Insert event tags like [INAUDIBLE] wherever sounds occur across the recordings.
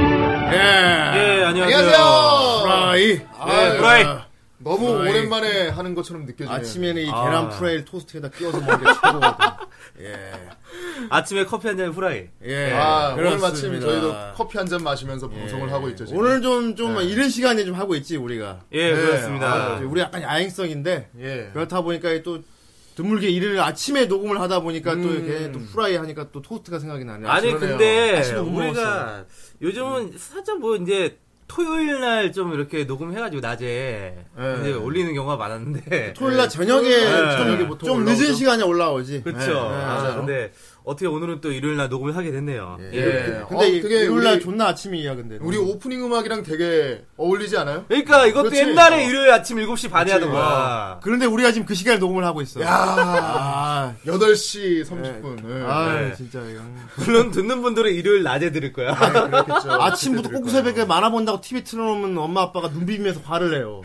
예. 예, 안녕하세요. 예, 안녕하세요. 프라이. 아유, 프라이. 너무 프라이. 오랜만에 하는 것처럼 느껴지네요. 예. 아침에는 이 아. 계란 프라이를 토스트에다 끼워서 먹는 게 최고거든. 아침에 커피 한 잔 후라이. 예. 아, 오늘 그렇습니다. 예. 마침 저희도 커피 한 잔 마시면서 방송을 하고 있죠. 지금. 오늘 좀, 좀 이른 시간에 좀 하고 있지, 우리가. 예, 네, 그렇습니다. 네. 아, 우리 약간 야행성인데, 예. 그렇다 보니까 또 드물게 일을 아침에 녹음을 하다 보니까 또 이렇게 또 후라이 하니까 또 토스트가 생각이 나네. 아니 아침에. 근데 아침에 못 우리가 먹었어요. 요즘은 살짝 뭐 이제 토요일 날 좀 이렇게 녹음해가지고 낮에 예. 이제 올리는 경우가 많았는데 토요일 날 저녁에 예. 좀, 저녁에 보통 좀 올라오죠? 늦은 시간에 올라오지. [LAUGHS] 그렇죠. 예. 아, 맞아요. 근데 어떻게 오늘은 또 일요일 날 녹음을 하게 됐네요. 예. 예. 근데 어, 이- 되게 일요일 날 우리- 존나 아침이야, 근데. 우리 오프닝 음악이랑 되게 어울리지 않아요? 그러니까 이것도 그렇지. 옛날에 일요일 아침 7시 반에 그렇지. 하던 거야. 그런데 우리가 지금 그 시간에 녹음을 하고 아. 있어. 야, 8시 30분. 예. 아, 네. 진짜 이거. 물론 듣는 분들은 일요일 낮에 들을 거야. 그렇겠죠. 그때 아침부터 들을 거예요. 꼬꾸 새벽에 만화 본다고 TV 틀어놓으면 엄마 아빠가 눈 비비면서 [LAUGHS] 화를 내요.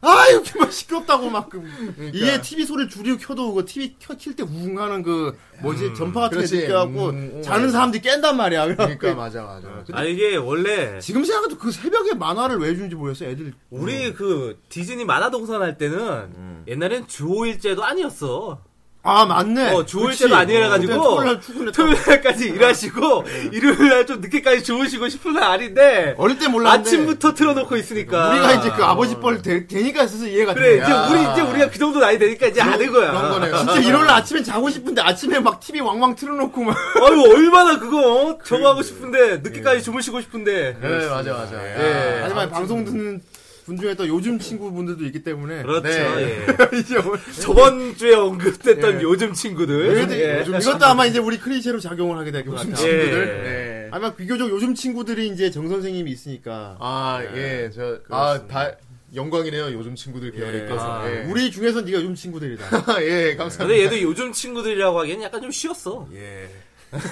아 이렇게 막 시끄럽다고 막 그, 그러니까. 이게 TV 소리를 줄이고 켜도 그 TV 켜킬때 우웅하는 그 뭐지 음, 전파 같은 게 그렇지. 느껴갖고 음, 음, 자는 맞아. 사람들이 깬단 말이야. 그래갖고 그러니까 맞아 맞아. 아 이게 원래 지금 생각해도 그 새벽에 만화를 왜 주는지 모르겠어. 애들 음. 우리 그 디즈니 만화동산 할 때는 옛날엔 주 5일제도 아니었어. 아 맞네. 어, 주일 때도 아니라가지고 토요일날 네. 출근했다. 토요일날까지 일하시고 일요일날 좀 늦게까지 주무시고 싶은 날 아닌데 어릴 때 몰랐는데 아침부터 틀어놓고 있으니까 우리가 이제 그 아버지 뻘 되, 니까 있어서 이해가 그래 되네. 아. 이제 우리 이제 우리가 그 정도 나이 되니까 이제 아는 거야. 그런 거네요. [LAUGHS] 진짜 일요일 아침에 자고 싶은데 아침에 막 TV 왕왕 틀어놓고 막 아유 얼마나 그거 어? 저거 하고 싶은데 예. 늦게까지 주무시고 싶은데. 네 맞아 맞아. 예. 하지만 방송 듣는 분 중에 또 요즘 친구분들도 있기 때문에 그렇죠. 네. 예. [LAUGHS] 이제 뭐 오늘- 저번 주에 예. 언급됐던 요즘 친구들. 예. 이것도 아마 이제 우리 클리셰로 작용을 하게 될 것 같아요. 친구들. 예. 예. 아마 비교적 요즘 친구들이 이제 정 선생님이 있으니까 아 예. 저 아 다 영광이네요. 요즘 친구들 계열에 껴서. 예. 아, 우리 중에선 네가 요즘 친구들이다. [LAUGHS] 예 감사합니다. 근데 얘도 요즘 친구들이라고 하기엔 약간 좀 쉬었어. 예.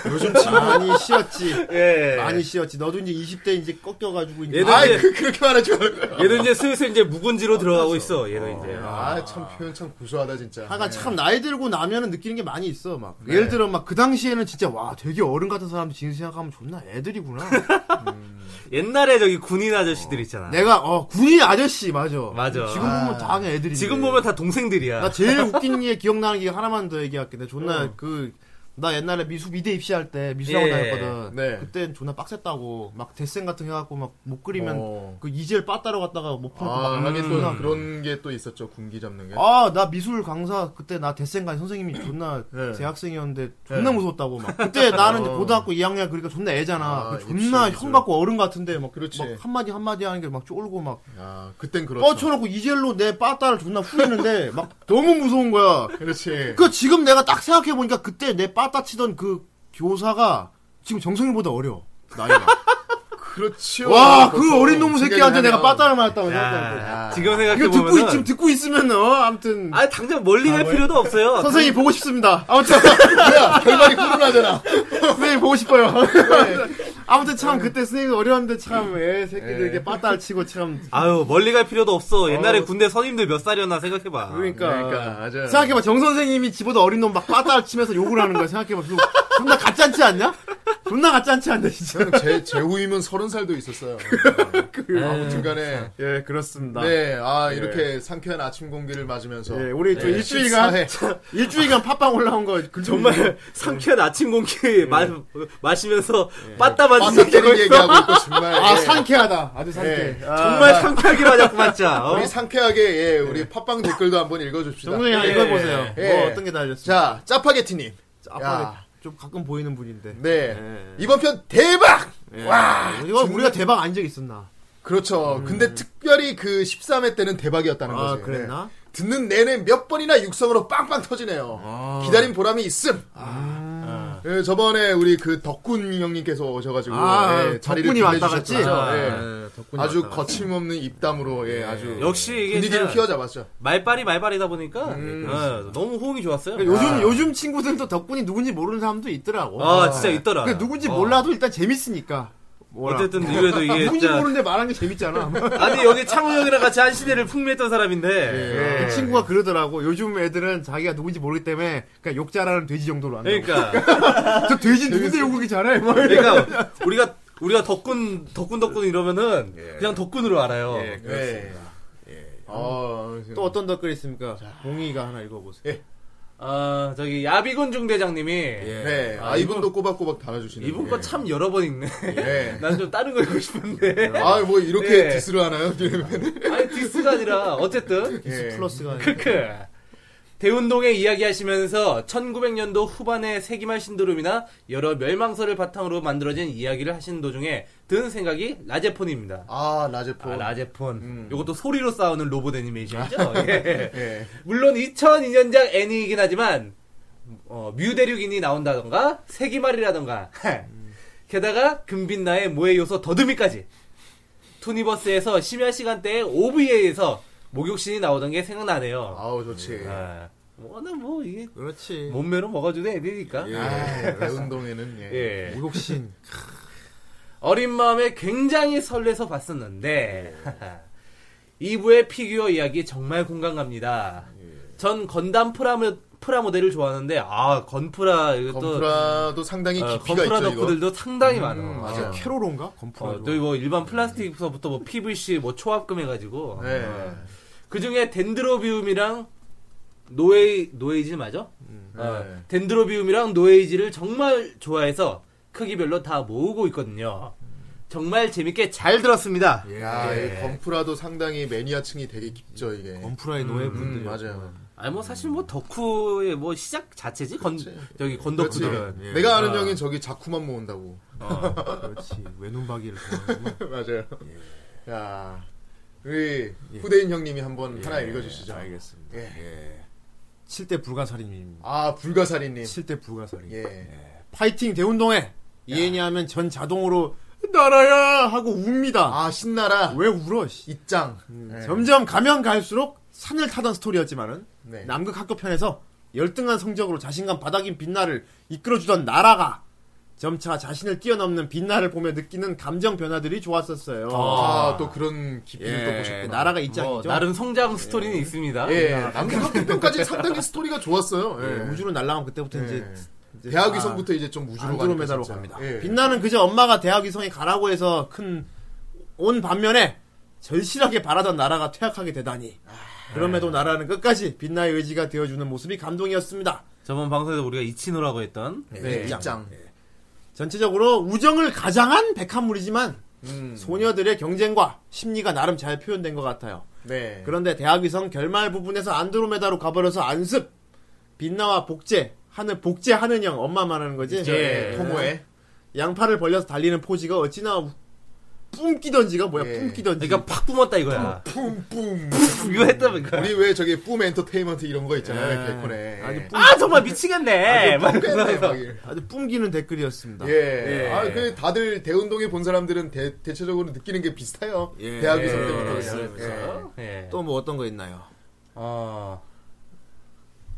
요즘 친구 많이 쉬었지. 예. 많이 쉬었지. 너도 이제 20대 이제 꺾여가지고 이제 얘도 아, 아이 이제- 그 그렇게 말하지 예. 말고요. 얘도 이제 슬슬 이제 묵은지로 들어가고 있어. 얘도 이제. 아참 표현 참 고소하다 진짜. 네. 네. 약간 참 나이 들고 나면은 느끼는 게 많이 있어. 막 예를 들어 막 그 당시에는 진짜 와 되게 어른 같은 사람들 지금 생각하면 존나 [LAUGHS] 애들이구나. 옛날에 저기 군인 아저씨들 있잖아. 내가 어 군인 아저씨 맞아. 맞아. 지금 보면 다 그냥 애들이. 지금 보면 다 동생들이야. 나 제일 웃긴 게 기억나는 게 하나만 더 얘기할게. 내 존나 그 나 옛날에 미수 미대 입시할 때 미술학원 어. 예. 다녔거든. 네. 그땐 존나 빡셌다고 막 데센 같은 거 해갖고 막 못 그리면 어. 그 이젤 빠따로 갔다가 못 풀고 아, 막 하긴 또 존나 그런 게 또 있었죠. 군기 잡는 게. 음. 아 나 미술 강사 그때 나 데센 간 선생님이 존나 네. 대학생이었는데 예. 존나 무서웠다고 막 그때 나는 이제 고등학교 2학년 그러니까 존나 애잖아 어. 아, 그 존나 입시, 형 받고 어른 같은데 막, 그렇지. 막 한마디 한마디 하는 게 막 쫄고 막 아, 어, 그땐 그렇죠. 뻗쳐놓고 이젤로 내 빠따를 존나 후리는데 [LAUGHS] 막 너무 무서운 거야 그렇지. 그 지금 내가 딱 생각해 보니까 그때 내 빠따 치던 그 교사가 지금 정성일보다 어려. 나이가. 그렇죠. 와, 그 그렇죠. 어린 놈 새끼한테 생각이 내가 나네요. 빠따를 맞았다고 생각해. 야, 지금 생각해 이거 듣고 있, 보면 지금 듣고 있으면 어 아무튼 아 당장 멀리 갈 필요도 없어요. 선생님 보고 싶습니다. 아무튼 [LAUGHS] 뭐야, 결말이 훈훈하잖아. 아, 선생님 보고 싶어요. 아무튼 참 그때 선생님 어려웠는데 참애 예, 새끼들 예. 이게 빠따를 치고 참 아유 멀리 갈 필요도 없어. 옛날에 군대 선임들 몇 살이었나 생각해 봐. 그러니까, 그러니까, 맞아요. 생각해봐 정 선생님이 집어도 어린 놈 막 빠따를 치면서 욕을 하는 거야 생각해봐 그거 존나 가않지 않냐? 존나 가않지 않냐 진짜. 제, 제 후임은 서른 살도 [LAUGHS] 있었어요. 그, 아, 음. 아무튼간에. 예 그렇습니다. 네, 아, 이렇게 상쾌한 아침 공기를 맞으면서. 네, 예, 우리 또 일주일간 식사해. [LAUGHS] 일주일간 팟빵 올라온 거 정말 상쾌한 아침 공기 네. 마, 마시면서 빠따만 아, 생기고 상쾌한 있어. 얘기하고 있고, 정말. 아 예. 상쾌하다 아주 상쾌. 예. 아, 정말 상쾌하게 맞았고 맞자. 어? 우리 상쾌하게, 예, 우리 팟빵 댓글도 한번 읽어줍시다. 정선이 형 이거 보세요. 예. 뭐 어떤 게 달렸어? 자, 짜파게티님. 아빠는 좀 가끔 보이는 분인데. 네. 예. 이번 편 대박! 와! 이거 우리가 대박 안 적 있었나? 그렇죠. 근데 특별히 그 13회 때는 대박이었다는 아 거지. 그랬나? 네. 듣는 내내 몇 번이나 육성으로 빵빵 터지네요. 기다린 보람이 있음. 아. 예, 저번에 우리 그 덕군 형님께서 오셔가지고 아, 예, 자리를 덕군이 왔다 갔지? 빌려주셨잖아요. 예. 아, 덕분에 아주 왔다 갔다. 거침없는 입담으로 예, 아주 역시 이게 분위기를 진짜 키워잡았죠. 말빨이 말빨이다 보니까 예, 너무 호응이 좋았어요. 그러니까 음. 요즘 요즘 친구들은 또 덕분이 누군지 모르는 사람도 있더라고. 아 진짜 있더라. 그러니까 누군지 어. 몰라도 일단 재밌으니까. 뭐라. 어쨌든 그래도 아, 이게 누군지 진짜 모르는데 말하는 게 [LAUGHS] 재밌잖아. 아니 여기 창우 형이랑 같이 한 시대를 풍미했던 사람인데 예. 그 친구가 그러더라고. 요즘 애들은 자기가 누군지 모르기 때문에 그냥 욕 잘하는 돼지 정도로 한다고. 그러니까 저 돼지 누군데 욕하기 잘해. 뭐 이래. 그러니까 우리가 우리가 덕군 덕군 덕군 이러면은 그냥 덕군으로 알아요. 예, 그렇습니다. 예. 어, 또 어떤 댓글 있습니까? 공이가 하나 읽어보세요. 아 저기 야비군 중대장님이 네, 아, 이분도 꼬박꼬박 달아주시는. 이분 거 참 여러 번 읽네. 예. [LAUGHS] 난 좀 다른 거 읽고 싶은데. 아, 뭐 이렇게 네. 예. 디스를 하나요? 아니 디스가 아니라 어쨌든 예. 플러스가 아니라. 크크. 대운동의 이야기하시면서 1900년도 후반의 세기말 신도롬이나 여러 멸망설을 바탕으로 만들어진 이야기를 하시는 도중에 든 생각이 라제폰입니다. 아, 라제포. 아, 라제폰. 이것도 소리로 싸우는 로봇 애니메이션이죠. 예. 음. 아, 예. 물론 2002년작 애니이긴 하지만 어, 뮤대륙인이 나온다던가 세기말이라던가 음. 게다가 금빛나의 모의 요소 더듬이까지 투니버스에서 심야 시간대에 OVA에서 목욕신이 나오던 게 생각나네요. 아우, 예. 좋지. 아, 워낙 뭐 이게 그렇지. 몸매로 먹어주는 애니니까. 예. 운동에는 예. 예. 목욕신. 어린 마음에 굉장히 설레서 봤었는데 [LAUGHS] 2부의 피규어 이야기 정말 공감 갑니다. 예. 전 건담 프라모, 프라모델을 좋아하는데 아 건프라 이것도 건프라도 상당히 어, 깊이가 건프라 있죠, 이거. 음, 덕후들도 상당히 많아. 맞아요. 음, 캐롤론가? 건프라. 어, 또뭐 일반 플라스틱서부터 뭐 PVC 뭐 초합금 해가지고 네. 그 중에 덴드로비움이랑 노에 노에이즈 맞아? 어, 네. 덴드로비움이랑 노에이즈를 정말 좋아해서 크기별로 다 모으고 있거든요. 정말 재밌게 잘 들었습니다. 야, 이 건프라도 상당히 매니아층이 되게 깊죠, 이게. 건프라의 노예분들. 음, 맞아요. 아니 뭐 사실 뭐 덕후의 뭐 시작 자체지 건 저기 그렇지. 건덕후들은 예. 내가 아는 아. 형인 저기 자쿠만 모은다고. 아, 그렇지. 외눈박이를 좋아하는 맞아요. 야, 우리 후대인 형님이 한번 하나 읽어주시죠. 예. 알겠습니다. 예. 예. 7대 불가사리님. 아, 불가사리님. 7대 불가사리. 예. 파이팅 대운동회. 이애니 하면 전 자동으로 나라야 하고 웁니다. 아, 신나라. 왜 음, 울어? 씨. 입장. 예. 점점 가면 갈수록 산을 타던 스토리였지만은 네. 남극 학교 편에서 열등한 성적으로 자신감 바닥인 빛나를 이끌어주던 나라가 점차 자신을 뛰어넘는 빛나를 보며 느끼는 감정 변화들이 좋았었어요. 아, 또 그런 깊이를 또 예, 보셨구나. 나라가 뭐 입장이죠. 나름 성장 스토리는 있습니다. 예, 남극학교까지 상당히 스토리가 좋았어요. 예, 예. 우주로 날아가면 그때부터 이제, 이제 대학 아, 위성부터 이제 좀 우주로 가니까 안드로메다로 진짜. 갑니다. 예. 빛나는 그저 엄마가 대학 위성에 가라고 해서 큰 온 반면에 절실하게 바라던 나라가 퇴학하게 되다니. 그럼에도 나라는 끝까지 빛나의 의지가 되어주는 모습이 감동이었습니다. 저번 방송에서 우리가 이치노라고 했던 네, 입장. 예. 입장. 전체적으로 우정을 가장한 백합물이지만 소녀들의 경쟁과 심리가 나름 잘 표현된 것 같아요. 네. 그런데 대학위성 결말 부분에서 안드로메다로 가버려서 안습 빛나와 복제 하늘 복제 하늘형 엄마 말하는 거지. 네. 예, 토모에. 양팔을 벌려서 달리는 포즈가 어찌나 우- 뿜기던지가 뭐야 예. 뿜기던지. 그러니까 팍 뿜었다 이거야. 뿜뿜. [LAUGHS] 이거 했다니까. 우리 왜 저기 뿜 엔터테인먼트 이런 거 있잖아요. 예. 개콘에. 아주 뿜, 아 정말 미치겠네. 막 뿜겠네, 막 이래. 아주 뿜기는 댓글이었습니다. 예. 아, 그 다들 대운동에 본 사람들은 대, 대체적으로 느끼는 게 비슷해요. 예. 대학 예. 위성 때부터. 그냥. 예. 그래서, 예. 또 뭐 어떤 거 있나요? 아,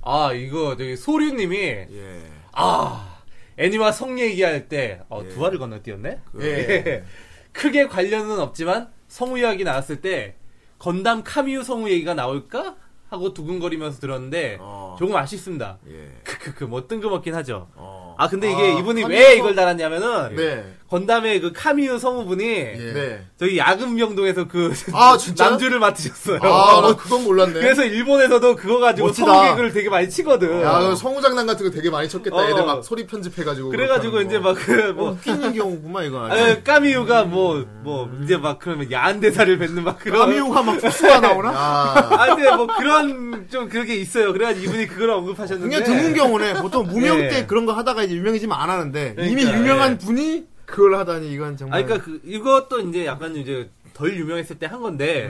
아 이거 저기 소류님이 예. 아 애니와 성 얘기할 때 어, 두 알을 건너뛰었네. 예. [LAUGHS] 크게 관련은 없지만 성우 이야기 나왔을 때 건담 카미유 성우 얘기가 나올까 하고 두근거리면서 들었는데 어. 조금 아쉽습니다. 예. 크크크 뭐 뜬금없긴 하죠. 어. 아 근데 이게 아, 이분이 카미유 왜 성- 이걸 달았냐면은 네. 건담의 그 카미유 성우분이 예. 네. 저기 야금명동에서 그 아, 진짜요? [LAUGHS] 남주를 맡으셨어요. 아, 나 그건 몰랐네. 그래서 일본에서도 그거 가지고 멋지다. 성우 개그를 되게 많이 치거든. 야, 그 성우 장난 같은 거 되게 많이 쳤겠다. 어. 애들 막 소리 편집해가지고. 그래가지고 그렇다는 이제 거. 막그뭐 웃기는 어, 경우구만 이거. 아, 예. 까미유가 뭐 뭐 이제 막 그러면 야한 대사를 뱉는 막 그런 까미우가 아, 막 복수가 나오나? 아, 아, 근데 뭐 그런 좀 그런 게 있어요. 그래가 이분이 그걸 언급하셨는데. 그냥 드문 경우네. 보통 무명 예. 때 그런 거 하다가 이제 유명해지면 안 하는데 이미 그러니까, 유명한 예. 분이 그걸 하다니 이건 아, 정말. 그러니까 그, 이것도 이제 약간 이제 덜 유명했을 때 한 건데.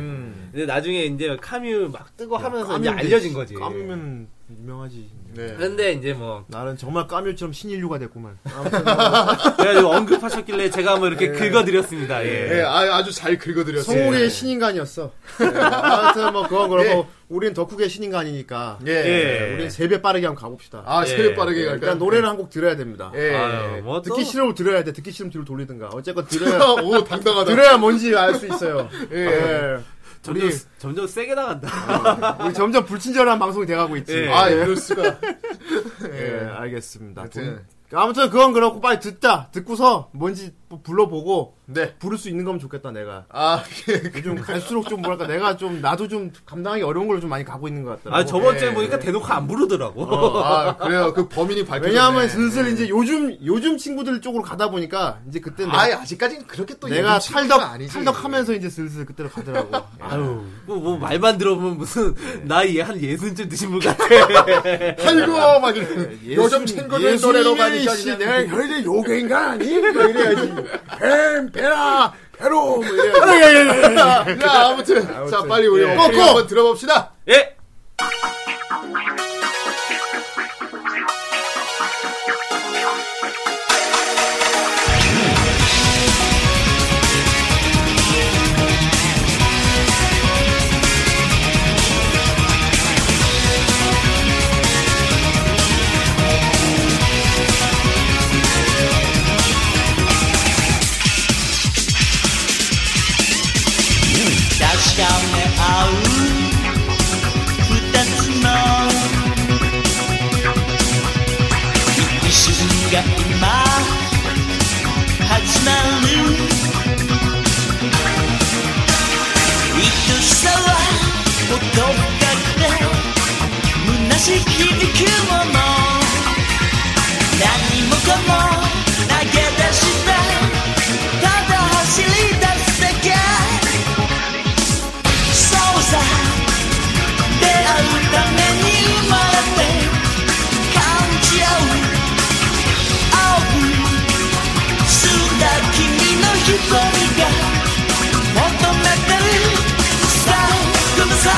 근데 나중에 이제 카뮤 막 뜨고 하면서 이제 음. 까미운데, 알려진 거지. 까면 유명하지. 네. 그런데 이제 뭐 나는 정말 까뮤처럼 신인류가 됐구만. 뭐 [LAUGHS] 그래가지고 언급하셨길래 제가 한번 이렇게 긁어드렸습니다. 예. 예, 아, 아주 잘 긁어드렸어요. 성우계의 신인간이었어. 예. 아무튼 뭐 그건 그렇고 우린 덕후계 신인간이니까 네, 예. 예. 우린 세 배 빠르게 한번 가봅시다. 아, 세배 예. 빠르게 갈까요? 일단 노래를 한 곡 들어야 됩니다. 예. 아유, 뭐 또- 듣기 싫으면 들어야 돼. 듣기 싫으면 뒤로 돌리든가. 어쨌건 [LAUGHS] 들어야 오, 당당하다. 들어야 뭔지 알 수 있어요. [LAUGHS] 예. 점점, 우리- 어, 점점 세게 나간다. 우리 점점 불친절한 방송이 돼가고 있지. 예. 아, 이럴 수가. 예, 예. 알겠습니다. 하여튼. 돈- 아무튼 그건 그렇고 빨리 듣자. 듣고서 뭔지 뭐 불러보고 네. 부를 수 있는 거면 좋겠다 내가. 아, [LAUGHS] 예. 요즘 갈수록 그 좀 뭐랄까 내가 좀 나도 좀 감당하기 어려운 걸로 좀 많이 가고 있는 것 같더라고. 아 저번 주에 예. 보니까 대놓고 안 부르더라고. 어. 아, 그래요. 그 범인이 밝혀졌네. 음. 왜냐하면 슬슬 이제 요즘 요즘 친구들 쪽으로 가다 보니까 이제 그때 아, 내가, 아직까지는 그렇게 또 내가 예쁜 친구가 탈덕 아니지. 탈덕하면서 이제 슬슬 그때로 가더라고. 아유, 뭐, 뭐 말만 들어보면 무슨 예. 나이 한 예순쯤 드신 분 같아. 예. 아이고 막 이래. 예수- 요즘 친구들 노래로 가니까 씨, 그냥- 내가 혈이 요괴인간 아니? 뭐 이래야지. 뱀, 베라, 베로, 뭐 아, 예, 이래. 자, 예. 아무튼. 자, 빨리 우리 예. 오프닝 꼬꼬! 한번 들어봅시다. 예. 「確かめ合う二つの一瞬が今始まる」「愛しさは音深くて虚しく響くもの」「何もかも投げ出してただ走り出すだけ」そうさ出会うために生まれて感じ合う青く澄んだ君の瞳が求めてる最後の最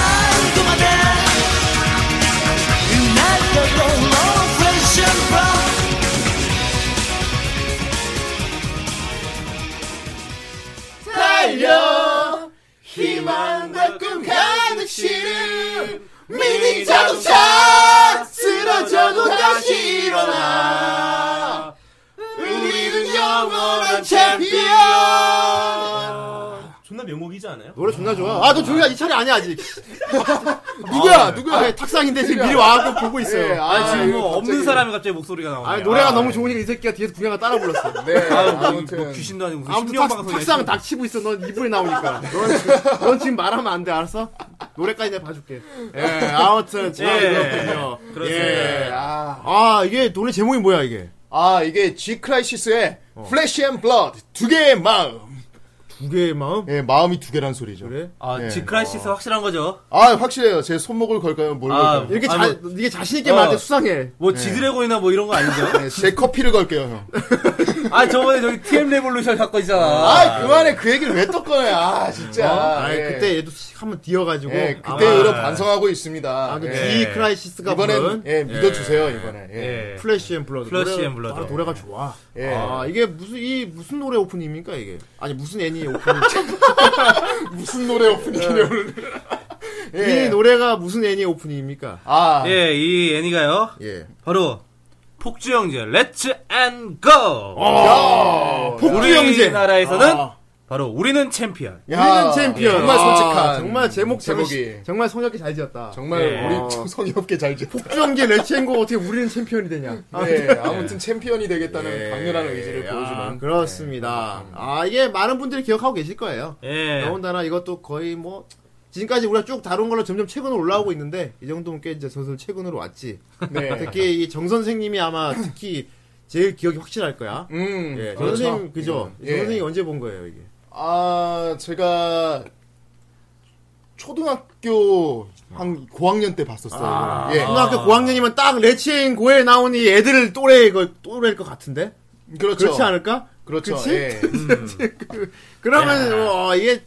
後まで「ナイトのローフレッシュブラウン」 달려! 희망만큼 가득 실은 미니 자동차! 쓰러져도 다시 일어나. 우리는 영원한 챔피언! 존나 명곡이지 않아요? 노래 존나 좋아. 아, 너 조용히 해. 이 차례 아니야, 아직. [LAUGHS] 누구야? 누구야? 아, 탁상인데 지금 미리 와갖고 보고 있어요. 예, 아, 지금 뭐 이거 없는 갑자기- 사람이 갑자기 목소리가 나오네. 아, 노래가 아, 너무 좋으니까 이 새끼가 뒤에서 구경을 따라 불렀어. 네. 아유, 뭐, 아무튼. 뭐 귀신도 아니고 무슨 아무튼 신령 탁, 방송이야. 탁상 닥치고 있어. 넌 이불에 [LAUGHS] 나오니까. 넌, 지금- 넌 지금 말하면 안 돼, 알았어? 노래까지 내가 봐줄게. 예, 아무튼, 참, 예, 그렇군요. 그렇습니다. 예. 아, 아, 이게 노래 제목이 뭐야, 이게? 아, 이게 G 크라이시스의 Flesh and Blood 두 개의 마음. 두 개의 마음? 예, 마음이 두 개란 소리죠. 그래? 아, 예. 지크라이시스 어. 확실한 거죠. 아, 확실해요. 제 손목을 걸까요? 뭘 아, 걸까요? 이렇게 아, 자, 이게 자신있게 어. 말해 수상해. 뭐 지드래곤이나 뭐 이런 거 아니죠? 네, 제 커피를 걸게요, 형. 아, 저번에 저기 TM 레볼루션 사건 있잖아. 아, 그만해. 그 얘기를 왜 또 꺼내. 아, 진짜. 아, 예. 그때 얘도 한번 뒤어가지고. 예, 아마 그때 이후로 반성하고 있습니다. 아, 그 예. G 크라이시스가 이번엔 부른 예, 믿어주세요 이번에. 예. 예. 플래시 앤 블러드. 플래시 노래가- 앤 블러드. 아, 노래가 좋아. 예. 아, 이게 무슨 이 무슨 노래 오프닝입니까 이게? 아니 무슨 애니 오프닝? 무슨 노래 오프닝이냐 오늘. [LAUGHS] 예. 이 노래가 무슨 애니 오프닝입니까? 아, 예. 예, 이 애니가요. 바로 폭주 형제 렛츠 앤 고. 어, 어, 폭주 형제. 아. 우리나라에서는 바로 우리는 챔피언. 야, 우리는 챔피언. 정말 아, 솔직한 정말 제목 제목이. 제목이 정말 성역게 잘 지었다. 정말 예. 아. 우리 성의 없게 잘 짓. 폭주 형제 레츠앤고 어떻게 우리는 챔피언이 되냐? 예, 아무튼 챔피언이 되겠다는 강렬한 의지를 아, 보여주는. 그렇습니다. 아 이게 많은 분들이 기억하고 계실 거예요. 네. 예. 더군다나 이것도 거의 뭐 지금까지 우리가 쭉 다룬 걸로 점점 최근으로 올라오고 있는데 이 정도면 꽤 이제 슬슬 최근으로 왔지. 네. [LAUGHS] 특히 이 정 선생님이 아마 특히 제일 기억이 확실할 거야. 음, 예, 정 그렇죠. 선생님 그죠? 예. 정 선생님 언제 본 거예요 이게? 아, 제가 초등학교 한 고학년 때 봤었어요. 예. 중학교 고학년이면 딱 레치인 고에 나온 이 애들 또래 그 또래일 것 같은데 그렇죠. 그렇지 않을까? 그렇죠. 그렇지? [LAUGHS] 예. 그, 그러면 어, 이게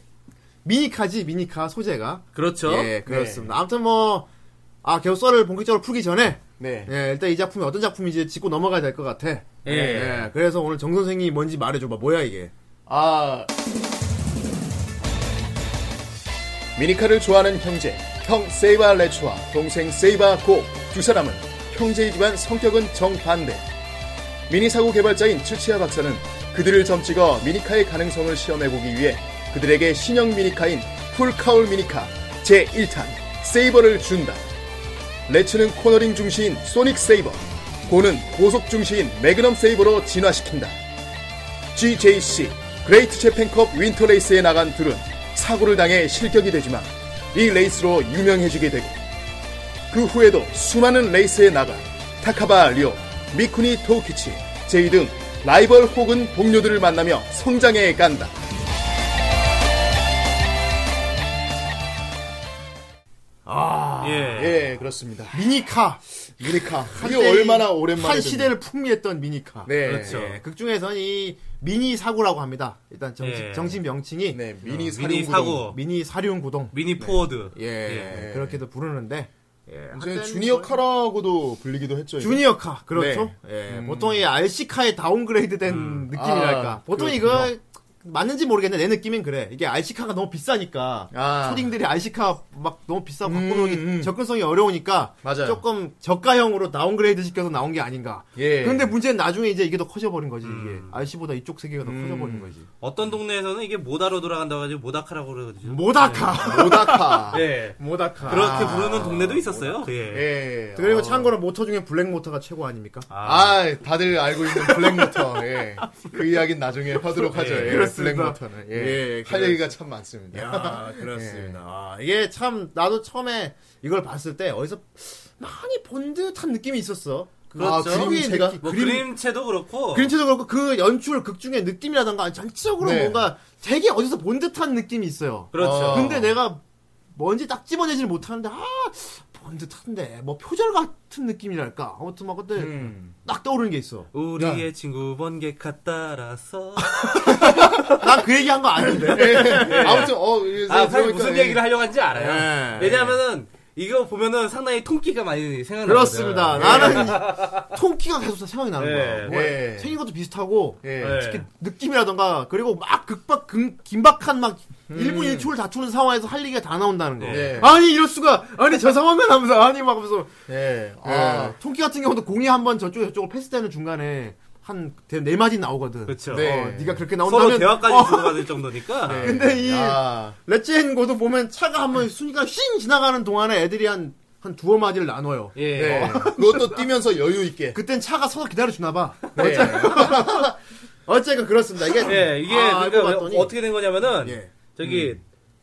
미니카지 미니카 소재가 그렇죠. 네. 예 그렇습니다. 아무튼 뭐 아 개업 썰을 본격적으로 풀기 전에 네. 예, 일단 이 작품이 어떤 작품인지 짚고 넘어가야 될 것 같아. 예. 예, 그래서 오늘 정 선생님이 뭔지 말해줘봐. 뭐야 이게? 아 미니카를 좋아하는 형제 형 세이바 레츠와 동생 세이바 고 두 사람은 형제이지만 성격은 정반대 미니 사고 개발자인 츠치야 박사는 그들을 점찍어 미니카의 가능성을 시험해보기 위해 그들에게 신형 미니카인 풀카울 미니카 제1탄 세이버를 준다 레츠는 코너링 중시인 소닉 세이버 고는 고속 중시인 매그넘 세이버로 진화시킨다 GJC 그레이트 재팬컵 윈터 레이스에 나간 둘은 사고를 당해 실격이 되지만 이 레이스로 유명해지게 되고 그 후에도 수많은 레이스에 나가 타카바 리오, 미쿠니 토우키치, 제이 등 라이벌 혹은 동료들을 만나며 성장해 간다. 아, 예. 예, 그렇습니다. 미니카. 미니카 이게 한때 얼마나 오랜만에 한 시대를 풍미했던 미니카. 듣는- 네, 그렇죠. 예, 극 중에선 이 미니 사고라고 합니다. 일단 정식 예. 정식 명칭이 네, 미니 미니 사륜 구동. 사고, 미니, 미니 사륜 구동 포워드. 예, 예, 그렇게도 부르는데 이제 주니어 카라고도 불리기도 했죠. 이거. 주니어카 그렇죠. 네. 예, 보통 이 RC카에 다운그레이드된 느낌이랄까. 아, 보통 이거 맞는지 모르겠는데 내 느낌엔 그래. 이게 RC카가 너무 비싸니까 아. 초딩들이 RC카 막 너무 비싸고 음, 갖고 노기 음. 접근성이 어려우니까 맞아요. 조금 저가형으로 다운그레이드 시켜서 나온 게 아닌가. 예. 음. 근데 문제는 나중에 이제 이게 더 커져버린 거지 이게 RC보다 이쪽 세계가 더 커져버린 거지. 어떤 동네에서는 이게 모다로 돌아간다고 하지 모다카라고 그러죠. 모다카. 음. 모다카. 뭐- 예. [LAUGHS] 모다카. 그렇게 부르는 동네도 있었어요. 예. 예. 그리고 참고로 모터 중에 블랙 모터가 최고 아닙니까? 아, 다들 알고 있는 블랙모터. 예. 그 이야기는 나중에 하도록 하죠. 예, 예, 그렇습니다. 블랙모터는. 예. 예, 할 그래서- 얘기가 참 많습니다. 아, 야, 그렇습니다. 예. 아, 이게 참 나도 처음에 이걸 봤을 때 어디서 많이 본 듯한 느낌이 있었어. 그 그렇죠. 특유의 그림체가? 느낌. 뭐 그림, 그림, 체도 그렇고 그림체도 그렇고 그 연출 극중의 느낌이라던가 전체적으로 네. 뭔가 되게 어디서 본 듯한 느낌이 있어요. 그렇죠. 어. 근데 내가 뭔지 딱 집어내지를 못하는데 아, 본 듯한데 뭐 표절 같은 느낌이랄까. 아무튼 막 그때 딱 떠오르는 게 있어. 우리의 친구 번개카 따라서 난 그 얘기한 거 아닌데. [LAUGHS] 예. 아무튼, 어, 예, 아 사실 들어보니까, 무슨 예. 얘기를 하려고 하는지 알아요. 예. 왜냐하면은 이거 보면은 상당히 통기가 많이 생각나거든요. 그렇습니다. 나는 통키가 계속 생각이 나는 예. 거야. 뭐 예. 생긴 것도 비슷하고 예. 예. 특히 느낌이라던가 그리고 막 극박 금, 긴박한 막 음. 1분 1초를 다투는 상황에서 할 얘기가 다 나온다는 거. 예. 아니 이럴 수가. 아니 저 상황은 하면서 아니 막 하면서 예. 아, 아. 통키 같은 경우도 공이 한번 저쪽 저쪽으로 패스되는 중간에 한네 마디 나오거든. 그렇죠. 네. 어, 네가 그렇게 서로 나온다면 대화까지 어, 주고받을 정도니까. 네. [LAUGHS] 근데 이- 야. 레츠앤고도 보면 차가 한번 순간 휙 지나가는 동안에 애들이 한 한 두어 마디를 나눠요. 예. 네. 그것도 뛰면서 여유 있게. 어. 그땐 차가 서서 기다려주나 봐. 네. 어쨌건 그렇습니다. 이게 예, 이게 아, 알고 그러니까 봤더니- 어떻게 된 거냐면은 예. 저기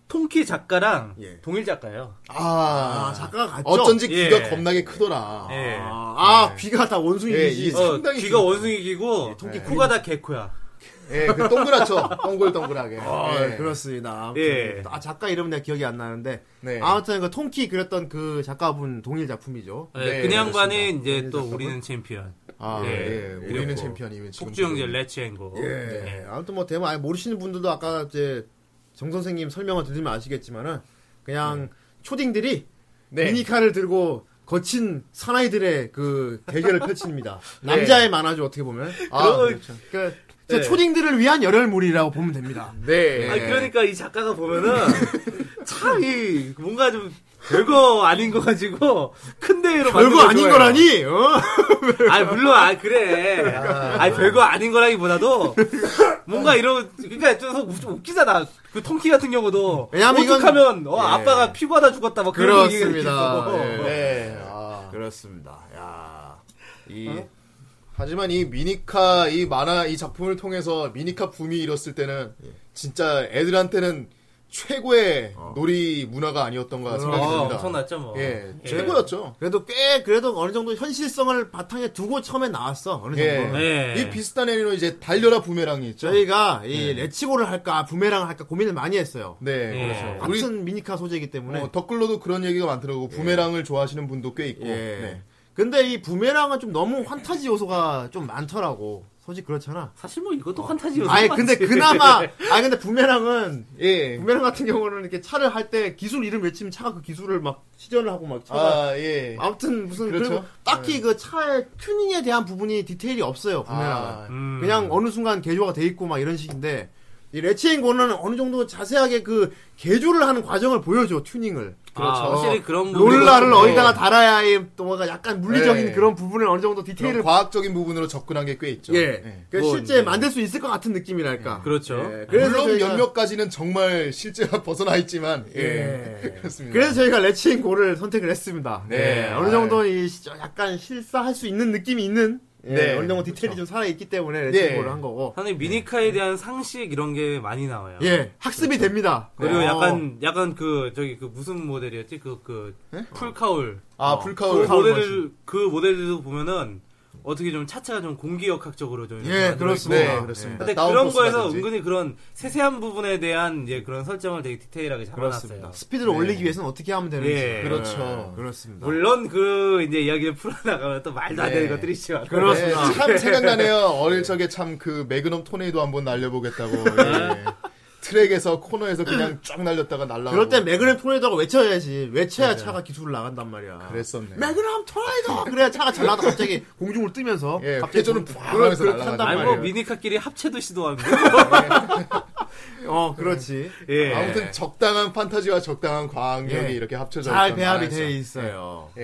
통키 작가랑 예. 동일 작가예요. 아. 아, 작가가 같죠. 어쩐지 예. 귀가 겁나게 크더라. 예. 아, 아, 귀가 다 원숭이 예, 아, 귀지. 이- 어, 상당히 귀가 큰- 원숭이기고 예, 통키 코가 다 개코야. 예, 그 동그랗죠. 동글동글하게. 아, 예. 그렇습니다. 아무튼 네. 예. 아, 작가 이름은 내가 기억이 안 나는데. 네. 아무튼 그 통키 그렸던 그 작가분 동일 작품이죠. 예, 네, 그 양반이 그렇습니다. 이제 또 우리는 챔피언. 아, 예. 예. 우리는 그리고 챔피언이 지금. 폭주 형제 레츠앤고. 예. 아무튼 뭐 대만 아예 모르시는 분들도 아까 이제 정 선생님 설명을 들으면 아시겠지만은 네. 그냥 초딩들이 네. 미니카를 들고 거친 사나이들의 그 [LAUGHS] 대결을 펼칩니다. 남자의 만화죠 어떻게 보면. 아, 네. 그런- 그렇죠. 그러니까 진짜 네. 초딩들을 위한 열혈물이라고 보면 됩니다. 네. 예. 아 그러니까 이 작가가 보면은 [LAUGHS] 참 이 뭔가 좀 별거 아닌 거 가지고 큰 대회로 만든 별거 걸 아닌 좋아해요. 거라니. 어? 아 물론 아 그래. 아 별거 아닌 거라기보다도 뭔가 이런 그러니까 좀, 좀 웃기잖아. 그 통키 같은 경우도 왜냐면 이건- 오죽하면 어, 예. 아빠가 피부하다 죽었다 막 그런 얘기가 그렇습니다. 있었고. 어. 예. 네. 아. 어? 그렇습니다. 야. 이 하지만 이 미니카 이 만화 이 작품을 통해서 미니카 붐이 일었을 때는 예. 진짜 애들한테는 최고의 어. 놀이 문화가 아니었던가 생각이 어, 듭니다. 엄청났죠 뭐. 예, 최고였죠. 그래도 꽤 그래도 어느 정도 현실성을 바탕에 두고 처음에 나왔어. 어느 정도. 예. 예. 이 비슷한 애니로 이제 달려라 부메랑이 있죠. 저희가 이 레츠고를 할까 부메랑을 할까 고민을 많이 했어요. 예. 네, 예. 그렇죠. 우리 같은 미니카 소재이기 때문에. 어, 댓글로도 그런 얘기가 많더라고. 부메랑을 좋아하시는 분도 꽤 있고. 예. 네. 근데 이 부메랑은 좀 너무 환타지 요소가 좀 많더라고. 솔직히 [LAUGHS] 그렇잖아. 사실 뭐 이것도 판타지였어. 아니 근데 그나마 예. 아니 근데 부메랑은 예. 부메랑 같은 경우는 이렇게 차를 할 때 기술 이름 외치면 차가 그 기술을 막 시전을 하고 막 차가 아, 예. 아무튼 무슨 그 그렇죠. 리고 딱히 그 차의 튜닝에 대한 부분이 디테일이 없어요 아, 구매랑 그냥 어느 순간 개조가 돼 있고 막 이런 식인데 이 레츠앤고는 어느 정도 자세하게 그 개조를 하는 과정을 보여줘 튜닝을 그렇죠. 확실히 그런 부분이 롤라를 네. 아, 어디다가 달아야 해, 또 뭔가 약간 물리적인 네. 그런 부분을 어느 정도 그런 디테일을 과학적인 부분으로 접근한 게 꽤 있죠. 예, 예. 그러니까 뭐, 실제 네. 만들 수 있을 것 같은 느낌이랄까. 네. 그렇죠. 예, 물론 저희가- 몇몇 가지는 정말 실제와 [LAUGHS] 벗어나 있지만 예. 예. 그렇습니다. 그래서 저희가 레츠인 고를 선택을 했습니다. 네. 예, 어느 정도 이 시- 약간 실사할 수 있는 느낌이 있는 예, 네, 어느 정도 디테일이 좀 살아 있기 때문에 레츠인 네. 고를 한 거고. 사실 미니카에 대한 상식 이런 게 많이 나와요. 예, 학습이 됩니다. 그리고 네. 어. 약간 약간 그 저기 그 무슨 모델이었지 그 그 네? 풀카울 어, 아 그 풀카울 모델을 그 모델들도 보면은 어떻게 좀 차체가 좀 공기역학적으로 좀 이렇게 예, 만들어있고. 그렇습니다. 네 그렇습니다. 근데 그런 거에서 은근히 그런 세세한 부분에 대한 이제 그런 설정을 되게 디테일하게 그렇습니다. 잡아놨어요. 스피드를 올리기 위해서는 어떻게 하면 되는지. 예. 그렇죠. 그렇습니다. 물론 그 이제 이야기를 풀어나가면 또 말도 안 네. 되는 것들이 있지만 그렇습니다. 네, 참 생각나네요. 어릴 적에 참 그 매그넘 토네이도 한번 날려보겠다고 [LAUGHS] 네. 예. 트랙에서 코너에서 그냥 쫙 날렸다가 날라. 그럴 땐 매그넘 토네이더가 외쳐야지. 외쳐야 차가 기술을 나간단 말이야. 그랬었네. 매그넘 토네이더! 그래야 차가 잘 나가 갑자기 공중을 뜨면서. 예, 갑자기 회전을 공- 푹 그렇- 하면서 네. 그렇게 날아가는 한단 아니 거예요. 뭐 말이에요. 미니카끼리 합체도 [LAUGHS] 시도하는데 어, 그렇지. 예. 아무튼 적당한 판타지와 적당한 과학력이 예. 이렇게 합쳐져 잘 있던 배합이 나라에서. 돼 있어요. 예.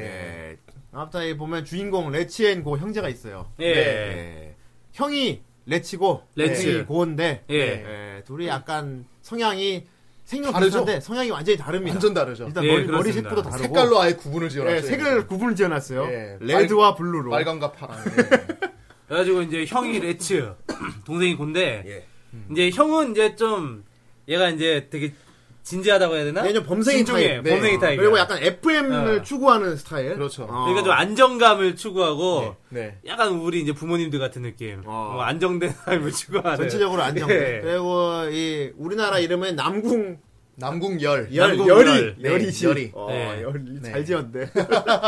예. 아무튼 이 보면 주인공 레치앤고 형제가 있어요. 예. 예. 형이 레치고 레치. 형이 고인데 예. 예. 둘이 약간 성향이 생긴 건 다르죠? 비슷한데 성향이 완전히 다릅니다. 완전 다르죠. 일단 예, 머리, 머리 그렇습니다. 색부터 다르고 색깔로 아예 구분을 지어놨죠. 예, 색을 구분을 지어놨어요. 예. 레드와 블루로. 빨강과 파랑. 예. 그래가지고 이제 형이 레츠 동생이 곤데 예. 이제 형은 이제 좀 얘가 이제 되게 진지하다고 해야 되나? 얘는 범생이 진중해 타입. 네. 범생이 타입 그리고 약간 FM을 어. 추구하는 스타일. 어, 그렇죠. 그러니까 좀 안정감을 추구하고 [LAUGHS] 네. 약간 우리 이제 부모님들 같은 느낌 어. 뭐 안정된 [LAUGHS] 삶을 추구하는 전체적으로 네. 안정. 돼 예. 그리고 이 우리나라 이름은 남궁 남궁 열. 열, 남궁 열. 열이 네, 열이지. 열이. 어, 네. 열이. 네. 잘 지었네. [LAUGHS]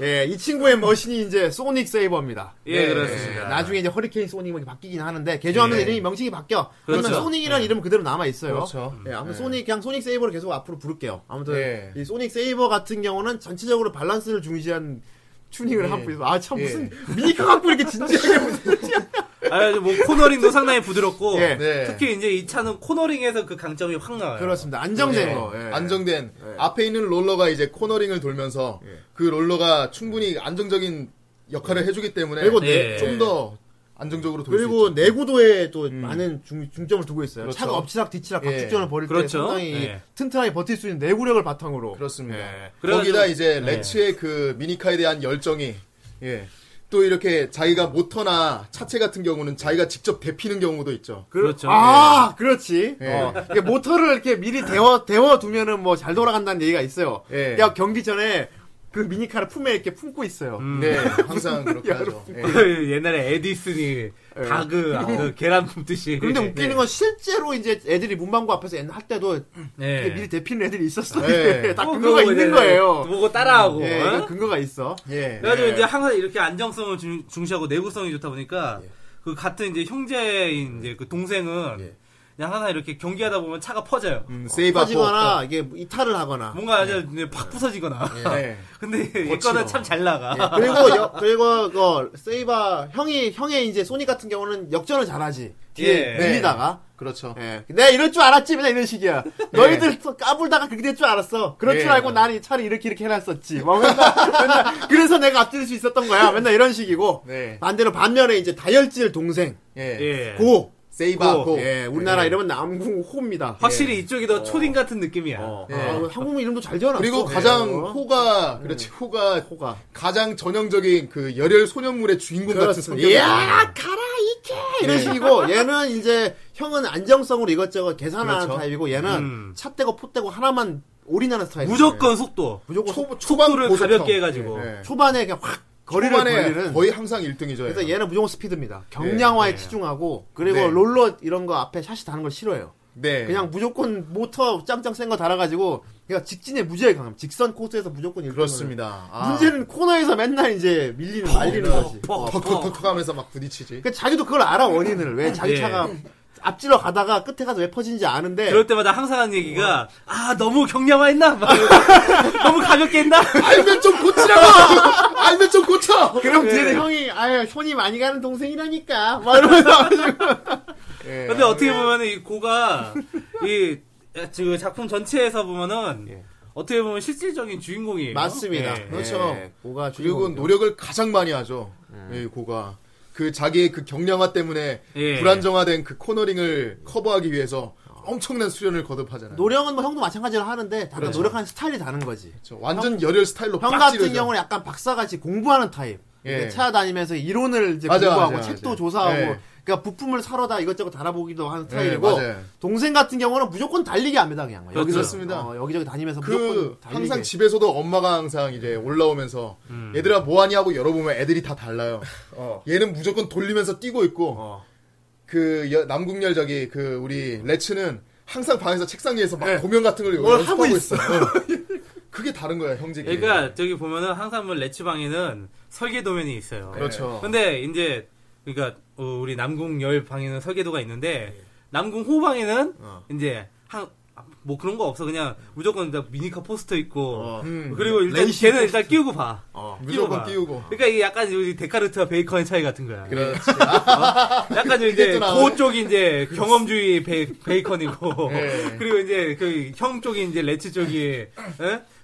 예, 이 친구의 머신이 이제 소닉 세이버입니다. 네. 예, 그렇습니다. 나중에 이제 허리케인 소닉이 바뀌긴 하는데 개조하면 예. 이름이 명칭이 바뀌어. 그러면 그렇죠. 소닉이라는 이름은 그대로 남아 있어요. 그렇죠. 예, 아무튼 예. 소닉 그냥 소닉 세이버를 계속 앞으로 부를게요. 아무튼 예. 이 소닉 세이버 같은 경우는 전체적으로 밸런스를 중시한 튜닝을 예. 하고 있어. 아, 참 예. 무슨 미니카 갖고 이렇게 진지하게 무슨 아, 뭐 코너링도 상당히 부드럽고 예. 네. 특히 이제 이 차는 코너링에서 그 강점이 확 나와요. 그렇습니다. 안정된 예. 거. 예. 안정된 예. 앞에 있는 롤러가 이제 코너링을 돌면서 예. 그 롤러가 충분히 안정적인 역할을 해주기 때문에 그리고 네. 좀 더 안정적으로 돌 수 그리고 있죠. 내구도에 또 많은 중, 중점을 두고 있어요. 그렇죠. 차가 엎치락 뒤치락 예. 각축전을 벌일 때 그렇죠. 상당히 예. 튼튼하게 버틸 수 있는 내구력을 바탕으로 그렇습니다. 예. 거기다 그래가지고- 이제 레츠의 그 미니카에 대한 열정이 예. 또 이렇게 자기가 모터나 차체 같은 경우는 자기가 직접 데피는 경우도 있죠. 그- 그렇죠. 아, 그렇지. 예. 어, 이게 모터를 이렇게 미리 데워 데워 두면은 뭐 잘 돌아간다는 얘기가 있어요. 예. 야 경기 전에 그 미니카를 품에 이렇게 품고 있어요. 네, 항상 그렇게 [LAUGHS] 하죠. 예. [LAUGHS] 옛날에 에디슨이 다그 그 계란 굽듯이. 네. 근데 웃기는 건 실제로 이제 애들이 문방구 앞에서 옛날 할 때도 네. 이렇게 미리 데피는 애들이 예. 있었어. 예. 딱 어, 근거가 네. 그거 있는 이제 거예요. 보고 따라하고. 예, 어? 그 네. 근거가 있어. 예. 그래가지고 이제 항상 이렇게 안정성을 중, 중시하고 내구성이 좋다 보니까 예. 그 같은 이제 형제인 이제 그 동생은 예. 그냥 항상 이렇게 경기하다 보면 차가 퍼져요. 음, 세이버 터지거나 이게 이탈을 하거나. 뭔가 이제 이제 팍 부서지거나. 네. [LAUGHS] 근데 얘 거는 참 잘 나가. 예. 그렇죠. 그리고 여- 그리고 그 세이바 형이 형의 이제 소닉 같은 경우는 역전을 잘하지. 뒤에 예. 밀리다가. 그렇죠. 예. 내가 이럴 줄 알았지, 맨날 이런 식이야. 너희들 또 까불다가 그게 될 줄 알았어. 그럴 예. 줄 알고 나는 이 차를 이렇게 이렇게 해놨었지. 막 맨날, 맨날 그래서 내가 앞질 수 있었던 거야. 맨날 이런 식이고. 네. 반대로 반면에 이제 다혈질 동생 예. 예. 고. 세이버 고. 예, 우리나라 예. 이름은 남궁 호입니다. 확실히 이쪽이 더 초딩 같은 느낌이야. 예. 어, 예. 아, 한국 이름도 잘 지어놨어. 그리고 가장 예. 호가 그렇지 호가 호가. 가장 전형적인 그 열혈 소년물의 주인공 같은 그렇습니다. 성격. 야, 가라 이케 이런 네. 식이고 얘는 이제 형은 안정성으로 이것저것 계산하는 그렇죠. 타입이고 얘는 음. 차 떼고 포 떼고 하나만 올인하는 스타일. 무조건 속도. 무조건 초 속도를 고속형. 가볍게 해가지고. 예, 예. 초반에 그냥 확 거리를 초반에 벌리는. 거의 항상 1등이죠. 그래서 얘는 무조건 스피드입니다. 경량화에 네. 치중하고 그리고 네. 롤러 이런 거 앞에 샷이 다는 걸 싫어해요. 네. 그냥 무조건 모터 짱짱 센 거 달아가지고 그러니까 직진에 무지하게 강합니다. 직선 코스에서 무조건 1등을 그렇습니다. 아, 문제는 코너에서 맨날 이제 밀리는 말리는 거지. 어, 퍽퍽퍽 하면서 막 부딪히지. 그 자기도 그걸 알아 네. 원인을 왜 자기 예. 차가 앞질러 가다가 끝에 가서 왜 퍼진지 아는데 그럴 때마다 항상 하는 어. 얘기가 아 너무 경량화했나? 막 [LAUGHS] 너무 가볍게 했나? 알면 좀 고치라고! [LAUGHS] 알면 좀 고쳐! 그럼 네. 뒤에서 형이 아유 손이 많이 가는 동생이라니까 막 이러면서 [LAUGHS] 예. 근데 어떻게 보면은 이 고가 이 지금 작품 전체에서 보면은 예. 어떻게 보면 실질적인 주인공이에요. 맞습니다. 예. 그렇죠. 예, 고가 그리고 주인공. 노력을 가장 많이 하죠. 이 고가. 그 자기의 그 경량화 때문에 예. 불안정화된 그 코너링을 커버하기 위해서 엄청난 수련을 거듭하잖아요. 노력은 뭐 형도 마찬가지로 하는데 다른 노력하는 스타일이 다른 거지. 그렇죠. 완전 열혈 스타일로 형 빡 같은 찌르죠. 경우는 약간 박사같이 공부하는 타입. 예. 이제 차 다니면서 이론을 이제 맞아, 공부하고 맞아, 책도 맞아. 조사하고 예. 그러니까 부품을 사러다 이것저것 달아보기도 하는 예, 스타일이고 맞아요. 그렇죠. 동생 같은 경우는 무조건 달리기 합니다 그냥 여기서 그렇습니다. 어, 여기저기 다니면서 그 무조건 달리기. 항상 집에서도 엄마가 항상 이제 올라오면서 얘들아 뭐하니 하고 열어보면 애들이 다 달라요. 어. 얘는 무조건 돌리면서 뛰고 있고 그 여- 남궁열 저기 그 우리 레츠는 항상 방에서 책상 위에서 막 고명 같은 걸 뭘 연습하고 하고 있어. 그게 다른 거야 형제끼리. 그러니까 저기 보면은 항상 뭐 레츠방에는 설계 도면이 있어요. 그렇죠. 근데 이제 그러니까 어, 우리 남궁 열 방에는 설계도가 있는데 예. 남궁 호 방에는 어. 이제 한 뭐 그런 거 없어 그냥 무조건 다 미니카 포스터 있고 음. 어. 어. 그리고 일단 레이싱 걔는 일단 끼우고 봐. 무조건 봐. [LAUGHS] 끼우고. 그러니까 이게 약간 우리 데카르트와 베이컨의 차이 같은 거야. 그렇지. 약간 그 또 이제 나오네. 고쪽이 이제 경험주의 베, 이컨이고 [LAUGHS] 네. 예. 그리고 이제 그 형 쪽이 이제 레츠 쪽이 에?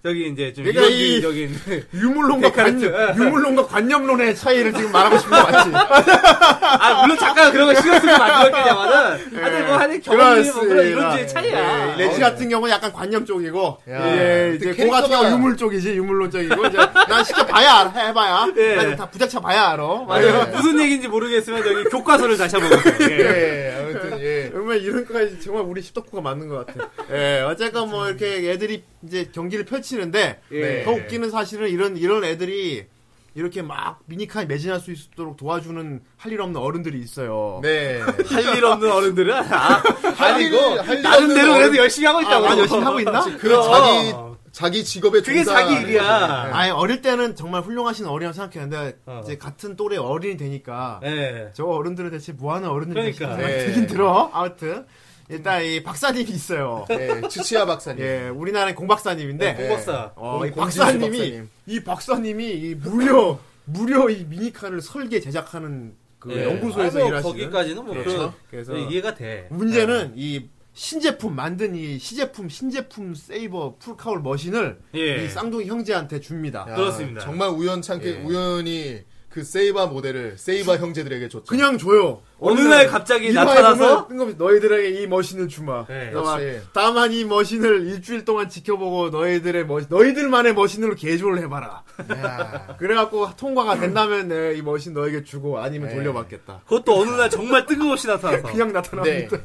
저기 이제 좀 그러니까 이- 이론주의적인 유물론과 관, 유물론과 관념론의 차이를 지금 말하고 싶은 거 [LAUGHS] 맞지? 아 물론 작가가 그런 거 신경 쓰고 만들었겠냐마는 하여튼 뭐 하여튼 경험이 뭐 네. 그렇습니다. 네. 그런 이론주의 차이야. 레츠 같은 경우는 약간 관념 쪽이고, 야. 예, 이제 근데 고 같은 캐릭터가- 경우 유물 쪽이지, 유물론 쪽이고, 이제 난 시켜 봐야 알아, 해봐야, 예. 난다 부자차 봐야 알아. 맞아요. 네. 무슨 얘기인지 모르겠으면 저기 교과서를 다시 한번 보세요. 네. 예. 예, 아무튼 예. 정말 이런 거까지 정말 우리 십덕후가 맞는 것 같아. 예, 어쨌건 뭐 이렇게 애들이 이제 경기를 펼치는데 예. 더 웃기는 사실은 이런 이런 애들이 이렇게 막 미니카에 매진할 수 있도록 도와주는 할 일 없는 어른들이 있어요. 네. 할 일 없는 어른들은 아, 아니고 할 일 나름대로 없는 그래도 어른- 열심히 하고 있다고. 아, 열심히 하고 있나? 그 자기 자기 직업에 그게 종사하는 자기 일이야. 아니 어릴 때는 정말 훌륭하신 어린이라고 생각했는데 네. 어. 이제 같은 또래 어른이 되니까 예. 저 어른들은 대체 뭐하는 어른들이 그러니까. 예. 되긴 들어 아무튼 일단 이 박사님이 있어요 거죠. 예, 치치아 박사님. 예 우리나라의 공박사님인데 네. 네. 공박사. 어, 이 공- 박사님이 박사님. 이 박사님이 이 무려 무려 이 미니카를 설계 제작하는 그 예. 연구소에서 아, 뭐 일하시는 거기까지는 네. 뭐 그렇죠. 그런 그래서 이해가 돼. 문제는 이 신제품 만든 이 시제품 신제품 세이버 풀카울 머신을 예. 이 쌍둥이 형제한테 줍니다. 야, 그렇습니다. 예. 정말 우연찮게 우연히 그 세이바 모델을 세이바 형제들에게 줬죠. 그냥 줘요. 어느 날 갑자기 나타나서 뜬금 너희들에게 이 머신을 주마. 네. 그래서 막 역시. 다만 이 머신을 일주일 동안 지켜보고 너희들의 머 너희들만의 머신으로 개조를 해봐라. 야. 그래갖고 통과가 된다면 네, 이 머신 너에게 주고 아니면 네. 돌려받겠다. 그것도 어느 날 정말 뜬금없이 나타나서 그냥 네. 나타납니다.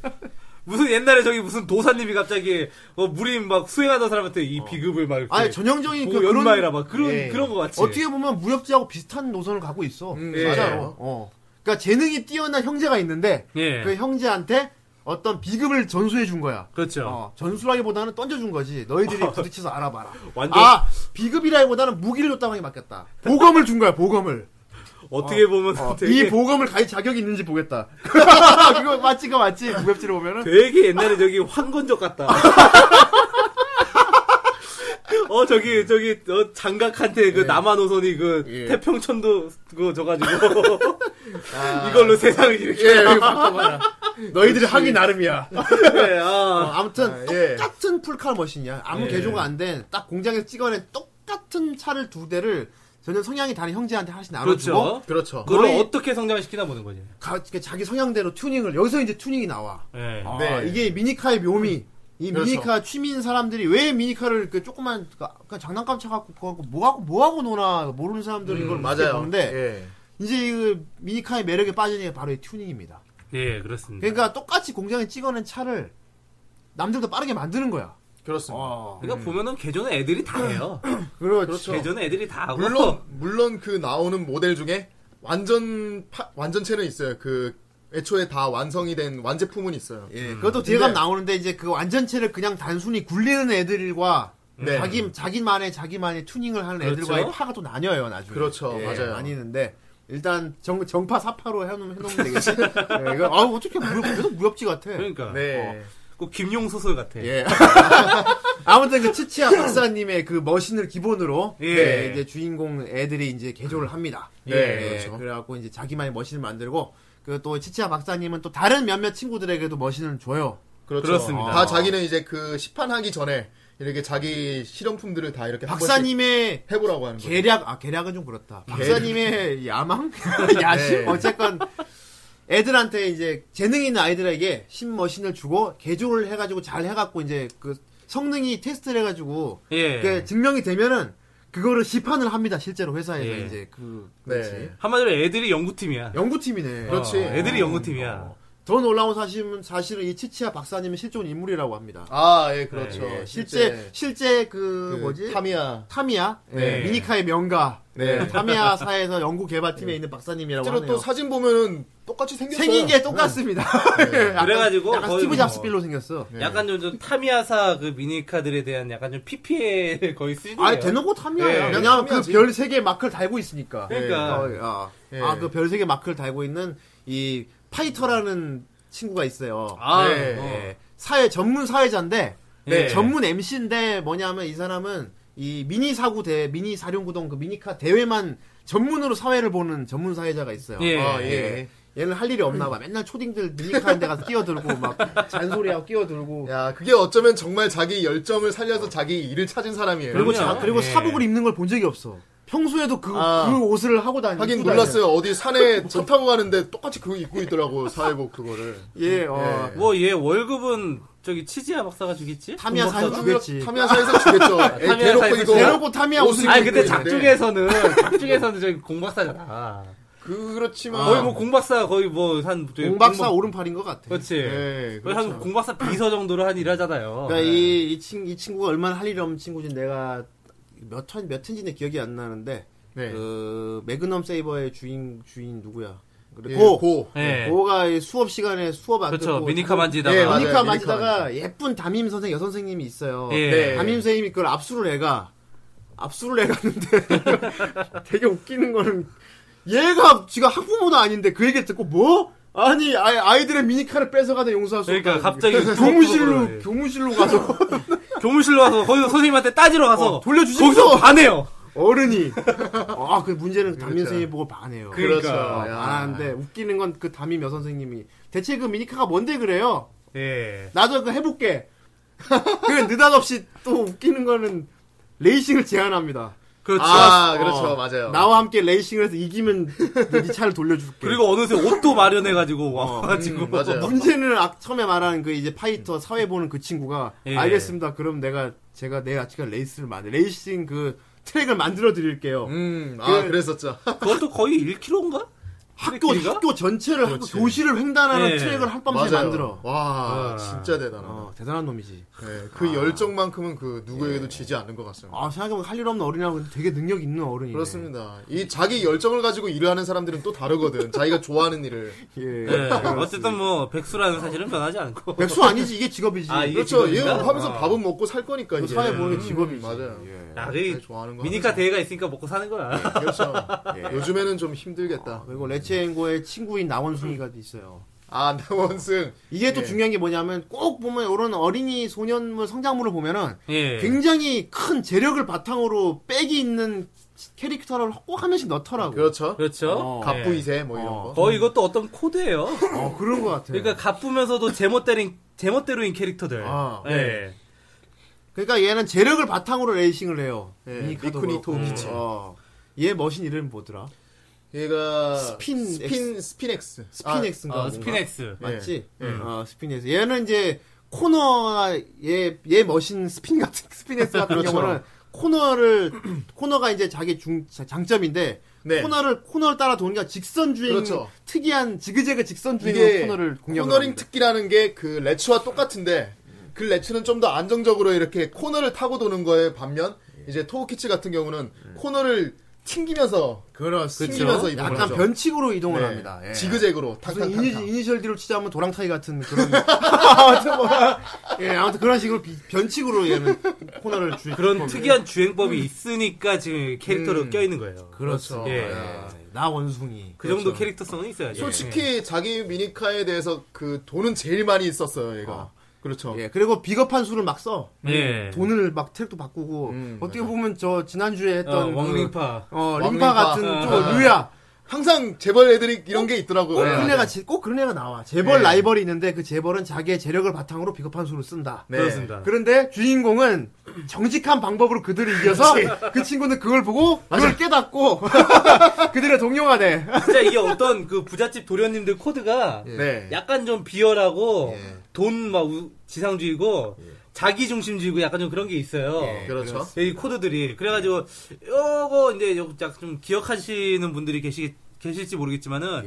무슨 옛날에 저기 무슨 도사님이 갑자기 어, 무림 막 수행하던 사람한테 이 비급을 막 이렇게 아니 전형적인 그 보고 그런 연마이라 막 그런 예. 그런 거 같지. 어떻게 보면 무협지하고 비슷한 노선을 가고 있어. 음, 예. 맞아요. 어. 그러니까 재능이 뛰어난 형제가 있는데 예. 그 형제한테 어떤 비급을 전수해 준 거야. 그렇죠. 어, 전술하기보다는 던져준 거지. [LAUGHS] 너희들이 부딪혀서 알아봐라. 완전- 아, 비급이라기보다는 무기를 줬다고 하기 맞겠다. 보검을 준 거야, 보검을. 어떻게 보면 어, 되게 이 보검을 가질 자격이 있는지 보겠다. [LAUGHS] 그거 맞지, 그거 맞지. 무협지를 보면은. 되게 옛날에 저기 황건적 [LAUGHS] 같다. 어 저기 저기 어, 장각한테 예. 그 남한 노선이 그 예. 태평천도 그거 [LAUGHS] 져가지고 이걸로 세상을 이렇게 아. 예, 봐라. 너희들이 하기 나름이야. 해. 어, 아. 아무튼 아, 예. 똑같은 풀칼 머신이야. 아무 예. 개조가 안 된 딱 공장에서 찍어낸 똑같은 차를 두 대를 전혀 성향이 다른 형제한테 하나씩 나눠주고 그렇죠. 그렇죠. 그걸 거의- 어떻게 성장시키나 보는 거지. 가- 이렇게 자기 성향대로 튜닝을 여기서 이제 튜닝이 나와. 예. 아, 네. 이게 미니카의 묘미. 이 그렇죠. 미니카 취미인 사람들이 왜 미니카를 그 조그만 그- 그 장난감 차갖고 그거 갖고 뭐 하고 뭐 하고 노나 모르는 사람들이 이걸 음, 맞아요. 보는데 예. 이제 그 미니카의 매력에 빠진 게 바로 이 튜닝입니다. 예, 음. 그렇습니다. 그러니까 똑같이 공장에 찍어낸 차를 남들도 빠르게 만드는 거야. 그렇습니다. 그러니까 보면은 개조는 애들이 다 해요. 음. 그렇죠. 개조는 애들이 다 하고. 물론 물론 그 나오는 모델 중에 완전 파- 완전체는 있어요. 그 애초에 다 완성이 된 완제품은 있어요. 예, 그것도 뒤에 가면 나오는데 이제 그 완전체를 그냥 단순히 굴리는 애들과 음. 네. 자기 자기만의 자기만의 튜닝을 하는 그렇죠. 애들과의 파가 또 나뉘어요 나중에. 예, 그렇죠, 맞아요. 나뉘는데 일단 정 정파 사파로 해놓으면 해놓으면 [LAUGHS] 되겠지. 예, 이거 아 어떻게 무협, 계속 무협지 같아. 그러니까 네. 어, [LAUGHS] 꼭 김용 소설 같아. 예. [LAUGHS] 아무튼 그 치치야 박사님의 그 머신을 기본으로 예. 네, 이제 주인공 애들이 이제 개조를 합니다. 네, 그렇죠. 래갖고 이제 자기만의 머신을 만들고 그 또 치치야 박사님은 또 다른 몇몇 친구들에게도 머신을 줘요. 그렇죠. 그렇습니다. 다 자기는 이제 그 시판하기 전에 이렇게 자기 실험품들을 다 이렇게 한 번씩 박사님의 해보라고 하는 거예요. 계략 아 계략은 좀 그렇다. [LAUGHS] 박사님의 야망 [LAUGHS] 네. 야심 어쨌건 애들한테 이제 재능 있는 아이들에게 신머신을 주고 개조를 해가지고 잘 해갖고 이제 그 성능이 테스트를 해가지고 네. 예. 그게 증명이 되면은 그거를 시판을 합니다 실제로 회사에서 예. 이제 그 네. 그렇지. 한마디로 애들이 연구팀이야. 연구팀이네. 그렇지. 어, 애들이 음. 연구팀이야. 더 놀라운 사실은 사실은 이 치치야 박사님은 실존 인물이라고 합니다. 아, 예, 그렇죠. 네, 예, 실제 실제 그, 그 뭐지 타미야. 타미야 네. 예, 미니카의 명가 그 네. 타미야사에서 연구개발팀에 있는 박사님이라고 실제로 하네요. 또 사진 보면은 똑같이 생겼어요. 예. 생긴 게 똑같습니다. 약간- [LAUGHS] 그래가지고 네. 약간 거의 스티브 뭐- 잡스빌로 생겼어. 네. 약간 좀, 좀 타미야사 그 미니카들에 대한 약간 좀 PPL [LAUGHS] 거의 쓰시네요. 아니 대놓고 탐이야. 예. 왜냐하면 탐이야지. 그별 세 개 마크를 달고 있으니까. 그러니까. 예. 아그 별 세 개 마크를 달고 있는 이 파이터라는 친구가 있어요. 아, 네. 어. 예. 사회 전문 사회자인데 네. 전문 MC인데 뭐냐면 이 사람은 이 미니 사구 대 미니 사령구동 그 미니카 대회만 전문으로 사회를 보는 전문 사회자가 있어요. 예. 아, 예. 얘는 할 일이 없나 봐. 맨날 초딩들 미니카인 데 가서 끼어들고 막 잔소리하고 끼어들고 [LAUGHS] 야, 그게 어쩌면 정말 자기 열정을 살려서 자기 일을 찾은 사람이에요. 그렇죠. 그리고 그럼요. 자, 그리고 예. 사복을 입는 걸 본 적이 없어. 평소에도 그, 아. 그 옷을 하고 다니는 하긴 놀랐어요. 어디 산에 차 타고 가는데 똑같이 그거 입고 있더라고, 사회복 그거를. 예, 어. 예. 뭐 얘 월급은 저기 치즈야 박사가 아, 주겠지? 타미야 군 사는 박사가? 주겠지. 타미야사에서 주겠죠. 애 타미야사에서 대놓고 이거. 대놓고 타미야 옷을 옷을 아니 입고 있는데. 근데 네. 작중에서는 작중에서는 저기 공박사잖아. 그렇지만. 거의 뭐 공박사 거의 뭐한 공박사 오른팔인 것 같아. 그렇지. 예, 거의 그렇죠. 한 공박사 비서 정도로 한 일하잖아요. 그러니까 이, 이, 친, 이 친구가 얼마나 할 일이 없는 친구지 내가 몇 턴, 몇 턴지 내 기억이 안 나는데, 네. 그, 매그넘 세이버의 주인, 주인 누구야? 예, 그래, 고! 고. 예. 고가 이 수업 시간에 수업 안 그렇죠. 듣고. 미니카 만지다가. 예, 맞아요. 미니카 미니카 만지다가 예쁜 담임 선생, 여 선생님이 있어요. 예. 네. 담임 선생님이 그걸 압수를 해가. 압수를 해가는데 [LAUGHS] 되게 웃기는 거는 얘가 지가 학부모도 아닌데 그 얘기 듣고 뭐? 아니 아이, 아이들의 미니카를 뺏어가다 용서할 수 그러니까 없다. 갑자기 거꾸로 교무실로 그러네. 교무실로 가서 교무실로 와서 거기서 선생님한테 따지러 가서 어, 돌려주시면서- 거기서 반해요. [LAUGHS] 어른이 아 그 문제는 담임 선생님 보고 반해요. 그렇죠. 그러니까. 어, 반하는데 웃기는 건 그 담임 여 선생님이 대체 그 미니카가 뭔데 그래요? 예. 나도 그거 해볼게. [LAUGHS] 그 느닷없이 또 웃기는 거는 레이싱을 제안합니다. 어, 그렇죠. 아, 그렇죠. 맞아요. 나와 함께 레이싱을 해서 이기면 네네 차를 돌려줄게. 그리고 어느새 옷도 마련해가지고 와가지고 음, 맞아요. [LAUGHS] 문제는 아, 처음에 말하는 그 이제 파이터 사회 보는 그 친구가 예. 알겠습니다. 그럼 내가 제가 내가 지금 레이스를 만 레이싱 그 트랙을 만들어 드릴게요. 음, 아, 그- 그랬었죠. 그것도 거의 1kg인가? 학교 길이가? 학교 전체를 학교 교실을 횡단하는 예. 트랙을 한밤새 맞아요. 만들어. 와, 아. 진짜 대단하다. 어, 대단한 놈이지. 네, 그 열정만큼은 그 누구에게도 지지 않는 것 같습니다. 예. 아 예. 생각해보면 할 일 없는 어린이라고 근데 되게 능력 있는 어른이네. 그렇습니다. 이 자기 열정을 가지고 일을 하는 사람들은 또 [LAUGHS] 다르거든. 자기가 좋아하는 일을. 예. 예. 어쨌든 뭐 백수라는 사실은 변하지 않고. 백수 아니지 이게 직업이지. 아, 이게 그렇죠. 얘 직업인가? 하면서 아. 밥은 먹고 살 거니까. 그 이제. 사회 보는 게 음, 직업이지. 맞아요. 예. 야, 자기 그 좋아하는 거. 미니카 하면서. 대회가 있으니까 먹고 사는 거야. [LAUGHS] 그렇죠. 요즘에는 좀 힘들겠다. 예. 아, 그리고 레츠앵고의 친구인 나원숭이가 있어요. 아, 나원승. 이게 또 예. 중요한 게 뭐냐면 꼭 보면 이런 어린이 소년물 성장물을 보면은 예. 굉장히 큰 재력을 바탕으로 백이 있는 캐릭터를 꼭 한 명씩 넣더라고. 그렇죠. 그렇죠. 어. 갑부 예. 2세 뭐 이런 어. 거. 거의 이것도 어떤 코드예요. 어, 그런 것 같아요. 그러니까 갑부면서도 제멋대로인 제멋대로인 캐릭터들. 아, 예. 네. 그러니까 얘는 재력을 바탕으로 레이싱을 해요. 예, 미니카도 미쿠니 그렇고. 토우기치. 어. 얘 머신 이름 뭐더라? 얘가 스핀 스핀 스핀엑스. 아, 스피넥스인가? 어, 뭔가? 스피넥스. 예. 맞지? 어, 스피넥스. 얘는 이제 코너가 얘, 얘 머신 스핀 같은 [LAUGHS] 스피넥스 같은 경우는 코너를 코너가 이제 자기 중 자- 장점인데 네. 코너를 코너를 따라 도는 게 아니라 직선 주행 그렇죠. 특이한 지그재그 직선 주행으로 이게 코너를 공략을 코너링 합니다. 특기라는 게 그 레츠와 똑같은데 그 레츠는 좀 더 예. 안정적으로 이렇게 코너를 타고 도는 거에 반면 이제 토우키치 같은 경우는 코너를 튕기면서 그렇습니다. 그렇죠. 튕기면서 약간 그렇죠. 변칙으로 이동을 네, 합니다. 예. 지그재그로 무슨 탕탕탕탕. 이니, 이니셜 D로 치자면 도랑타이 같은 그런. 아무튼 뭐야. 예, 아무튼 그런 식으로 비- 변칙으로 얘는 코너를 주 뭐, 그런 특이한 주행법이 있으니까 지금 캐릭터로 껴있는 거예요. 그렇죠. 예. 예. 나 원숭이. 그 정도 그렇죠. 캐릭터성은 있어야죠. 예. 솔직히 자기 미니카에 대해서 그 돈은 제일 많이 있었어요, 얘가. 그렇죠. 예, 그리고 비겁한 수를 막 써. 예. 돈을 막 트랙도 바꾸고 음, 어떻게 보면 저 지난주에 어, 했던 왕링파. 예. 그, 어, 왕링파. 링파 같은 어, 좀 어, 어. 류야 항상 재벌 애들이 어? 이런 게 있더라고요. 꼭 그런 애가 지- 꼭 그런 애가 나와 재벌 예. 네. 라이벌이 있는데 그 재벌은 자기의 재력을 바탕으로 비겁한 수를 쓴다 네. 그렇습니다. 그런데 주인공은 정직한 방법으로 [LAUGHS] 그들을 이겨서 예. 그 친구는 그걸 보고 그걸 깨닫고 [LAUGHS] 그들의 동료가 돼 진짜 이게 어떤 그 부잣집 도련님들 코드가 네. 약간 좀 비열하고 돈 막 지상주의고 자기 중심주의고 약간 좀 그런 게 있어요. 예, 그렇죠. 이 코드들이 그래가지고 요거 이제 요- 약간 좀 기억하시는 분들이 계시 계실지 모르겠지만은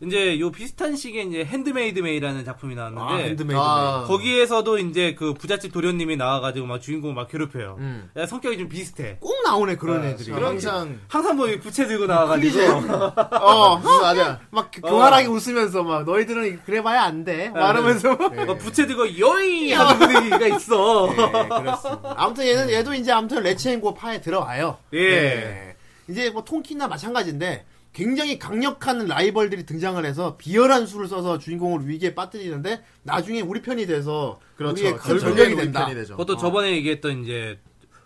이제 요 비슷한 시기에 이제 핸드메이드 메이라는 작품이 나왔는데 핸드메이드 아. 거기에서도 이제 그 부잣집 도련님이 나와가지고 막 주인공 을막 괴롭혀요. 음. 야, 성격이 좀 비슷해. 꼭 나오네 아, 그런 애들이 항상 항상 뭐 부채 들고 나와가지고 어 무슨 맞아. 막 교활하게 웃으면서 막 너희들은 그래봐야 안돼 아, 네. 말하면서 막 부채 들고 여이 하는 분위기가 있어. 네. 아무튼 얘는 얘도 이제 아무튼 레츠앤고 파에 들어와요. 예. 네. 이제 뭐 통키나 마찬가지인데 굉장히 강력한 라이벌들이 등장을 해서 비열한 수를 써서 주인공을 위기에 빠뜨리는데 나중에 우리 편이 돼서 그렇죠. 우리의 큰 전력이 된다. 네. 아. 어. 그것도 저번에 얘기했던 이제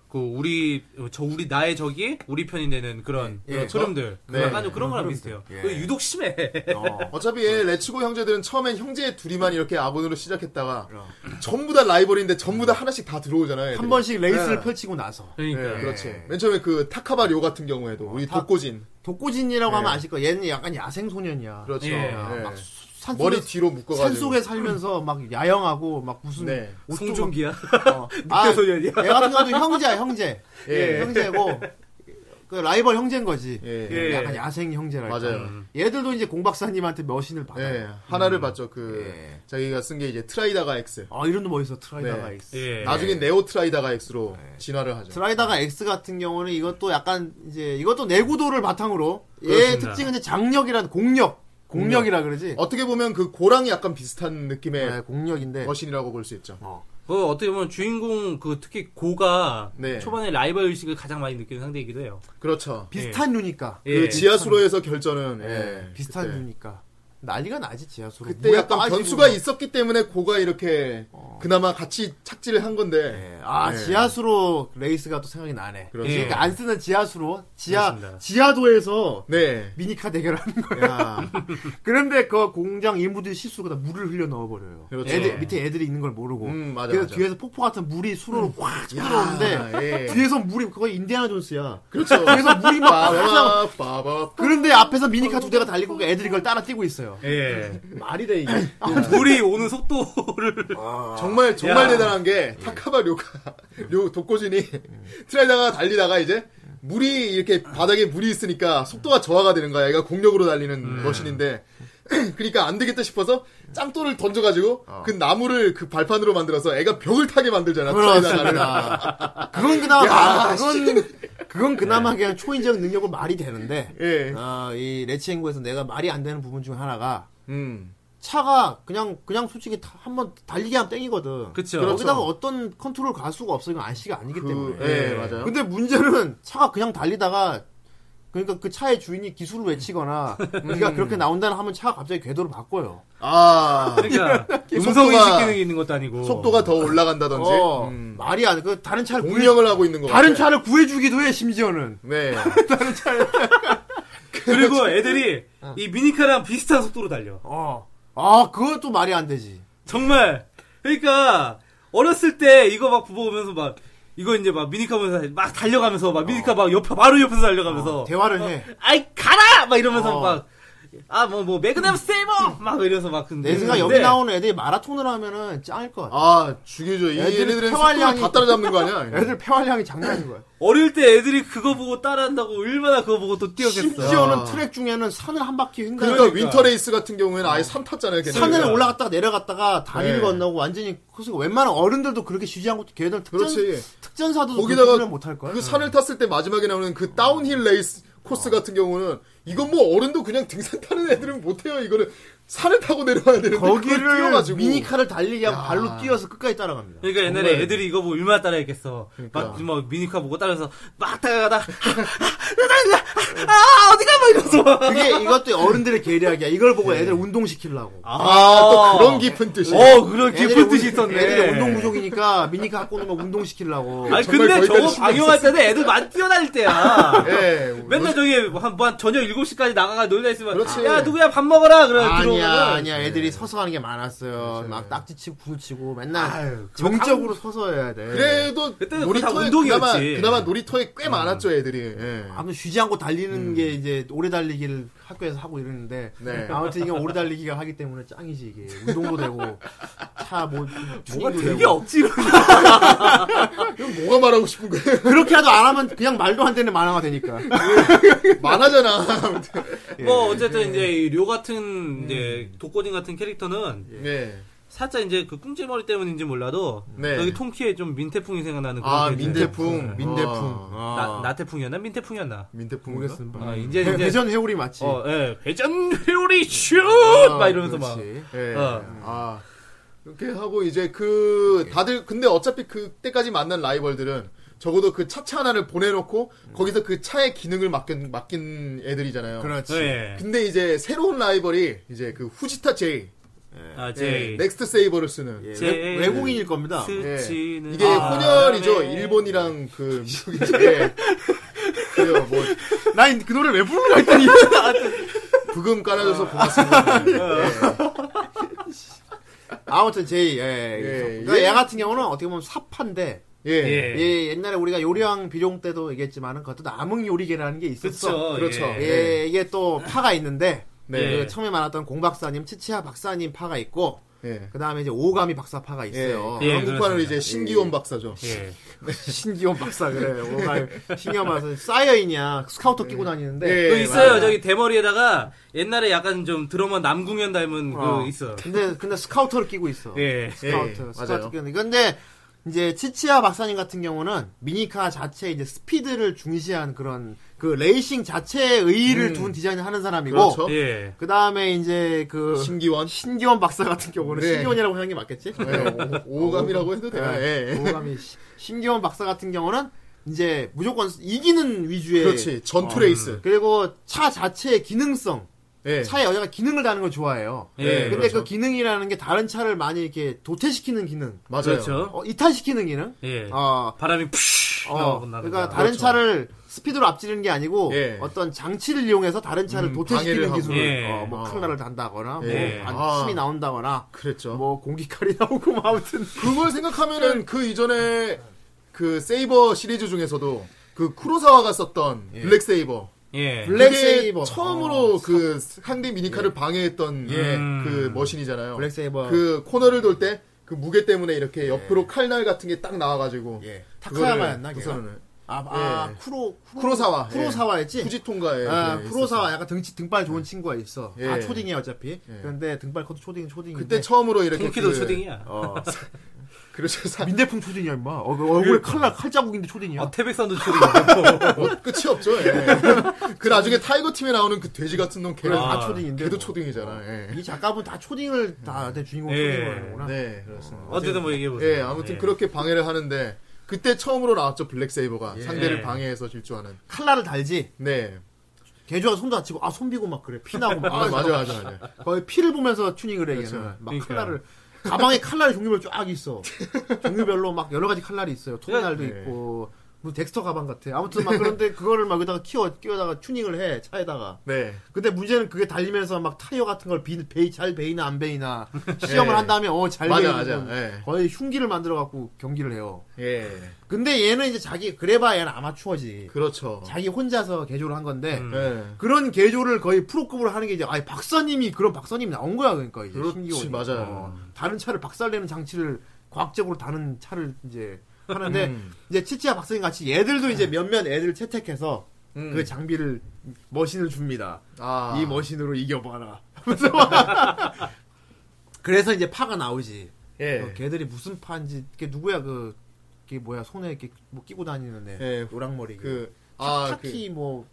그 우리 저 우리 나의 적이 우리 편이 되는 그런 예, 예. 소름들 네. 그 약간 좀 그런 거랑 비슷해요. 예. 그거 유독 심해. 어차피 얘 레츠고 형제들은 처음엔 형제 둘이만 이렇게 아군으로 시작했다가 어. 전부 다 라이벌인데 전부 다 하나씩 다 들어오잖아요. 애들이. 한 번씩 레이스를 네. 펼치고 [LAUGHS] 나서 그러니까 그렇지. 맨 처음에 그 타카바 료 같은 경우에도 우리 아, 타- 독고진. 독고진이라고 네. 하면 아실 거야. 얘는 약간 야생 소년이야. 그렇죠. 예. 예. 아, 막 산 머리 속에- 뒤로 묶어가지고. 산 속에 살면서 막 야영하고 막 무슨 네. 그 옷도 송중기야. [LAUGHS] 어. 아, 소년이야. 얘 같은 경우도 형제야, 형제. 예. [LAUGHS] 형제고. 그 라이벌 형제인 거지. 예. 예. 약간 야생 형제랄까. 음. 맞아요. 얘들도 이제 공박사님한테 머신을 받아요. 예. 하나를 봤죠. 그 음. 예. 자기가 쓴 게 이제 트라이다가 X. 아, 이름도 멋있어. 트라이다가 네. X. 예. 나중에 네오 트라이다가 X로 진화를 하죠. 트라이다가 X 같은 경우는 이것도 약간 이제 이것도 내구도를 바탕으로 얘 그렇습니다. 특징은 이제 장력이란 공력. 공력이라 그러지. 어떻게 예. 보면 그 고랑이 약간 비슷한 느낌의 네, 공력인데. 머신이라고 볼 수 있죠. 그 어떻게 보면 주인공 그 특히 고가 네. 초반에 라이벌 의식을 가장 많이 느끼는 상대이기도 해요. 그렇죠. 비슷한 루니까. 네, 예. 그 지하수로에서 결전은 예, 비슷한 그때. 루니까. 난리가 나지, 지하수로. 그때 물에 뭐 약간 어. 빠지고. 변수가 있었기 때문에 고가 이렇게 그나마 같이 착지를 한 건데 예. 아 예. 지하수로 레이스가 또 생각이 나네. 그렇죠. 그러니까 안 쓰는 지하수로 지하 그렇습니다. 지하도에서 네. 미니카 대결하는 거야. 야, 그런데 그 공장 인부들이 실수로 다 물을 흘려 넣어 버려요. 그렇죠. 애들 밑에 애들이 있는 걸 모르고. 음, 맞아, 그래서 맞아. 음. 뒤에서 폭포 같은 물이 수로로 [LAUGHS] 확 쳐들어오는데 예. 뒤에서 물이 거의 인디아나 존스야. 그렇죠. 뒤에서 물이 막 항상- 빠바 빠바 그런데 앞에서 미니카 두 대가 달리고 애들이 그걸 따라 뛰고 있어요. 예. 말이 돼 이게. 물이 오는 속도를 정말 정말 야. 대단한 게 타카바 료가 료 독고진이 트라이다가 달리다가 이제 물이 이렇게 바닥에 물이 있으니까 속도가 저하가 되는 거야. 얘가 공력으로 달리는 머신인데 [CLEARS THROAT] 그러니까 안 되겠다 싶어서 짱돌을 던져가지고 그 나무를 그 발판으로 만들어서 애가 벽을 타게 만들잖아. 트라이다가. [LAUGHS] 그렇습니다. 그건 그나마 말- 그건 그건 그나마 그냥 초인적 능력으로 말이 되는데 예. 아, 이 레츠행구에서 내가 말이 안 되는 부분 중 하나가 음. 차가 그냥 그냥 솔직히 다- 한번 달리게 하면 땡이거든. 그쵸. 거기다가 어떤 컨트롤 가수가 없어 이건 안씨가 아니기 그- 때문에. 네. 예, 맞아요. 근데 문제는 차가 그냥 달리다가 그러니까 그 차의 주인이 기술을 [LAUGHS] 외치거나 음. 네가 그렇게 나온다는 하면 차가 갑자기 궤도를 바꿔요. 아 그러니까 [LAUGHS] 음성 속도가- 의식 기능이 있는 것도 아니고 속도가 더 올라간다든지 어, 음. 말이 안 돼. 그 다른 차를 구해 공격을 하고 있는 거 다른 같아요. 차를 구해주기도 해 심지어는. 네. [LAUGHS] 그리고 애들이 이 미니카랑 비슷한 속도로 달려. 어. 아 그것도 말이 안 되지. 정말 그러니까 어렸을 때 이거 막 부모 보면서 막 이거 이제 막 미니카 보면서 막 달려가면서 막 미니카 막 옆에 바로 옆에서 달려가면서 대화를 해. 아이 가라 막 이러면서 어. 막 이게. 아 뭐 뭐 매그넘 세이버 막 이래서 막 근데 내 생각 여기 근데 나오는 애들이 마라톤을 하면은 짱일 것 같아. 음, 아, 음. 죽여줘. 이 애들 얘네들은 태활량이- 속도를 다 따라잡는 거 아니야? 애들 폐활량이 장난 아닌 거야. 어릴 때 애들이 그거 보고 따라한다고 얼마나 그거 보고 또 뛰었겠어. 심지어는 트랙 중에는 산을 한 바퀴 횡단. 아. 그러니까, 윈터레이스 같은 경우에는 아예 산 탔잖아요. 걔네들. 산을 올라갔다가 내려갔다가 다리를 네. 건너고 완전히 그래서 웬만한 어른들도 그렇게 쉬지 않고 걔들 특전 그렇지. 특전사도 네. 네. 거기다가 거기다가 못할 거야. 그 산을 탔을 때 마지막에 나오는 그 다운힐 레이스 코스 같은 경우는 이건 뭐 어른도 그냥 등산 타는 애들은 못해요. 이거는 산을 타고 내려와야 되는데 그걸 거기를 뛰어가지고 미니카를 달리기 하고 발로 뛰어서 끝까지 따라갑니다. 그러니까 옛날에 정말. 애들이 이거 보고 얼마나 따라했겠어. 그러니까. 막, 막 미니카 보고 따라서 막 [LAUGHS] 따라가다 아 어디가 막 이러면서. 막. 그게 이것도 어른들의 계략이야. 이걸 보고 애들 운동 시키려고. 네. 아 또 그런 깊은 뜻이 어 그런 깊은 뜻이 있었네. 애들이 운동 부족이니까 미니카 갖고 오면 운동 시키려고. 아니 정말 근데 거기까지 저거 신경 방영할 때는 애들 많이 뛰어다닐 때야. [LAUGHS] 예 맨날 저기 한, 뭐 한 저녁 7시까지 나가가 놀다 있으면 그렇지. 야 누구야 밥 먹어라 그래 들어오면은 아니야, 아니야. 네. 애들이 서서 하는 게 많았어요. 그렇죠. 막 딱지 치고 구두 치고 맨날 정적으로 서서 해야 돼. 그래도 그때는 그거 다 놀이터에 운동이었지. 그나마, 그나마 놀이터에 꽤 많았죠 애들이 예. 아무튼 쉬지 않고 달리는 게 이제 오래 달리기를 학교에서 하고 이러는데 네. 아무튼 이게 오래 달리기가 하기 때문에 짱이지 이게 운동도 되고 차뭐 뭔가 튜닝도 되게 되고 억지로 그럼 뭐가 말하고 싶은 거예요? [LAUGHS] 그렇게라도 안 하면 그냥 말도 안 되는 만화가 되니까 많아잖아 예. 뭐 어쨌든 이제 이료 같은 이제 음. 독고진 같은 캐릭터는 네. 살짝 이제 그 꿍지머리 때문인지 몰라도 네. 여기 통키에 좀 민태풍이 생각나는 그런 아 캐릭터. 민대풍 민대풍. 아. 나, 나태풍이었나 민태풍이었나 민대풍 모르겠습니다 아, 이제 음. 대- 이제 대전 해오리 맞지 어, 예. 회전 회오리 슛! 막 이러면서 막. 아, 그렇지. 예. 어. 아. 이렇게 하고 이제 그 다들 근데 어차피 그때까지 만난 라이벌들은 적어도 그 차차 하나를 보내놓고 거기서 그 차의 기능을 맡긴 맡긴 애들이잖아요. 그렇지 예. 근데 이제 새로운 라이벌이 이제 그 후지타 제이, 아, 예, 네. 제. 넥스트 세이버를 쓰는 예, 제- 외- 외국인일 겁니다 예. 스치는 이게 아, 혼혈이죠. 네. 일본이랑 그 미국인데 그래요. 뭐 난 그 노래를 왜 부르는 거야 했더니 [LAUGHS] 부금 깔아줘서 고맙습니다. 아무튼 제이 예. 그러니까 예. 얘 같은 경우는 어떻게 보면 사파인데 예. 예. 예. 예, 옛날에 우리가 요리왕 비룡 때도 얘기했지만은 그것도 남흥 요리계라는 게 그쵸. 있었어 그렇죠. 예. 예, 이게 또 파가 있는데 네. 그 처음에 말했던 공 박사님, 치치아 박사님 파가 있고 예. 그 다음에 이제 오가미 박사 파가 있어요. 예. 예, 한국판은 그렇습니다. 이제 신기원 박사죠. 예. [LAUGHS] 네, 신기원 박사 그래. 오가미 신기원 박사 사이어이냐 스카우터 끼고 다니는데 예, 그 있어요. 맞아요. 저기 대머리에다가 옛날에 약간 좀 드러머 남궁현 닮은 어. 그 있어. 근데 근데 스카우터를 끼고 있어. 예. 스카우터, 예, 맞아요. 스카우터 끼는데 근데 이제 치치아 박사님 같은 경우는 미니카 자체 이제 스피드를 중시한 그런 그 레이싱 자체의 의의를 음. 둔 디자인을 하는 사람이고 그렇죠. 예. 그 다음에 이제 그 신기원. 신기원 박사 같은 경우는 네. 신기원이라고 하는 게 맞겠지? 어, 네. 예, 오- 오감이라고 해도 돼요. 예, 예. 오감이 시- 신기원 박사 같은 경우는 이제 무조건 이기는 위주의 예. 그렇지. 아. 전투 레이스. 그리고 차 자체의 기능성 예. 차에 여자가 기능을 다는 걸 좋아해요. 예, 근데 그렇죠. 그 기능이라는 게 다른 차를 많이 이렇게 도태시키는 기능, 맞아요. 아, 그렇죠. 어, 이탈시키는 기능, 예. 어, 바람이 푸쉬! 어, 나오고 나가고. 그러니까 다른 그렇죠. 차를 스피드로 앞지르는 게 아니고 예. 어떤 장치를 이용해서 다른 차를 음, 방해를 도태시키는 하고. 기술, 예. 어, 뭐 어. 칼날을 단다거나, 예. 뭐 안- 아. 침이 나온다거나, 그랬죠. 뭐 공기칼이 [LAUGHS] 나오고 뭐 아무튼 그걸 생각하면은 그 이전에 그 세이버 시리즈 중에서도 그 쿠로사와가 썼던 블랙 세이버. 예. 블랙 그게 세이버. 아, 예. 처음으로 그 상대 미니카를 방해했던 그 머신이잖아요. 음. 블랙 세이버. 그 코너를 돌 때 그 무게 때문에 이렇게 옆으로 칼날 같은 게 딱 나와가지고. 예. 그거를 타카야마였나 걔가? 부산을. 아, 아 예. 쿠로 쿠로- 쿠로사와. 쿠로사와였지. 후지통가에. 아, 예, 쿠로사와 있었어요. 약간 등치 등발 좋은 친구가 있어. 예. 다 초딩이야 어차피. 그런데 등발 커도 초딩 초딩. 그때 처음으로 이렇게. 통키도 그- 초딩이야. 어, [LAUGHS] 그렇죠. 사- 민대풍 초딩이야 임마. 어, 그 아, 얼굴에 칼날 칼자국인데 초딩이야. 어, 태백산도 [LAUGHS] 초딩이고. 뭐 끝이 없죠. 예. [LAUGHS] 그 나중에 타이거 팀에 나오는 그 돼지 같은 놈 걔는 다 아, 초딩인데. 걔도 뭐. 초딩이잖아. 음. 예. 이 작가분 다 초딩을 다 주인공 예. 초딩으로 하는구나. 네, 그렇습니다. 어쨌든 뭐 얘기해보세요. 예, 아무튼 그렇게 방해를 하는데 그때 처음으로 나왔죠 블랙 세이버가 상대를 예. 방해해서 질주하는. 칼날을 달지. 네, 개조가 손도 다치고 아 손비고 막 그래 피 나고 막. 아, 맞아, 맞아, 맞아. 거의 피를 보면서 튜닝을 해. 얘는. 막 그러니까요. 칼날을. 가방에 칼날이 종류별 쫙 있어. 종류별로 막 여러 가지 칼날이 있어요. 토날도 네. 있고 뭐 덱스터 가방 같아. 아무튼 막 그런데 그거를 막 여기다가 키워 끼워다가 튜닝을 해 차에다가. 네. 근데 문제는 그게 달리면서 막 타이어 같은 걸 비, 베이, 잘 베이나 [LAUGHS] 안 베이나 시험을 예. 한 다음에 어잘 맞아, 베이는 맞아. 건 예. 거의 흉기를 만들어 갖고 경기를 해요. 예. 근데 얘는 이제 자기 그래봐 얘는 아마추어지. 그렇죠. 자기 혼자서 개조를 한 건데 음. 예. 그런 개조를 거의 프로급으로 하는 게 이제 아예 박사님이 그런 박사님이 나온 거야 그러니까 이제 그렇지, 신기원이. 맞아요. 어, 다른 차를 박살내는 장치를 과학적으로 다른 차를 이제 하는데 음. 예. 이제 치치야 박사님 같이 얘들도 이제 몇몇 애들 채택해서 음. 그 장비를 머신을 줍니다. 아. 이 머신으로 이겨봐라. 하면서 그래서 이제 파가 나오지. 예. 어, 걔들이 무슨 파인지 그게 누구야 그 그게 뭐야 손에 이렇게 뭐 끼고 다니는 애 예. 노랑머리 그, 아, 아, 그, 타키 뭐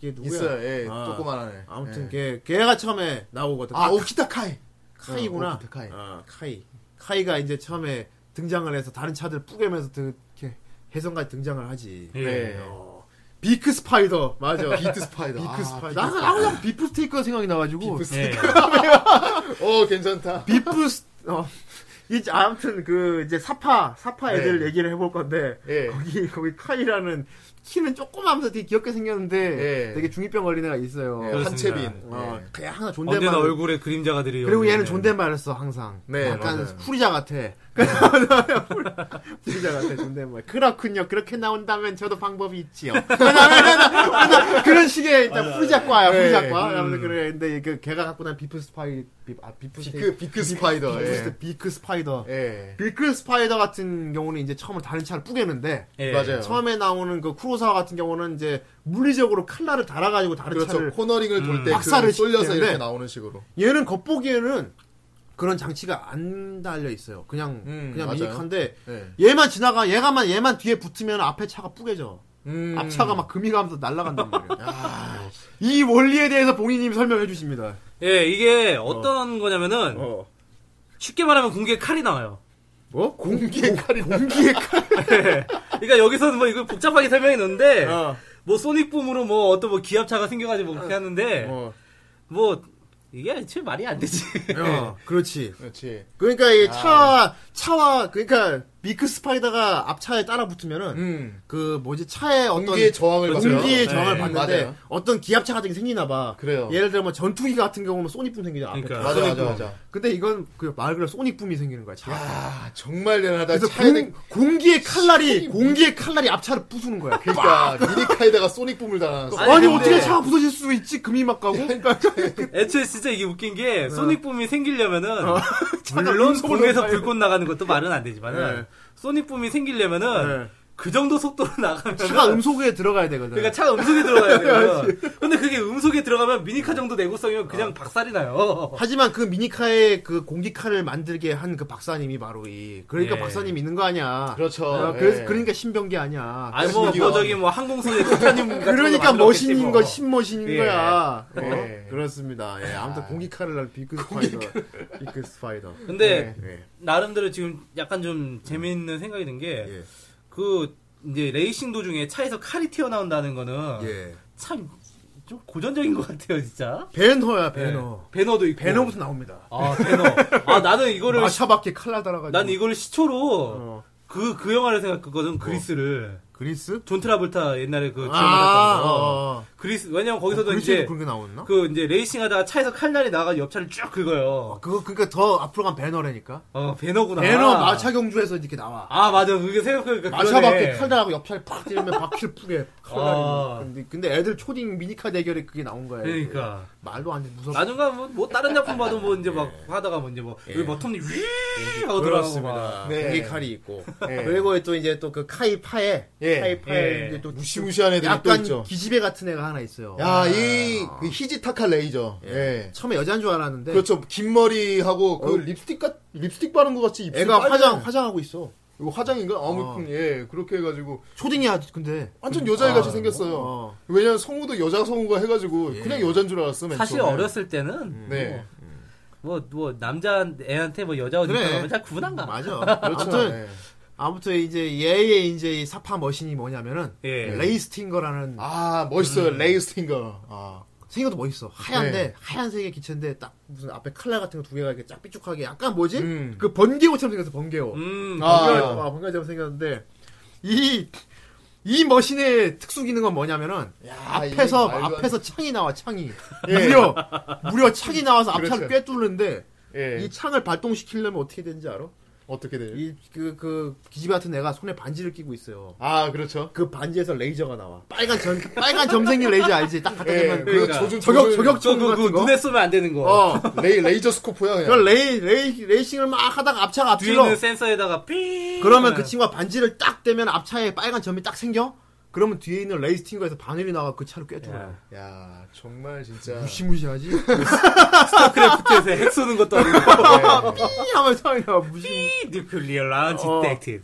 이게 누구야? 있어요. 예. 아. 조그만한 애. 아무튼 예. 걔 걔가 처음에 나오거든. 아, 카- 오키타카이. 카이구나. 어, 오키타카이. 어, 카이. 카이가 이제 처음에 등장을 해서 다른 차들 뿌개면서 드- 이렇게 해성까지 등장을 하지. 예. 네. 어, 비크 스파이더 맞아. 비트 스파이더. [LAUGHS] 비크 아, 스파이더. 나는 항상 비프 스테이크가 생각이 비프 나가지고. 비프, 스- 예. 어, 괜찮다. 스, 어. 이제 아무튼 그 이제 사파 사파 애들 네. 얘기를 해볼 건데 예. 거기 거기 카이라는 키는 조그마하면서 되게 귀엽게 생겼는데 예. 되게 중이병 걸린 애가 있어요. 예, 그렇습니다. 네. 한채빈. 어, 예. 그냥 항상 존댓말. 언제나 얼굴에 그림자가 네. 들이 그리고 얘는 존댓말을 써 항상. 네, 약간 맞아요. 네. 후리자 같아. 후리자 같아 존댓말. 그렇군요. 그렇게 나온다면 저도 방법이 있지요. 왜냐면 그런 식의 일단 후리자과야 네. 음. 후리자과. 아무튼 그래. 근데 그 걔가 갖고 난 비프 스파이 비프 아 비프 스테이크. 비크, 비크 스파이더. 비프 스테- 예. 그 비크 스파이더. 예. 비크 스파이더 같은 경우는 이제 처음에 다른 차를 뿌개는데 예. 맞아요. 처음에 나오는 그 쿠로사와 같은 경우는 이제 물리적으로 칼날을 달아가지고 다른 그렇죠. 차를 코너링을 돌 때 박사를 그 쏠려서 시키는데. 이렇게 나오는 식으로. 얘는 겉보기에는 그런 장치가 안 달려 있어요. 그냥 음, 그냥 맞아요. 미니카인데 예. 얘만 지나가 얘가만 얘만 뒤에 붙으면 앞에 차가 뿌개져. 음. 앞차가 막 금이 가면서 날아간단 말이에요. [LAUGHS] 이 원리에 대해서 봉이님이 설명해 주십니다. 예, 이게 어떤 거냐면은 어. 쉽게 말하면 공기에 칼이 나와요. [LAUGHS] 뭐? 공기의 칼이 공기의 칼. 그러니까 여기서는 뭐 이거 복잡하게 설명이 넣는데 어. 뭐 소닉붐으로 뭐 어떤 뭐 기압차가 생겨가지고 뭐 그렇게 하는데 어. 뭐 이게 제 말이 안 [LAUGHS] 되지. 어. 그렇지. 그렇지. 그러니까 아. 이차 차와 그러니까 미크 스파이더가 앞차에 따라 붙으면은 음. 그 뭐지 차에 어떤 공기의 저항을 받죠. 공기의 맞아요. 저항을 네, 받는데 맞아요. 어떤 기압차 같은 게 생기나 봐. 그래요. 예를 들면 전투기 같은 경우는 소닉붐 생기죠. 앞에 그러니까. 다. 맞아, 맞아, 소닉붐. 맞아. 근데 이건 그 말 그대로 소닉붐이 생기는 거야. 차. 아, 정말 대단하다. 그래서 차에 대... 공, 기의 칼날이 공기의 칼날이 앞차를 부수는 거야. 그러니까 미니카에다가 그러니까 소닉붐을 달아놨어. 아니, 아니, 근데- 어떻게 차가 부서질 수 있지? 금이 막 가고. 애초에 진짜 이게 웃긴 게 소닉붐이 생기려면은 어. [LAUGHS] 차가 물론 음속으로 공에서 가요. 불꽃 나가는 것도 말은 안 되지만은 네. 소닉붐이 생기려면은 네. 그 정도 속도로 나가면 [LAUGHS] 차가 음속에 들어가야 되거든. 그러니까 차가 음속에 들어가야 돼요. 네. 근데 그게 음속에 들어가면 미니카 정도 내구성이면 어. 그냥 박살이 나요. 하지만 그 미니카의 그 공기 칼을 만들게 한 그 박사님이 바로 이 그러니까 예. 박사님 있는 거 아니야. 그렇죠. 어, 그래서 예. 그러니까 신병기 아니야. 아니 뭐, 뭐 저기 뭐 항공선에 타타늄 같은 거 그러니까 만들었겠지 머신인 뭐. 거 신머신인 예. 거야. 어? 예. 그렇습니다. 예, 아무튼 아. 공기 칼을 날 비크 스파이더. 비크 스파이더. 근데 예. 나름대로 지금 약간 좀 재미있는 생각이 예. 든 게 그 이제 레이싱 도중에 차에서 칼이 튀어나온다는 거는 예. 참 좀 고전적인 것 같아요 진짜. 배너야 예. 배너. 배너도 있고. 배너부터 나옵니다. 아 배너. 아 나는 이거를 마샤밖에 칼날 달아가지고. 난 이거를 시초로 어. 그 그 영화를 생각했거든 그리스를 그리스? 존 트라볼타 옛날에 그 아, 주연했던 거. 어, 아. 어. 그리스 왜냐면 어, 거기서도 예. 그리스에도 이제 그런 게 나왔나? 그, 그 이제 레이싱하다가 차에서 칼날이 나가 옆차를 쭉 긁어요. 거 그러니까 더 앞으로 간 배너라니까. 어 배너구나. 배너 마차 경주에서 이렇게 나와. 아 맞아 그게 생각해보니까 마샤밖에 그러네. 칼 달하고 옆차를 팍 때리면 바퀴를 푸게 칼날이. 아. 근데, 근데 애들 초딩 미니카 대결에 그게 나온 거야. 그러니까. 말도 안 돼. 무섭다. 나중에 뭐, 뭐 다른 작품 봐도 뭐 이제 막 하다가 뭐 이제 뭐 여기 버텀이 위 하고 들어가고 막. 예. 그렇습니다. 네. 공기 칼이 있고 예. 그리고 또 이제 또 그 카이 파에 예. 카이 파에 예. 이제 또 무시무시한 애들이 또 약간 있죠. 기집애 같은 애가 하나 있어요. 야, 아. 이, 그 히지타카 레이저. 예. 처음에 여자인 줄 알았는데 그렇죠. 긴 머리하고 그 어. 립스틱 같, 립스틱 바른 것 같이 입술 애가 빨개. 화장 화장하고 있어. 이거 화장인가? 아무튼, 예, 그렇게 해가지고. 초딩이야 근데 완전 여자애같이 아, 음. 생겼어요. 예. 어. 왜냐면 성우도 여자 성우가 해가지고 그냥 여잔 줄 알았어, 그렇죠. 맨 사실 네. 처음에. 어렸을 때는 네. 뭐 뭐 남자 애한테 뭐 여자 옷 그래. 입고 나면 잘 구분한가. [LAUGHS] 음, 맞아. 그렇죠. 아무튼 예. 아무튼 이제 얘의 이제 이 사파 머신이 뭐냐면은 예. 레이스팅거라는 아, 멋있어요. 음. 레이 스팅거. 아. 생각도 멋있어. 하얀데 네. 하얀색의 기체인데 딱 무슨 앞에 칼라 같은 거 두 개가 이렇게 쫙 삐죽하게 약간 뭐지? 음. 그 번개호처럼 생겼어 번개호. 음. 아. 번개가 아, 번개처럼 생겼는데 이 이 머신의 특수 기능은 뭐냐면은 아, 앞에서 앞에서 창이 나와 창이 무려 무려 창이 나와서 앞차를 예. 그렇죠. 꿰뚫는데 예. 이 창을 발동시키려면 어떻게 되는지 알아? 어떻게 돼요? 이 그 그 기집 같은 애가 손에 반지를 끼고 있어요. 아 그렇죠. 그 반지에서 레이저가 나와. 빨간 점 빨간 점생긴 레이저 알지? 딱 갖다 대면 그 그러니까. 조준- 저격 조준- 저, 저격 총 그, 같은 그, 거. 눈에 쏘면 안 되는 거. 어. 레이 레이저 스코프야 그걸 그냥. 레이 레이 레이싱을 막 하다가 앞차가 뒤에 앞질러. 있는 센서에다가 삐. 그러면 네. 그 친구가 반지를 딱 대면 앞차에 빨간 점이 딱 생겨. 그러면 뒤에 있는 레이스팅거에서 바늘이 나와 그 차를 예. 예. 꿰뚫어. 야 정말 진짜. 무시무시하지? 스타크래프트에서 아, 핵 쏘는 것도 아니고. [LAUGHS] 삐 하면 차이 나와 무시. Nuclear launch 어. detected.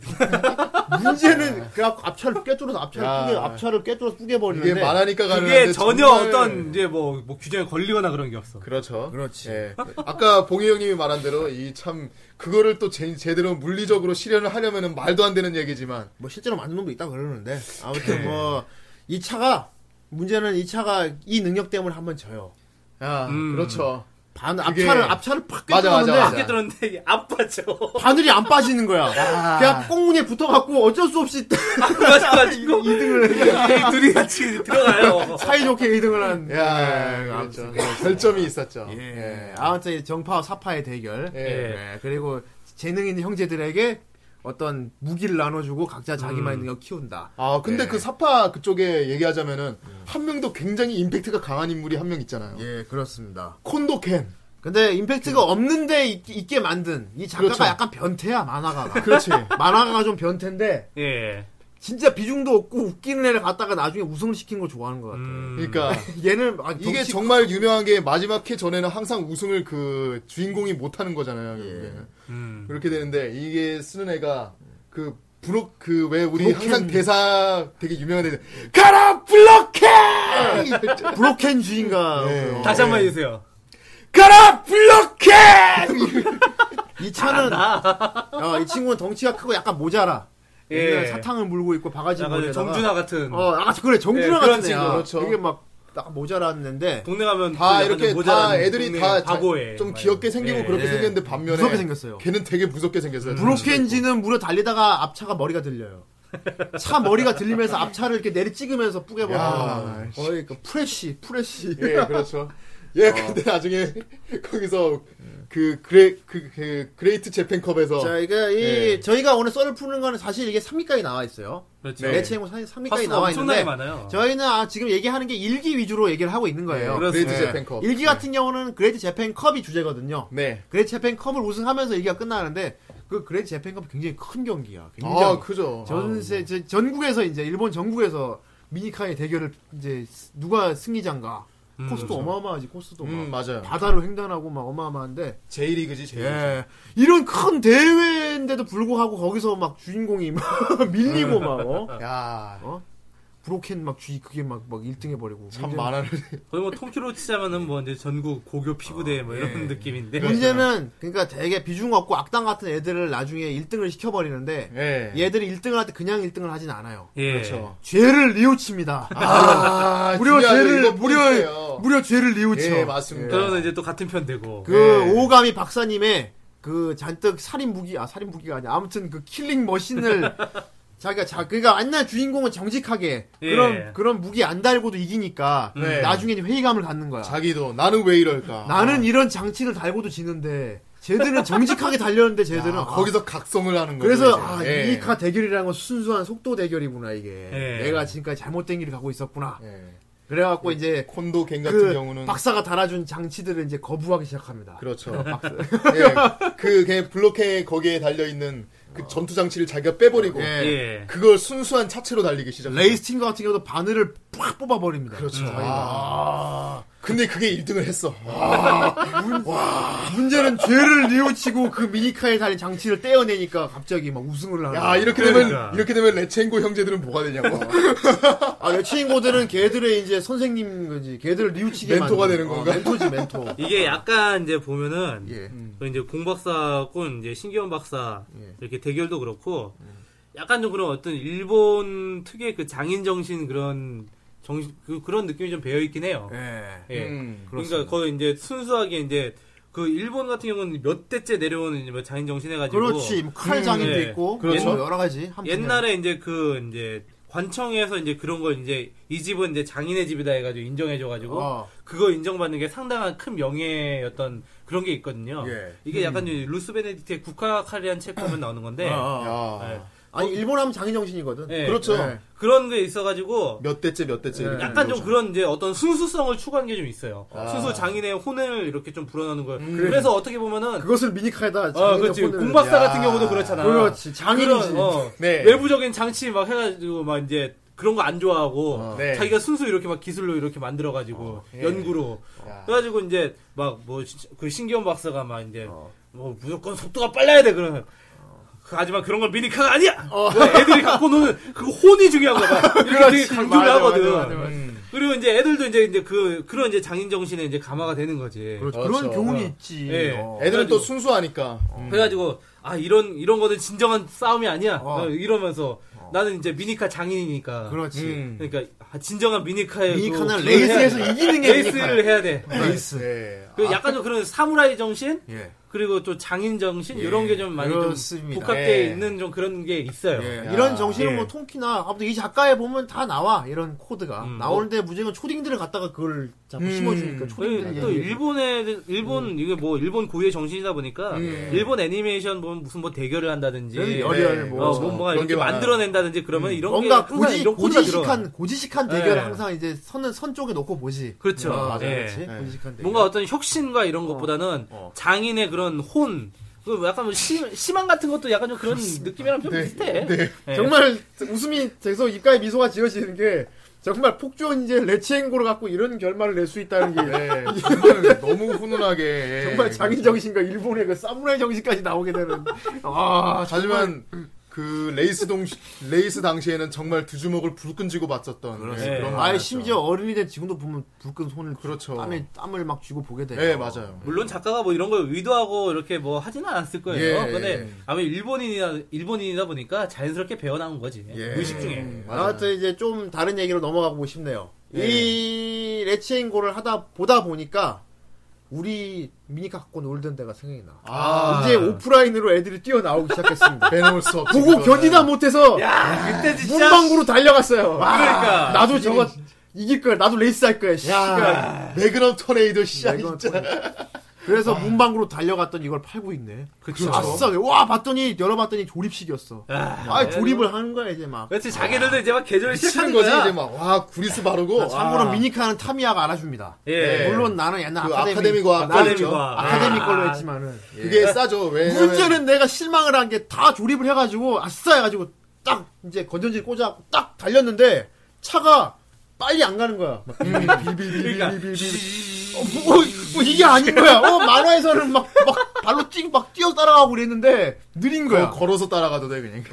문제는 그 앞- 앞차를 꿰뚫어서 앞차를 야. 뿌개 앞차를 꿰뚫어 뿌개 버리는데. 이게 말하니까 아, 가는. 그게 전혀 어떤 이제 뭐, 뭐 규정에 걸리거나 그런 게 없어. 그렇죠. 그렇지. 예. 아까 봉희 형님이 말한 대로 이 참 그거를 또 제, 제대로 물리적으로 실현을 하려면은 말도 안 되는 얘기지만 뭐 실제로 맞는 놈도 있다 그러는데 네. 아무튼 뭐 이 차가 문제는 이 차가 이 능력 때문에 한번 져요. 아 음. 그렇죠. 반 그게- 앞차를 앞차를 팍 맞아, 맞아, 맞아. 꿰뚫는데 이렇게 들었는데 이게 안 빠져. 바늘이 안 빠지는 거야. 그냥 꽁무니에 붙어갖고 어쩔 수 없이 안 [LAUGHS] 빠져가지고. 2등을. 둘이 같이 들어가요. 사이좋게 2등을 한. 야 예, 그렇죠. 아무튼. 결점이 있었죠. 예. 아무튼 이 정파와 사파의 대결. 예. 예. 그리고 재능 있는 형제들에게 어떤 무기를 나눠주고 각자 음. 자기만 있는 걸 키운다. 아 근데 네. 예. 그 사파 그쪽에 얘기하자면은 음. 한 명도 굉장히 임팩트가 강한 인물이 한 명 있잖아요. 예, 그렇습니다. 콘도켄. 근데 임팩트가 없는데 있, 있게 만든 이 작가가 그 그렇죠. 약간 변태야 만화가가. [LAUGHS] 그렇지. 만화가가 좀 변태인데 예. 진짜 비중도 없고 웃기는 애를 갖다가 나중에 우승을 시킨 걸 좋아하는 것 같아. 음. [LAUGHS] 그러니까 얘는 막 이게 정치- 정말 유명한 게 마지막 회 전에는 항상 우승을 그 주인공이 못 하는 거잖아요. 예. 결국에는. 음. 그렇게 되는데 이게 쓰는 애가 그 브록 그 왜 우리 브로켄. 항상 대사 되게 유명한 애들 가라 블록해 [LAUGHS] 브로켄 주인가. 예. 다시 한 번 해주세요. 가라 블록해 [LAUGHS] 이 차는 어, 이 친구는 덩치가 크고 약간 모자라. 아, 예. 옛날에 사탕을 물고 있고 바가지 약간 물고 정준하 같은. 어, 아 그래 정준하 예, 그런 같은 애야. 친구, 그렇죠. 되게 막 약간 모자랐는데 동네 가면 다 그 이렇게 약간 다 모자란 애들이 동네 다 바보에 좀 막 귀엽게 생기고 예. 그렇게 예. 생겼는데 반면에 무섭게 생겼어요. 걔는 되게 무섭게 생겼어요. 브로켄지는 무려 달리다가 앞차가 머리가 들려요. 차 머리가 들리면서 앞차를 이렇게 내리 찍으면서 야, 뿌개버려. 거의 그 프레쉬, 프레쉬. 예, 그렇죠. [LAUGHS] 예, 근데 나중에 거기서 그 그레 그, 그 그레이트 재팬컵에서 [LAUGHS] 자, 이게 이 예. 저희가 오늘 썰을 푸는 거는 사실 이게 3위까지 나와 있어요. 네. 그렇죠. 네, 내 책임은 3위까지 화수가 나와 엄청나게 있는데 많아요. 저희는 아, 지금 얘기하는 게 일기 위주로 얘기를 하고 있는 거예요. 네. 그렇- 네, 그레이트 예. 재팬컵. 일기 같은 경우는 그레이트 재팬 컵이 주제거든요. 네. 그레이트 재팬 컵을 우승하면서 일기가 끝나는데 그 그레이트 재팬 컵이 굉장히 큰 경기야. 굉장히 아, 그죠. 전세 제- 전국에서 이제 일본 전국에서 미니카의 대결을 이제 스- 누가 승리자인가 코스도 어마어마하지 코스도 그렇죠. 음, 막 맞아요. 바다로 횡단하고 막 어마어마한데 제이리그지, 제이리그. 예 이런 큰 대회인데도 불구하고 거기서 막 주인공이 막 [LAUGHS] 밀리고 음. 막 어? 야, 브로켄 막 주인 그게 막 막 1등 해버리고 참 문제는- 만화를 거의 뭐 통키로 치자면은 뭐 이제 전국 고교 피부대 뭐 아, 이런 예. 느낌인데. 문제는 그러니까 되게 비중 없고 악당 같은 애들을 나중에 1등을 시켜버리는데 예. 얘들이 1등을 할 때 그냥 1등을 하진 않아요 네. 예. 그렇죠. 죄를 [LAUGHS] 뉘우칩니다 아, [LAUGHS] 무려 중요하죠. 이거 죄를 무려 포인트예요. 무려 죄를 뉘우쳐. 예, 맞습니다. 그러면 이제 또 같은 편 되고. 그 예. 오감이 박사님의 그 잔뜩 살인 무기 아 살인 무기가 아니야. 아무튼 그 [LAUGHS] 킬링 머신을 자기가 자 그러니까 옛날 주인공은 정직하게 예. 음. 그런 그런 무기 안 달고도 이기니까 네. 나중에 회의감을 갖는 거야. 자기도 나는 왜 이럴까? 아, 나는 이런 장치를 달고도 지는데 쟤들은 정직하게 달렸는데 쟤들은 야, 아, 거기서 각성을 하는 거죠. 그래서 이제. 아, 예. 이카 대결이라는 건 순수한 속도 대결이구나 이게 예. 내가 지금까지 잘못된 길을 가고 있었구나 예. 그래갖고 이제 콘도 갱 같은 그 경우는 박사가 달아준 장치들을 이제 거부하기 시작합니다. [LAUGHS] 그렇죠. 예. 그 걔 블록해 거기에 달려 있는 그 전투 장치를 자기가 빼버리고 예. 그걸 순수한 차체로 달리기 시작. 레이스팅거 같은 경우도 바늘을 팍 뽑아버립니다. 음. 아, 그렇죠. 자기가. 아. 근데 그게 1등을 했어. 문제는 죄를 뉘우치고 그 미니카에 달린 장치를 떼어내니까 갑자기 막 우승을 하는. 야 이렇게 그러니까. 되면 이렇게 되면 레첸고 형제들은 뭐가 되냐고 아, 내 친구들은 걔들의 이제 선생님, 거지. 걔들을 뉘우치게 멘토가 만드는- 되는 건가? 어, 멘토지, 멘토. 이게 약간 이제 보면은 예. 그 이제 공박사군 이제 신기원 박사 이렇게 대결도 그렇고 약간 좀 그런 어떤 일본 특유의 그 장인 정신 그런 정신 그, 그런 느낌이 좀 배어 있긴 해요. 예. 예. 음, 그러니까 거의 이제 순수하게 이제 그 일본 같은 경우는 몇 대째 내려오는 이제 뭐 장인 정신 해가지고 그렇지. 뭐칼 장인도 음, 예. 있고. 그렇죠. 뭐 여러 가지. 함께 옛날에 이제 그 이제 관청에서 이제 그런 걸 이제 이 집은 이제 장인의 집이다 해가지고 인정해줘가지고 어. 그거 인정받는 게 상당한 큰 명예였던 그런 게 있거든요. 예. 이게 약간 이제 루스 베네딕트의 국화 카리안 체크하면 나오는 건데 어, 야. 네. 아니 일본 하면 장인 정신이거든. 네. 그렇죠. 네. 그런 게 있어가지고 몇 대째 몇 예. 대째 이렇게 약간 되는 좀 거죠. 그런 이제 어떤 순수성을 추구한 게 좀 있어요. 순수 장인의 혼을 이렇게 좀 불어넣는 거예요. 그래서 어떻게 보면은 그것을 미니카에다 어, 장인의 그렇지. 혼을- 공박사 야. 같은 경우도 그렇잖아. 그렇지. 장인이지. 그런, 어, 네. 외부적인 장치 막 해가지고 막 이제 그런 거 안 좋아하고 어. 네. 자기가 순수 이렇게 막 기술로 이렇게 만들어가지고 예. 연구로 야. 그래가지고 이제 막 뭐 그 신기원 박사가 막 이제 어. 뭐 무조건 속도가 빨라야 돼 그러면. 그- 하지만 그런 건 미니카가 아니야. 어. 그 애들이 갖고 노는 그 혼이 중요한 거다. [LAUGHS] 이렇게 되게 강조를 맞아, 하거든. 음. 맞아, 맞아, 맞아. 그리고 이제 애들도 이제 이제 그 그런 이제 장인 정신에 이제 감화가 되는 거지. 그렇죠. 그렇죠. 그런 교훈이 어. 있지. 예. 어. 애들은 또 순수하니까. 그래가지고 아 이런 이런 거는 진정한 싸움이 아니야 어. 나 이러면서 나는 이제 미니카 장인이니까 그러 그렇지. 음. 니까 아, 진정한 미니카의 미니카는 그- 레이스에서 해야 돼. 이기는 게 레이스를 해야 돼 레이스. 네. 그 약간 좀 그런 사무라이 정신 예. 그리고 또 장인 정신 이런 게 좀 많이 좀 그렇습니다. 복합되어 예. 있는 좀 그런 게 있어요 예, 야. 이런 정신은 예. 뭐 통키나 아무튼 이 작가에 보면 다 나와 이런 코드가 음. 나오는데 문제는 초딩들을 갖다가 그걸 자꾸 심어주니까 그리고 초딩들이 음. 또 얘기해. 일본의 일본 음. 이게 뭐 일본 고유의 정신이다 보니까 예. 일본 애니메이션 보면 무슨 뭐 대결을 한다든지 이런 열혈 네. 뭐 어, 그렇죠. 뭐, 뭔가 그런 게 이렇게 많아요. [LAUGHS] 만들어낸다든지 그러면 이런 음. 뭔가 게 항상 고지, 이런 코드가 들어가. 고지식한 고지식한 대결을 예. 항상 이제 선은 선 쪽에 놓고 보지 그렇죠. 어, 맞아 예. 그렇지 예. 고지식한 대결 뭔가 어떤 혁신과 이런 것보다는 장인의 그런 혼, 그 약간 뭐 시, 심한 같은 것도 약간 좀 그런 느낌이랑 좀 비슷해. 예. 정말 웃음이 계속 입가에 미소가 지어지는 게 정말 폭주원 이제 레치앵고를 갖고 이런 결말을 낼 [LAUGHS] 수 있다는 게 네. 정말 너무 훈훈하게. 예. 정말 장인 정신과 일본의 그 사무라이 정신까지 나오게 되는 아 하지만 그 레이스 동 레이스 당시에는 정말 두 주먹을 불 끈쥐고 맞섰던 네. 그런 아예 만화였죠. 심지어 어른이 된 지금도 보면 불끈 손을 그렇죠. 땀에 땀을 막 쥐고 보게 돼요. 네 맞아요. 물론 작가가 뭐 이런 걸 의도하고 이렇게 뭐 하지는 않았을 거예요. 예, 근데 예. 아마 일본인이다 일본인이다 보니까 자연스럽게 배어나온 거지. 무의식 중에. 음, 맞아요. 예, 아무튼 이제 좀 다른 얘기로 넘어가고 싶네요. 이 레치앵고를 하다 보다 보니까 우리 미니카 갖고 놀던 데가 생각이 나. 아, 이제 오프라인으로 애들이 뛰어나오기 [LAUGHS] 시작했습니다. 빼놓을 수 없죠. 보고 견디다 못해서 그때 진짜 문방구로 달려갔어요. 그러니까. 나도 저거 이길 거야. 나도 레이스 할 거야. 씨발. 야, 매그넘 토네이도 시작. 이건 그래서 문방구로 달려갔던 이걸 팔고 있네. 그쵸. 아싸. 와 봤더니 열어봤더니 조립식이었어. 아, 아, 조립을 하는 거야 이제 막. 그렇지 자기들도 이제 막 계절을 치는 시작하는 거지 거야. 이제 뭐. 막와 구리스 바르고 참고로 아. 미니카는 타미야가 알아주니다. 예. 물론 나는 옛날 그 아카데미, 아카데미 과학 나는 있죠. 아카데미과. 아카데미 아. 걸로 했지만은 예. 그게 싸죠. 왜냐면 문제는 내가 실망을 한 게 다 조립을 해가지고 아싸 해가지고 딱 이제 건전지를 꽂아갖고 딱 달렸는데 차가 빨리 안 가는 거야. 막 그러니까 어, 뭐 이게 아닌 거야. 어, 만화에서는 막, 막 발로 뛰, 막 뛰어 따라가고 그랬는데 느린 거야. 거- 걸어서 따라가도 돼 그냥.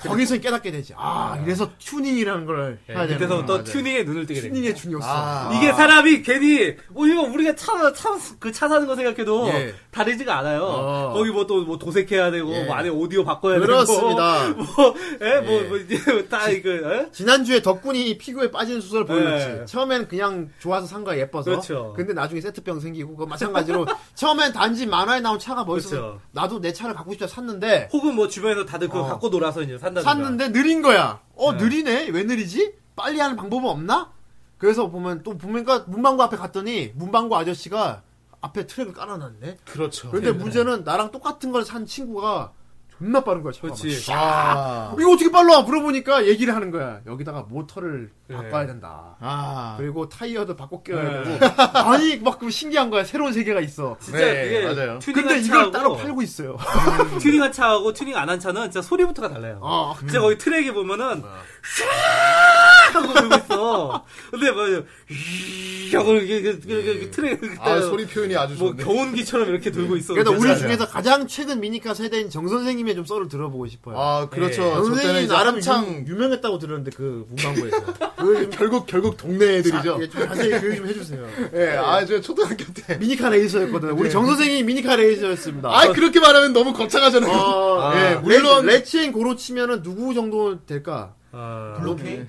거기서 깨닫게 되지. 아, 이래서 튜닝이라는 걸 예, 해야 되는 그때서부터 거야. 튜닝에 눈을 뜨게 돼. 튜닝의 중요성. 아. 이게 사람이 괜히 뭐 이거 우리가 차차그차 사는 거 생각해도 예. 다르지가 않아요. 어. 거기 뭐 또 뭐 도색해야 되고 예. 뭐 안에 오디오 바꿔야 그렇습니다. 되고 [LAUGHS] 뭐예뭐뭐 이제 [LAUGHS] 다 이거 예? 지난주에 덕분이 피규어에 빠진 수술을 보여줬지. 네. 처음엔 그냥 좋아서 산 거야, 예뻐서. 그렇죠. 근데 나중에 세트병 생기고, 그 마찬가지로. [LAUGHS] 처음엔 단지 만화에 나온 차가 멋있어서 그렇죠. 나도 내 차를 갖고 싶다 샀는데, 혹은 뭐 주변에서 다들 그거 어. 갖고 놀아서 이제 산다든가. 샀는데 느린 거야. 어, 느리네? 왜 느리지? 빨리 하는 방법은 없나? 그래서 보면, 또 보니까 문방구 앞에 갔더니, 문방구 아저씨가 앞에 트랙을 깔아놨네? 그렇죠. 근데 문제는 나랑 똑같은 걸 산 친구가 존나 빠른 거야, 차가. 그렇지. 아, 이거 어떻게 빨라? 물어보니까 얘기를 하는 거야. 여기다가 모터를 네. 바꿔야 된다. 아, 그리고 타이어도 바꿔 껴야 되고. 아니, 막그 신기한 거야. 새로운 세계가 있어. 진짜 네, 그게 맞아요. 튜닝한 근데 차하고 음. 이걸 따로 팔고 있어요. 튜닝한 차하고 튜닝 안 한 차는 진짜 소리부터가 달라요. 아, 진짜 거기 트랙에 보면은 샤악 하고 돌고 있어. 근데 뭐 휘익 하고 이렇게 그- 그- 그- 그 트랙 아, 소리 표현이 아주 뭐 좋네. 경운기처럼 이렇게 돌고 있어. 그래서 그러니까 우리 맞아요. 중에서 가장 최근 미니카 세대인 정선생님의 좀 썰을 들어보고 싶어요. 아, 그렇죠. 예. 저 때는 선생님이 이제 나름 한창 참 유명했다고 들었는데 그 [LAUGHS] 문방구에서. 결국 결국 동네 애들이죠. 예, 좀 네. 자세히 교육 좀 해주세요. 네. 예, 아, 저 초등학교 때. 미니카 레이저였거든. 요 우리 정선생이 미니카 레이저였습니다. 아, 그렇게 말하면 너무 거창하잖아요. 어, 예, 예, 물론- 물론 레치엔 고로 치면은 누구 정도 될까? 아, [LAUGHS] 블록해? 네.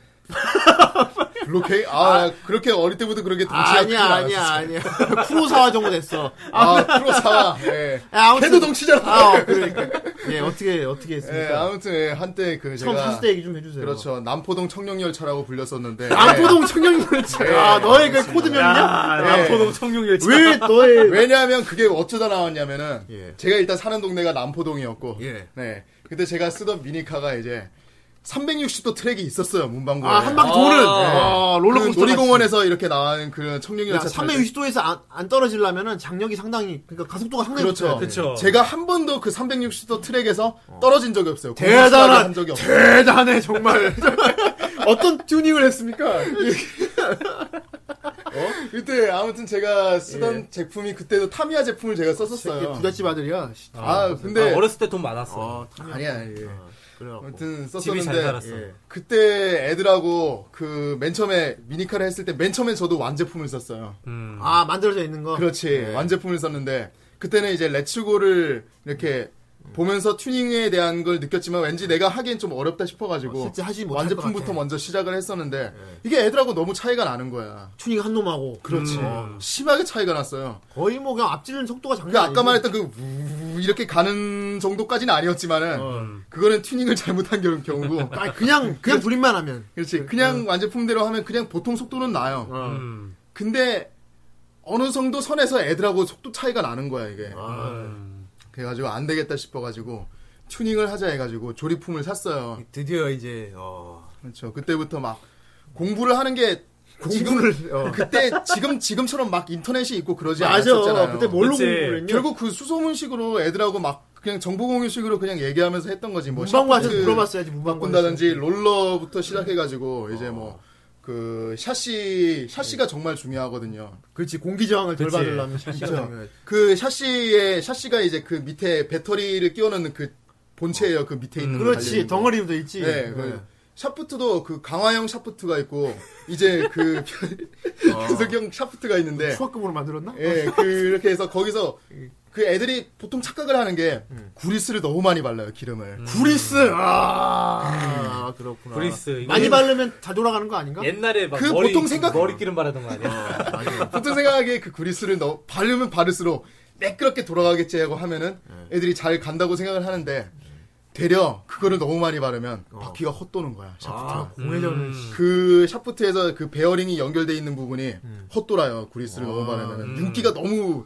블록해? 아, 그렇게 어릴 때부터 그렇게 덩치가 아니야 아니야 아니야 쿠로사와 정도 됐어. [LAUGHS] 아, 프로사. 예. 야, 아무튼- 걔도 덩치잖아. 아, 어, 그러니까. 예, 어떻게, 어떻게 예, 했습니까? 아무튼 예, 한때 그 처음 제가 샀을 때 얘기 좀 해주세요. 아, 그렇죠 남포동 청룡열차라고 불렸었는데 남포동 청룡열차. 예. 아, 너의 예. 그 코드명이냐? 남포동 청룡열차. 네. 왜 너의. 예. 왜냐하면 그게 어쩌다 나왔냐면은 예. 제가 일단 사는 동네가 남포동이었고 예. 네 그때 제가 쓰던 미니카가 이제 360도 트랙이 있었어요 문방구에 아, 한 바퀴 도는. 아, 그 롤러코스터. 놀이공원에서 이렇게 나온 그런 야, 청룡열차 탈 때. 360도에서 안, 안 떨어지려면은 장력이 상당히, 그러니까 가속도가 상당히 그렇죠. 높아야 돼. 그쵸. 제가 한 번도 그 360도 트랙에서 떨어진 적이 없어요. 공부를 예. 대단한, 한 적이 없어요. 대단해, [LAUGHS] 정말. 어떤 튜닝을 했습니까? 그러니까 [LAUGHS] 어? 그때 아무튼 제가 쓰던 예. 제품이 그때도 타미야 제품을 제가 썼었어요. 부잣집 아들이야. 씨. 아, 근데 아, 어렸을 때 돈 많았어. 어, 참. 아니야. 예. 그래갖고. 아무튼 집이 잘 살았어. 썼었는데 예. 그때 애들하고 그 맨 처음에 미니카를 했을 때 맨 처음엔 저도 완제품을 썼어요. 음. 아, 만들어져 있는 거? 네. 아, 그렇지. 완제품을 썼는데 그때는 이제 레츠고를 이렇게 보면서 튜닝에 대한 걸 느꼈지만 왠지 내가 하기엔 좀 어렵다 싶어가지고 어, 실제 하지 못할 것 완제품부터 같아. 네. 먼저 시작을 했었는데 이게 애들하고 너무 차이가 나는 거야. 튜닝 한 놈하고. 어. 그렇지. 심하게 차이가 났어요. 거의 뭐 그냥 앞질르는 속도가 장난 그 아니야. 아까 말했던 그 우- 이렇게 가는 정도까지는 아니었지만은 어. 그거는 튜닝을 잘못한 경우- [LAUGHS] 경우고 아니, 그냥, 그냥 불입만 하면. 그렇지 어. 그냥 완제품대로 하면 그냥 보통 속도는 나요. 음. 근데 어느 정도 선에서 애들하고 속도 차이가 나는 거야 이게. 아. 음. 그래가지고 안 되겠다 싶어가지고 튜닝을 하자 해가지고 조립품을 샀어요. 드디어 이제, 어. 그렇죠. 그때부터 막 공부를 하는 게 공부를, [LAUGHS] 어. 그때 지금 지금처럼 막 인터넷이 있고 그러지 맞아. 않았었잖아요. 그때 뭘로 그치. 공부를 했냐? 결국 그 수소문식으로 애들하고 막 그냥 정보 공유식으로 그냥 얘기하면서 했던 거지 뭐 문방구한테 샤프트 물어봤어야지, 문방구한테. 바꾼다든지 음. 롤러부터 시작해가지고 이제 어. 뭐 그 샤시 샤시가 정말 중요하거든요. 그렇지, 공기저항을 덜 그치. 받으려면 샤시가 그쵸. 중요해. 그 샤시의 샤시가 이제 그 밑에 배터리를 끼워넣는 그 본체예요. 그 밑에 있는 거 그렇지, 달려있는 거. 덩어리도 있지. 네, 그 샤프트도 그 강화형 샤프트가 있고 이제 [LAUGHS] 그 아. 변속형 샤프트가 있는데 추억금으로 만들었나? 예, 그, 이렇게 해서 거기서 그 애들이 보통 착각을 하는 게 음. 구리스를 너무 많이 발라요, 기름을. 음, [LAUGHS] 브리스. 아, 그렇구나. 브리스. 이거 많이 옛- 바르면 다 돌아가는 거 아닌가? 옛날에 막 그 머리, 보통 생각- 머리 기름 바르던 거 아니야? 보통 생각하기에 그 구리스를 넣, 바르면 바를수록 매끄럽게 돌아가겠지 하고 하면은 네. 애들이 잘 간다고 생각을 하는데 되려 그거를 너무 많이 바르면 어. 바퀴가 헛도는 거야, 샤프트가. 아, 음. 공회전을. 그 샤프트에서 그 베어링이 연결돼 있는 부분이 음. 헛돌아요, 구리스를 너무 바르면. 은 윤기가 너무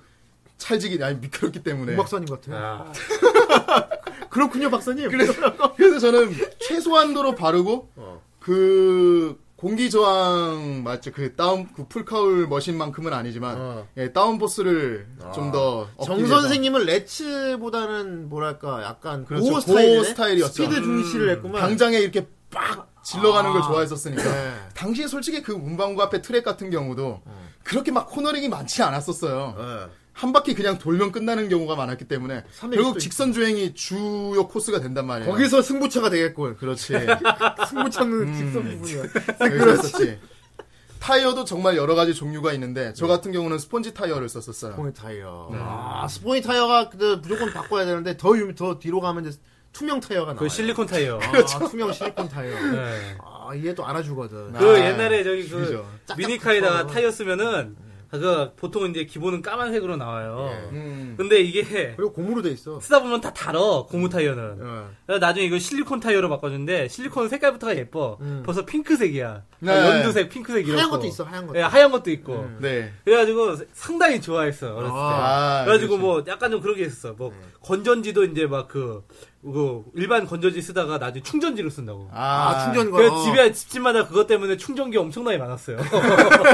찰지기, 아니, 미끄럽기 때문에. 박사님 같아. 아, [LAUGHS] 그렇군요, 박사님. [LAUGHS] 그래서 저는 최소한도로 바르고 어. 그 공기 저항 맞죠 그 다운 그 풀카울 머신만큼은 아니지만 어. 아. 예, 다운 보스를 좀 더 정 선생님은 레츠보다는 뭐랄까 약간 그렇죠. 고어 고어 스타일이네? 스타일이었죠. 음. 스피드 중시를 했구만. 당장에 이렇게 빡 질러가는 걸 좋아했었으니까 네. 당시에 솔직히 그 문방구 앞에 트랙 같은 경우도 그렇게 막 코너링이 많지 않았었어요. 예. 한 바퀴 그냥 돌면 끝나는 경우가 많았기 때문에 360도 결국 직선 주행이 주요 코스가 된단 말이에요. 네. 거기서 승부처가 되겠군. 그렇지. 네. [LAUGHS] 승부처는 음. 직선 부분이야. 여기서 썼지. 네, 타이어도 정말 여러 가지 종류가 있는데 저 같은 경우는 스펀지 타이어를 썼었어요. 스포니 타이어. 네. 아, 스포니 타이어가 근데 무조건 바꿔야 되는데 더, 유, 더 뒤로 가면 이제 투명 타이어가 나와요. 그 실리콘 타이어. 아, 투명 실리콘 타이어. 네. 아, 얘 또 알아주거든. 아, 그 옛날에 저기 그 죽이죠. 미니카에다가 타이어 쓰면은 그 보통 이제 기본은 까만색으로 나와요. 예. 음. 근데 이게 그리고 고무로 돼 있어. 쓰다 보면 다 달어 고무 타이어는. 예. 그래서 나중에 이거 실리콘 타이어로 바꿨는데 실리콘 색깔부터가 예뻐. 벌써 핑크색이야. 아, 네. 연두색, 핑크색 이런 음. 하얀 것도 있어, 하얀 것도. 예, 아, 음. 하얀 것도 있고. 네. 그래가지고 상당히 좋아했어 어렸을 때. 아, 그래가지고 그렇지. 뭐 약간 좀 그러게 했어. 뭐 음. 건전지도 이제 막그 그 일반 건전지 쓰다가 나중에 충전지로 쓴다고. 아, 아, 충전과. 그 어. 집에 집집마다 그것 때문에 충전기 엄청나게 [LAUGHS] 많았어요.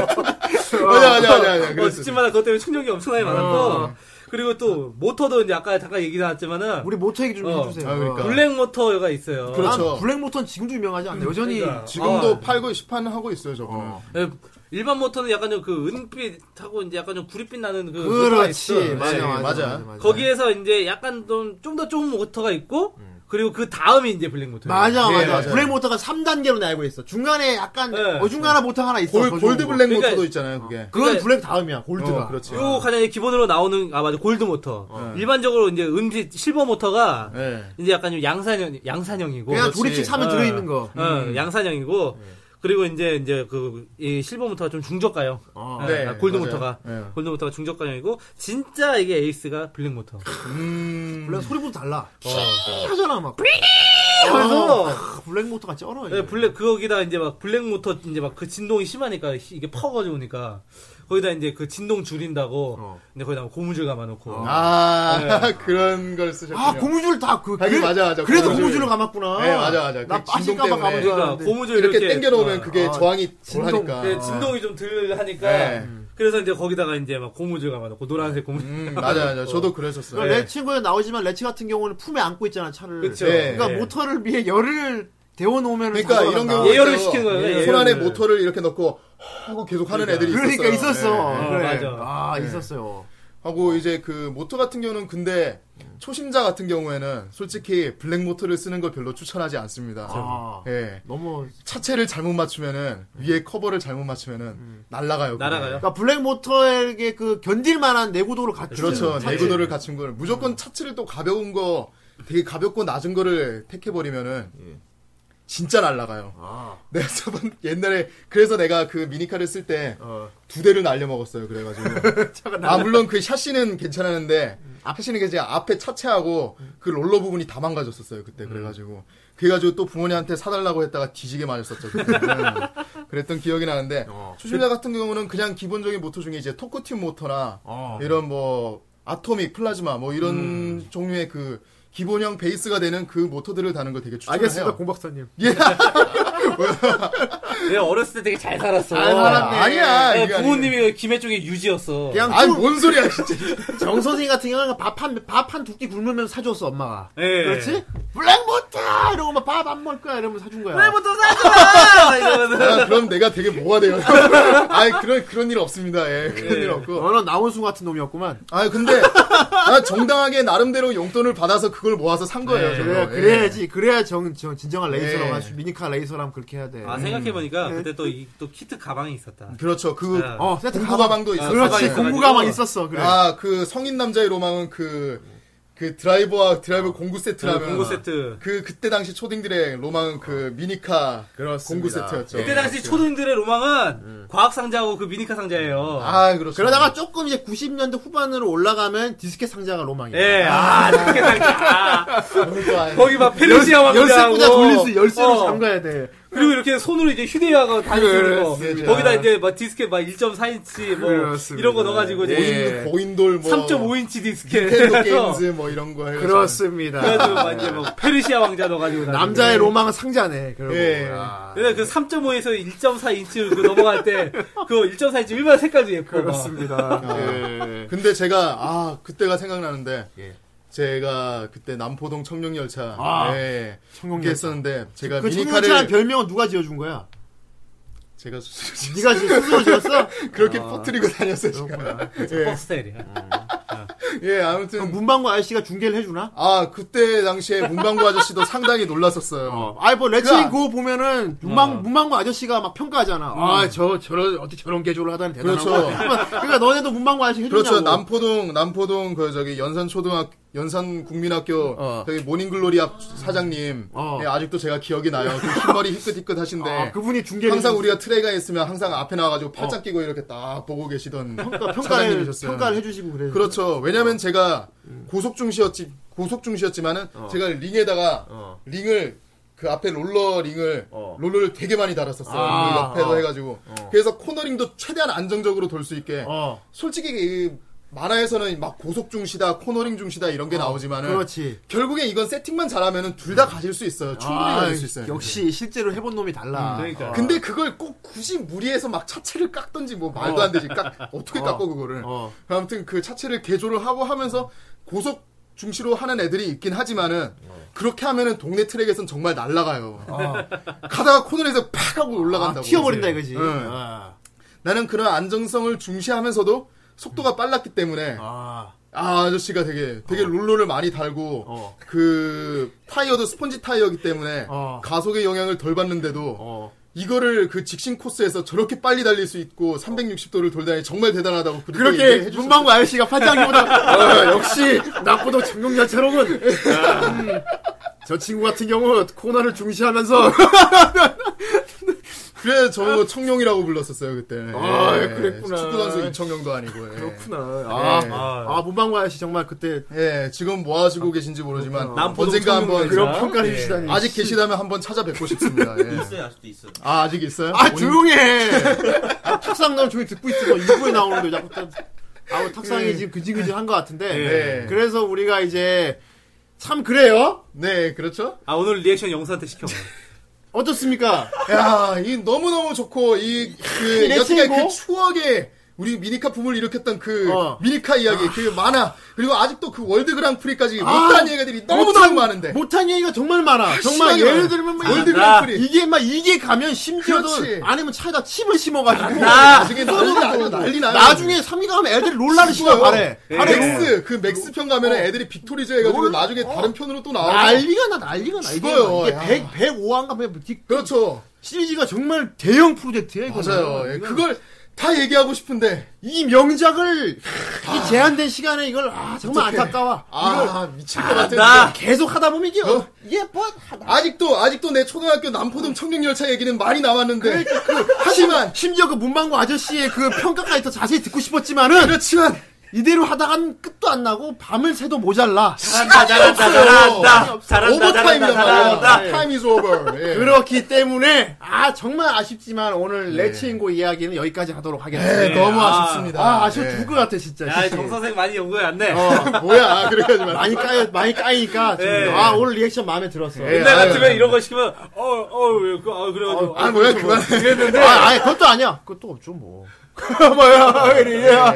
맞아, 맞아, 맞아. 네, 맞아. 어, 그랬어. 집집마다 그것 때문에 충전기 엄청나게 많았고 그리고 또 모터도 이제 아까 잠깐 얘기 나왔지만은 어. 우리 모터 얘기 좀 어. 해주세요. 아, 그러니까. 블랙 모터가 있어요. 그렇- 그렇죠. 난 블랙 모터는 지금도 유명하지 않나? 여전히 그러니까. 지금도 아. 팔고 시판을 하고 있어요, 저거는. 예, 일반 모터는 약간 좀 그 은빛하고 이제 약간 좀 구릿빛 나는 그 모터가 그렇지. 있어. 맞아, 네, 맞아, 맞아. 맞아, 맞아. 거기에서 이제 약간 좀 좀 더 좁은 모터가 있고 그리고 그 다음이 이제 블랙 모터. 맞아, 네, 맞아. 맞아요. 블랙 모터가 3단계로 알고 있어. 중간에 약간 네. 어중간한 모터 하나 있어. 골, 더 좋은 골드 거. 블랙 그러니까- 모터도 있잖아요, 그게. 그건 그러니까- 블랙 다음이야. 골드가. 어, 그렇지. 요 가장 이제 기본으로 나오는 아 맞아 골드 모터. 일반적으로 이제 은빛 실버 모터가 네. 이제 약간 좀 양산형 양산형이고 그냥 뭐 그렇지. 조립식 사면 어, 들어있는 거. 어, 양산형이고 그리고 이제 이제 그 이 실버모터가 좀 중저가요. 아, 아, 네, 골드모터가 맞아요. 네. 골드모터가 중저가형이고 진짜 이게 에이스가 블랙모터. 음. 원래 소리부터 달라. 어. 하잖아 막. 그래서 아, 블랙모터가 쩔어. 이게. 네, 블랙 거기다 이제 막 블랙모터 이제 막 그 진동이 심하니까 히- 이게 퍼가지고 오니까 거기다 이제 그 진동 줄인다고 어. 근데 거기다 고무줄 감아놓고 네. 아, [LAUGHS] 그런 걸 쓰셨군요. 아 고무줄 다그 하긴 맞아, 맞아. 그래도 고무줄. 고무줄을 감았구나. 네, 맞아, 맞아. 나 그 진동 빠질까봐 때문에. 감은 줄 그러니까 알았는데. 고무줄 이렇게, 이렇게, 땡겨놓으면 어, 그게 아, 저항이 진동. 덜하니까. 네, 진동이 좀 덜 하니까 네. 그래서 이제 거기다가 이제 막 고무줄 감아놓고 노란색 고무줄 음, 맞아, 맞아. 저도 그랬었어요. 네. 그러니까 레 친구에 나오지만 레츠 같은 경우는 품에 안고 있잖아 차를. 그쵸. 네. 그러니까 네. 모터를 위해 열을 데워 놓으면 그러니까 이런 경우 예열을 시킨 거예요, 손 안에 예열을. 네. 모터를 이렇게 넣고 하고 계속 하는 애들이 있었어요. [LAUGHS] 그러니까 있었어. 예. 어, 그래. 맞아. 아 있었어요. 하고 이제 그 모터 같은 경우는 근데 초심자 같은 경우에는 솔직히 블랙 모터를 쓰는 걸 별로 추천하지 않습니다. 아, 예. 너무 차체를 잘못 맞추면은 위에 커버를 잘못 맞추면은 날아가요. 그게. 음. 날아가요? 그러니까 블랙 모터에게 그 견딜 만한 내구도를 갖춘 그렇죠. 차체. 내구도를 갖춘 걸 무조건 차체를 또 가벼운 거 되게 가볍고 낮은 거를 택해 버리면은 진짜 날아가요. 아, [LAUGHS] 내가 저번 옛날에 그래서 내가 그 미니카를 쓸 때 두 어. 대를 날려 먹었어요. 그래가지고 아 물론 그 샤시는 괜찮았는데 샤시는 그 제가 앞에 차체하고 그 롤러 부분이 다 망가졌었어요. 그때 그래가지고 그래가지고 또 부모님한테 사달라고 했다가 뒤지게 맞았었죠. 그때는. 그랬던 기억이 나는데 어. 추심자 같은 경우는 그냥 기본적인 모터 중에 이제 토크튠 모터나 아, 어. 이런 뭐 아토믹 플라즈마 뭐 이런 종류의 그 기본형 베이스가 되는 그 모터들을 다는 걸 되게 추천해요. 예, 알겠습니다, 네. 공 박사님. 내가 어렸을 때 되게 잘 살았어 잘 살았네. 아니야. 네, 이게 아니야. 부모님이 김해 쪽에 유지였어 그냥 아니 쭉- 뭔 소리야 진짜. 정 선생님 같은 경우는 밥한밥한두 끼 굶으면 사줬어 엄마가. 예. 그렇지? 블랙모터 이러고 막 밥 안 먹을 거야 이러면 사준 [LAUGHS] 거야. 블랙모터 사줘라 아. 이러면서 아, 그럼 내가 되게 뭐가 돼요? [LAUGHS] 아니 그런 그런 일 없습니다. 예, 그런 예. 일 없고. 너는 나온수 같은 놈이었구만. 아 근데 나 정당하게 나름대로 용돈을 받아서 그걸 모아서 산 거예요. 네, 저거. 그래, 예. 그래야지. 그래야 정, 정 진정한 레이서라고 예. 하지. 미니카 레이서라면 그렇게 해야 돼. 음. 아 생각해보니까 그때 또, 이, 또 키트 가방이 있었다 그렇죠. 그 네. 어, 세트 공부 가방도 있어. 그렇지. 가방이 공부 있어가지고. 가방 있었어. 그래. 아그 성인 남자의 로망은 그 그 드라이버와 드라이버 공구 세트라면 네, 공구 세트 그 그때 당시 초딩들의 로망은 그 미니카 공구 네, 그렇습니다. 세트였죠. 그때 당시 초등들의 로망은 음. 과학 상자하고 그 미니카 상자예요 아 그렇죠. 그러다가 조금 이제 90년대 후반으로 올라가면 디스켓 상자가 로망이야. 예, 아, 이렇게 [LAUGHS] 살자. 그러니까 아, 뭐 거기 막 페르시아 왕자하고 열쇠보다 돌릴 수, 열쇠로 어. 잠가야 돼. 그리고 이렇게 손으로 이제 휴대하고 다니는 거. 그렇습니다. 거기다 이제 막 디스켓 막 1.4인치 뭐 그렇습니다. 예. 이런 거 넣어가지고 이제 고인돌, 고인돌 뭐 3.5인치 디스켓 [LAUGHS] 닌텐도 해서 게임즈 뭐 이런 거 해서 그렇습니다. 그래가지고 막 네. 이제 막 페르시아 왕자 넣어가지고 남자의 로망은 상자네. 그러고. 예. 아. 근데 그 3.5에서 1.4인치 그 넘어갈 때 그 1.4인치 일반 색깔도 예뻐. 막. 그렇습니다. 예. 근데 제가 아 그때가 생각나는데 예. 제가 그때 남포동 청룡열차 아, 예 그렇게 청룡열차. 했었는데 제가 그 미니카를 청룡차란 별명은 누가 [LAUGHS] 지어준 거야? 제가 수- 네가 지- 스스로 지었어? 그렇게 퍼뜨리고 다녔어요 제가 아, 그렇구나. 예, 버스 스타일이야. 예 그럼 아무튼 문방구 아저씨가 중계를 해주나? 아 그때 당시에 문방구 아저씨도 상당히 놀랐었어요 어. 아이 뭐 그러니까- 레츠인 그거 보면은 어. 문방 문방구 아저씨가 막 평가하잖아. 아 저 저런 어떻게 저런 개조를 하다니 대단하고. 그렇죠. 그러니까 너네도 문방구 아저씨 해주냐고. 그렇죠 남포동 남포동 그 저기 연산 초등학 연산 국민학교 어. 저기 모닝글로리 앞 사장님 어. 예, 아직도 제가 기억이 나요 그 흰머리 희끗희끗 하신데 아, 그분이 중계를 네. 항상 해주- 우리가 트레이가 있으면 항상 앞에 나와가지고 팔짱 끼고 이렇게 딱 보고 계시던 그러니까 평가, 평가를 사장님이셨어요. 평가를 해주시고 음. 그래. 그렇죠. 왜냐면 제가 고속 중시였지 고속 중시였지만은 제가 링에다가 어. 링을 그 앞에 롤러 링을 어. 롤러를 되게 많이 달았었어요. 아, 그 옆에서 어. 해가지고 그래서 코너링도 최대한 안정적으로 돌 수 있게. 어. 솔직히 이 만화에서는 막 고속 중시다, 코너링 중시다 이런 게 나오지만은 아, 그렇지. 결국에 이건 세팅만 잘하면은 둘 다 가질 수 있어요. 충분히 아, 가질 수 있어요. 네. 역시 실제로 해본 놈이 달라. 그러니까. 근데 그걸 꼭 굳이 무리해서 막 차체를 깎던지 뭐 말도 안 되지 깎 어떻게 깎고 그거를 어. 아무튼 그 차체를 개조를 하고 하면서 고속 중시로 하는 애들이 있긴 하지만은 어. 그렇게 하면은 동네 트랙에선 정말 날아가요 가다가 코너에서 팍 하고 올라간다고 네. 아, 튀어버린다 이거지. 응. 아. 나는 그런 안정성을 중시하면서도 속도가 빨랐기 때문에 아. 아 아저씨가 되게 되게 롤러를 많이 달고 어. 그 타이어도 스펀지 타이어이기 때문에 어. 가속의 영향을 덜 받는데도 어. 이거를 그 직진 코스에서 저렇게 빨리 달릴 수 있고 360도를 돌다니 정말 대단하다고 그때 그렇게 얘기해 주- 문방구 아저씨가 [LAUGHS] 판장기보다 어, 역시 나보다 청룡야채로군. 어, 음, 저 친구 같은 경우 코너를 중시하면서 그래 저뭐 청룡이라고 불렀었어요 그때. 아, 예. 그랬구나. 축구 선수 이청룡도 아니고. 예. 그렇구나. 아, 네. 아, 문방구 씨 정말 그때 예, 지금 뭐 하시고 계신지 모르지만 남 보통 언젠가 한번 청룡이죠. 그런 자, 평가를 예. 주시다니. 아직 계시다면 한번 찾아뵙고 싶습니다. 예. 있어요 아직도 있어요. 아 아직 있어요? 아, 오늘- [LAUGHS] 조용해! 아, 탁상 나면 조용히 듣고 있어. 2부에 나오는데 자꾸 딱, 아, 탁상이 지금 그지그지 한 것 같은데. 예. 그래서 우리가 이제, 참 그래요? 네, 그렇죠. 아 오늘 리액션 영수한테 시켜. 어떻습니까? 야, 이 너무 너무 좋고 이그 내 여태까지 그 친구? 추억의 우리 미니카 붐을 일으켰던 그 어. 미니카 이야기, 그 만화 그리고 아직도 그 월드 그랑프리까지 아, 못한 얘기들이 너무 너무 많은데. 못한 얘기가 정말 많아. 정말 심하게 예를 많아. 들면 뭐 월드 이게- 그랑프리. 이게 막 이게 가면 심지어는 그렇지. 아니면 차에다 칩을 심어가지고 아, 나중에 아, 난리 나요, 난리 나요. 나중에 3위 가면 애들 [LAUGHS] 롤라를 심어 바래. 아, 맥스 그 맥스 편 가면은 애들이 빅토리즈 해가지고 뭘- 나중에 어. 다른 편으로 또 나와. 난리가 나 난리가 나 이게 죽어요, 막 이게 야. 100 105화인가 뭐 디- 그렇죠. 시리즈가 정말 대형 프로젝트예요. 이거는. 맞아요. 예, 이건 그걸 다 얘기하고 싶은데 이 명작을 이 제한된 시간에 이걸 아 정말 안타까워. 아 미칠 것 같아. 나 계속 하다 보면 이게 어, 이게 뭐 하다. 아직도 아직도 내 초등학교 남포동 청룡 열차 얘기는 많이 남았는데 그러니까 하지만 심지어 그 문방구 아저씨의 그 평가까지 더 자세히 듣고 싶었지만은 그렇지만 이대로 하다간 끝도 안 나고 밤을 새도 모자라. 잘한다 [LAUGHS] 잘한다 잘한다 잘한다 잘한다 오버타임이란 말이야. 잘한다. Time is over. 예. 그렇기 때문에 아 정말 아쉽지만 오늘 내 친구 이야기는 여기까지 하도록 예, 하겠습니다. 너무 아. 아쉽습니다. 아 아쉬워 예. 죽을 것 같아 진짜. 네. 야, 진짜. 정 [LAUGHS] 선생 많이 연구해왔네. 어, 뭐야 그래가지 고 많이 까이 많이 까이니까 좀, 예. 아 오늘 리액션 마음에 들었어. 예. 옛날 아유, 같으면 아유. 이런 거 시키면, 어, 어, 왜, 그, 아, 그래가지고. 아 뭐야 그만해. 그랬는데. 아, 아니, 그것도 아니야. 그것도 없죠, 뭐. 뭐야, 이래야.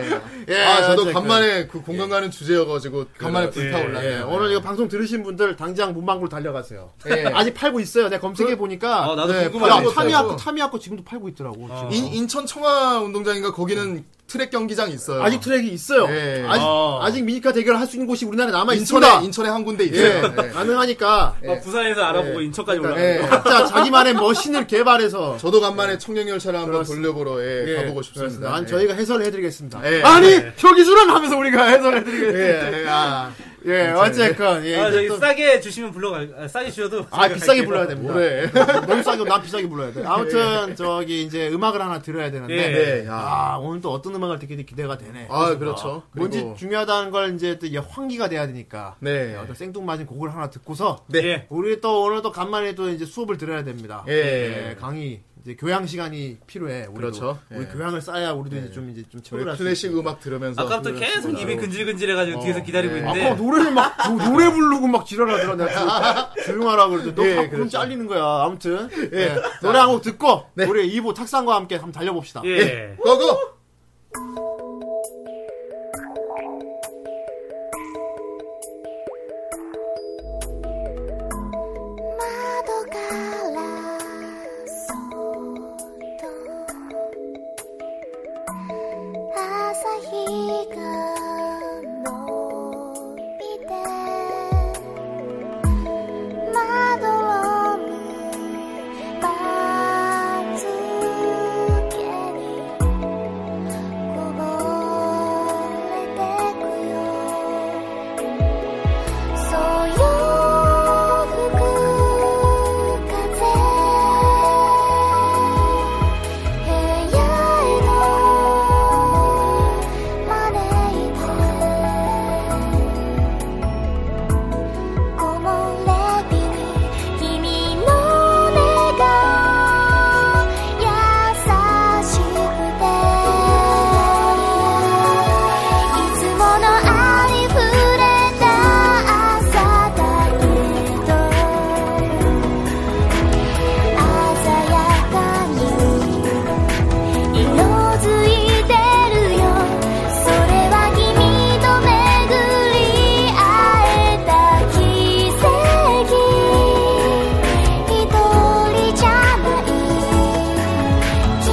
예, 아 저도 어쨌든. 간만에 그 공감 가는 주제여가지고 간만에 예, 불타올랐네요. 어. 오늘 이거 방송 들으신 분들 당장 문방구로 달려가세요. 예. 아직 팔고 있어요. 내가 검색해 보니까. 아, 나도 네, 궁금하네. 팔아보자. 타미야코, 타미야코 지금도 팔고 있더라고. 지금. 인, 인천 청화 운동장인가 거기는 트랙 경기장 있어요. 아직 트랙이 있어요. 예. 아직, 아. 아직 미니카 대결을 할 수 있는 곳이 우리나라에 남아 있습니다. 인천에 인천에 한 군데 예, 있어요. 예. 가능하니까. 아, 부산에서 알아보고 인천까지 올라가. 예. 각자 자기만의 머신을 개발해서. 저도 간만에 청룡 열차를 한번 예. 그렇습니다. 돌려보러 예, 예, 가보고 그렇습니다. 싶습니다. 난 예. 저희가 해설을 해드리겠습니다. 예. 아니, 표기수란 하면서 우리가 해설해드리겠습니다. 예, 예, 아, 예, 어쨌건, 예. 아, 이제 저기 또- 싸게 주시면 불러갈, 아, 싸게 주셔도. 아, 비싸게 갈게요. 불러야 됩니다. 뭐래. [LAUGHS] 너무 싸게, 난 비싸게 불러야 돼. 아무튼, 저기, 이제 음악을 하나 들어야 되는데. 예. 예. 네, 야. 아, 오늘 또 어떤 음악을 듣게 될 기대가 되네. 아, 그렇죠. 뭔지 그리고- 중요하다는 걸 이제 또 이게 환기가 돼야 되니까. 네. 네, 어떤 생뚱맞은 곡을 하나 듣고서. 네. 예. 우리 또 오늘 또 간만에 또 이제 수업을 들어야 됩니다. 예. 예, 강의, 이제 교양 시간이 필요해. 우리도. 그렇죠. 우리 예. 교양을 쌓아야 우리도 이제 좀 이제 좀 우리 체벌할 수 클래식 있고. 음악 들으면서 그 아까부터 계속 입이 근질근질해가지고 뒤에서 기다리고 예. 있는데. 아까 어, 뭐 노래를 막, 노- 노래 부르고 막 지랄하더라. 내가 조- 조용하라 그러더니 너 예, 가끔 그렇죠. 잘리는 거야. 아무튼. 예, 노래 한 곡 듣고, 네. 우리 2부 탁상과 함께 한번 달려봅시다. 예. 고고 窓からそっと朝日が伸びて窓を向ばつけにこぼれてくよ「そよぐ風が吹いて」「部屋へと招いて」「木漏れ日に君の目が優しくて」いつものありふれた朝だった」けど鮮やかに色づいてるよそれは君と巡り会えた奇跡一人じゃない君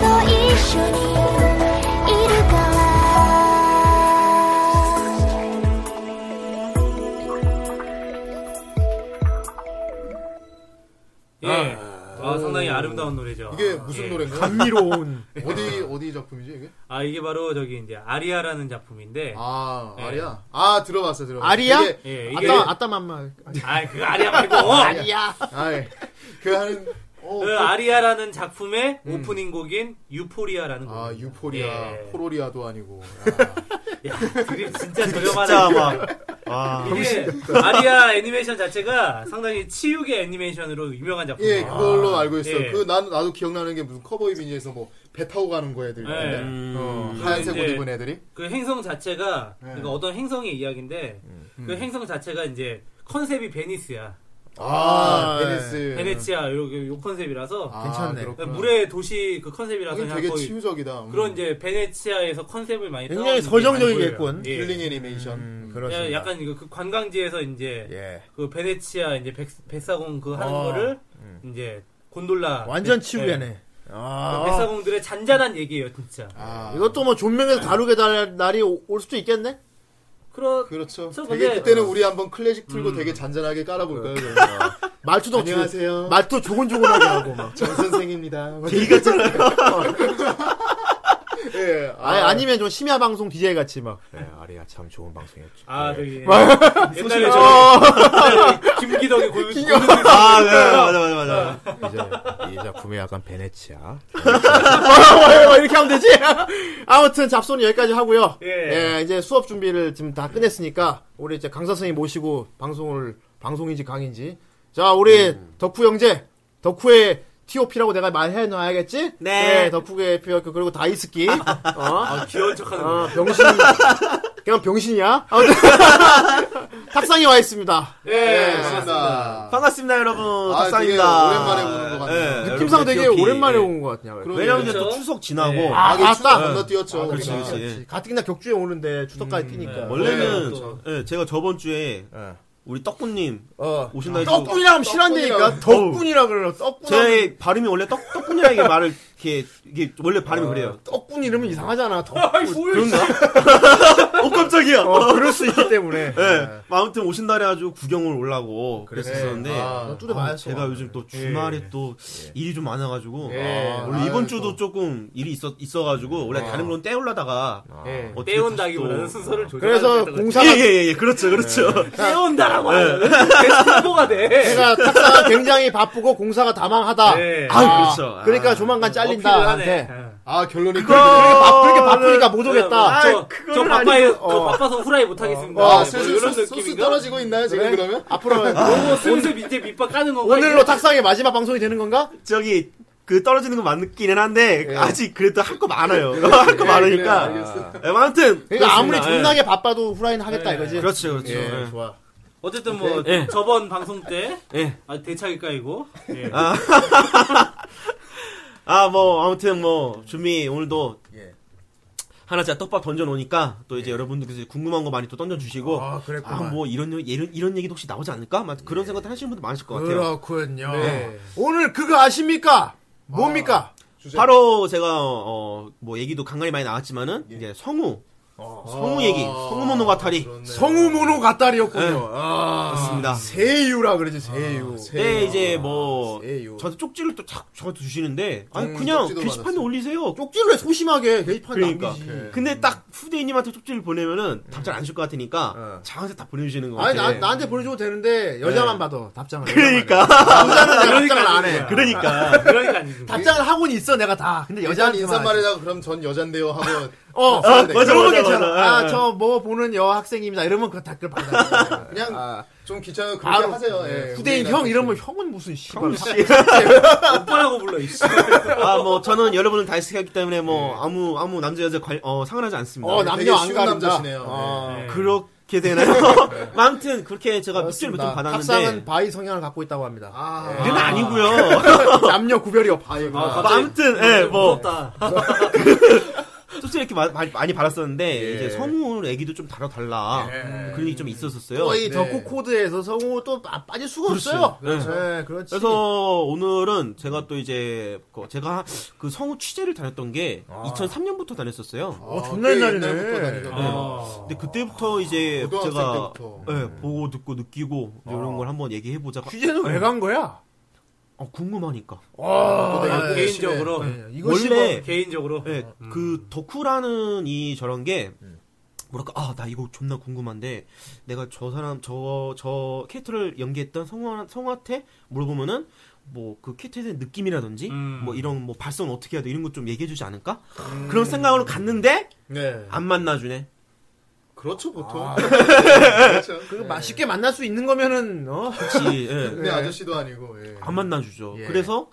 と一緒にいるから 예. 아, 상당히 아름다운 노래죠. 이게 무슨 예. 노래인가요? [LAUGHS] 감미로운. 어디 어디 작품이지 이게? 아, 이게 바로 저기 이제 아리아라는 작품인데. 아, 아 아리야 아 들어봤어 들어봤어 아리야? 이게- 예, 이게. 아따, 아따 맘마. 아, 그 아리아 말고. 아리야. 아이, 그 하는 어, 어, 그 아리아라는 작품의 오프닝 곡인 유포리아라는 곡. 아 유포리아, 예. 포로리아도 아니고. [LAUGHS] 야, 드립 진짜 진짜 저렴하네. 막 아, 이게 아리아 애니메이션 자체가 상당히 치유계 애니메이션으로 유명한 작품이에요. 예, 그걸로 알고 있어. 예. 그, 난, 나도 기억나는 게 무슨 커버 이미지에서 뭐, 배 타고 가는 거 애들. 예. 있는데, 어, 하얀색 옷 이제- 입은 애들이. 그 행성 자체가 그러니까 어떤 행성의 이야기인데 그 행성 자체가 이제 컨셉이 베니스야. 아, 아, 베네스. 베네치아 이렇게 요 컨셉이라서 예. 그러니까 아, 괜찮네. 그렇구나. 물의 도시 그 컨셉이라서 이게 그냥 되게 거의 치유적이다. 음. 그런 이제 베네치아에서 컨셉을 많이 따온 게 굉장히 많이 서정적이겠군. 보여요. 예. 힐링 애니메이션. 음, 야, 예, 그렇습니다. 약간 이거 그 관광지에서 이제 예. 그 베네치아 이제 백, 백사공 그 하는 아. 거를 이제 곤돌라 음. 완전 백- 예. 치유되네. 아. 그 백사공들의 잔잔한 얘기예요, 진짜. 아, 이것도 뭐 존명에서 다루게 달 날이 오- 올 수도 있겠네. 그러 그렇죠. 저 되게 근데- 그때는 우리 한번 클래식 음. 틀고 되게 잔잔하게 깔아볼까요? 네. 그러면? [LAUGHS] 말투도 조- 안녕하세요. 말투 조곤조곤하게 하고 막. 정 선생입니다. 같잖아요. [LAUGHS] 예. 아, 아니면 좀 심야 방송 DJ 같이 막. 예, 아리야 참 좋은 방송이었죠. 아, 네, 예. 저기 옛날에 어. 저 김기덕의 고유 아, 네, 맞아, 맞아, 맞아. 이제 이 작품이 약간 베네치아. 뭐, 이렇게 하면 되지? 아무튼 잡소는 여기까지 하고요. 예. 예, 이제 수업 준비를 지금 다 끝냈으니까 우리 이제 강사 선생님 모시고 방송을 방송인지 강인지. 자, 우리 덕후 형제, 덕후의 TOP라고 내가 말해 놔야겠지? 예, 네. 덕후의 TOP 그리고 다이스키. 어? 아, 귀여운 척하는 거. 아, 병신. 그냥 병신이야? 아무튼 [LAUGHS] 탁상이 와 있습니다. 아, 예, 반갑습니다. 반갑습니다, 여러분. 아, 닭상입니다. 예, 되게 오랜만에 보는 것 같네요. 그 느낌상 되게 오랜만에 네. 온 것 네. 같냐. 그러게요. 왜냐면 이제 또 그렇죠. 추석 지나고 네. 아, 아, 이게 아, 추 딱. 건너 뛰었죠. 그렇지, 우리가. 그렇지. 그렇지. 가뜩이나 격주에 오는데 추석까지 뛰니까. 원래는 네, 또. 예, 제가 저번 주에 우리 떡군님 어. 오신다 해서 예. 떡분이라 하면 싫어한다니까. 덕분이라 그러려. 떡분. 제 발음이 원래 떡 떡군이라 이게 말을 이렇게 이게 원래 발음이 어. 그래요. 떡분 이름은 이상하잖아. 덕. 뭐. 어 깜짝이야. 어, 네. 그럴 수 있기 때문에. 예. 아무튼 오신다 해가지고 구경을 오려고 그랬었는데 아, 뚜려 맞았어. 예. 제가 요즘 또 주말에 또 일이 좀 많아가지고 예. 아, 원래 이번 아유, 주도 조금 일이 있어 있어가지고 원래 다른 건 떼올라다가 아. 예. 어떻게 떼온다기보다는 다시 또- 순서를 조절. 그래서 공사 네. 예예예 그렇죠 그렇죠 네. [LAUGHS] 떼온다라고 하면 계속 홍보가 돼. [LAUGHS] 내가 탁사가 굉장히 바쁘고 공사가 다망하다. 예. 아, 그렇죠. 아. 그러니까 조만간 어필을 잘린다. 하네. 나한테. 예. 아, 결론이 그렇게 그렇게 어, 바- 네. 그렇게 바쁘니까 못 오겠다. 저, 저 바빠요. 저 어. 바빠서 후라이 못 하겠습니다. 와, 뭐 슬슬 이런 소스, 소스 느낌인가? 떨어지고 있나요, 지금 그래? 아, 네, 그러면? 네? 앞으로 오, 슬슬 이제 밑밥 까는 건가? 오늘로 탁상의 마지막 방송이 되는 건가? 저기 그 떨어지는 거 맞기는 한데 아직 그래도 할 거 많아요 [LAUGHS] 할 거 그래, 많으니까 알겠어. 예, 아무튼 그러니까 아무리 그렇습니다. 존나게 바빠도 후라이는 하겠다 예. 이거지. 예. 그렇죠 그렇죠 예, 예. 좋아. 어쨌든 뭐 예. 저번 방송 때 예. 아주 대차게 까이고 예. 아, 뭐, 아무튼 뭐, 준비, 오늘도. 하나 제가 떡밥 던져놓으니까, 또 이제 여러분들께서 궁금한 거 많이 또 던져주시고. 아, 뭐, 이런, 이런, 이런 얘기도 혹시 나오지 않을까? 막 그런 생각 하시는 분들 많으실 것 같아요. 그렇군요. 네. 오늘 그거 아십니까? 뭡니까? 바로 제가, 어, 뭐, 얘기도 간간히 많이 나왔지만은, 이제 성우. 아, 아. 성우 얘기. 성우 모노가타리. 네. 성우 모노 예. 가딸이었군요. 아, 맞습니다. 세유라 그러지 세유. 네, 이제 뭐, 아, 예, 세요. 저한테 쪽지를 또 자꾸 저한테 주시는데, 아니, 음, 그냥 쪽지도 게시판에 받았어. 올리세요. 쪽지로 해 소심하게 게시판에 그러니까. 남기지. 근데 딱 후대인님한테 쪽지를 보내면은 답장 안 줄 것 같으니까 예. 저한테 다 보내주시는 거 아니 같아요. 나, 나한테 보내줘도 되는데 여자만 봐도 답장을. 네. 그러니까. [LAUGHS] 여자는 답장을 안 해. [LAUGHS] 그러니까. 그러니까 아니지. 답장을 하고는 있어 내가 다. 근데 여자 여자는 인사말이라고 그럼 전 여잔데요 하고 어, 써야 돼. 맞아, 그런 거 맞아, 괜찮아. 맞아. 아, 예, 예. 저 뭐 보는 여학생입니다. 이러면 그 댓글 [LAUGHS] 받아. 그냥 좀 귀찮아 그렇게 바로 하세요. 네. 예, 후대인 우리랑 형 이러면 그 형은 무슨 씨발. 오빠라고 불러 이씨. 아, 뭐, 저는 여러분을 다이스키기 때문에 뭐, 아무, 아무 남자, 여자 관, 어, 상관하지 않습니다. 네. 어, 되게 남녀 안 쉬운 가린다. 남자시네요. 예. 어. 네. 아, 그렇게 되나요? [LAUGHS] 뭐 아무튼, 그렇게 제가 밑줄을 몇점 네. 그렇습니다. 받았는데. 탁상은 바이 성향을 갖고 있다고 합니다. 아, 이건 아니고요 [LAUGHS] 남녀 구별이 없. 아, 이거. 뭐 아무튼, 예, 뭐, 무섭다. 쪽지 이렇게 마- 많이, 많이 받았었는데, 예. 이제 성우 애기도 좀 다뤄달라. 그런 얘기 좀 있었었어요. 또이 네. 덕후 코드에서 성우 또 빠- 빠질 수가 그렇지. 없어요. 네. 네, 그렇지. 그래서 오늘은 제가 또 이제, 그- 제가 그 성우 취재를 다녔던 게 아. 2003년부터 다녔었어요. 어, 꽤 존나 옛날이네. 옛날부터 다니던 어. 근데 그때부터 이제 고등학생 제가 때부터. 아. 예, 보고 듣고 느끼고 이제 이런 걸 한번 얘기해 보자가 취재는 왜 간 거야? 어, 궁금하니까. 아, 또 예, 되게 네. 개인적으로 예. 이거 뭐, 뭐 원래 개인적으로 예, 그 덕후라는 이 저런 게 뭐랄까 아 나 이거 존나 궁금한데 내가 저 사람 저 저 캐릭터를 연기했던 성우 성우한테 물어보면은 뭐 그 캐릭터의 느낌이라든지 음. 뭐 이런 뭐 발성 어떻게 해야 돼 이런 것 좀 얘기해 주지 않을까? 그런 생각으로 갔는데 네. 안 만나주네. 그렇죠 보통. 그렇죠. 그 맛있게 만날 수 있는 거면은 어? 그치, 예. 근데 아저씨도 아니고. 네, 예. 안 만나주죠. 예. 그래서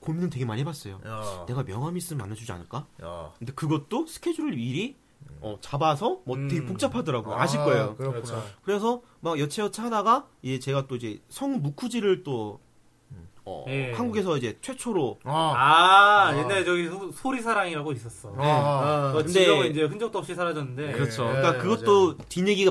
고민은 되게 많이 해봤어요. 어. 내가 명함 있으면 만나주지 않을까? 어. 근데 그것도 스케줄을 미리 어, 잡아서 뭐 되게 음. 복잡하더라고. 아실 거예요. 그렇죠. 그렇구나. 그래서 막 여차여차 하다가 이 제가 또 이제 성 무쿠지를 또 어, 예. 한국에서 이제 최초로 어. 아, 옛날에 저기 소- 소리 사랑이라고 있었어. 네. 아. 그거 근데- 지금은 이제 흔적도 없이 사라졌는데. 그렇죠. 그러니까 그것도 뒷얘기가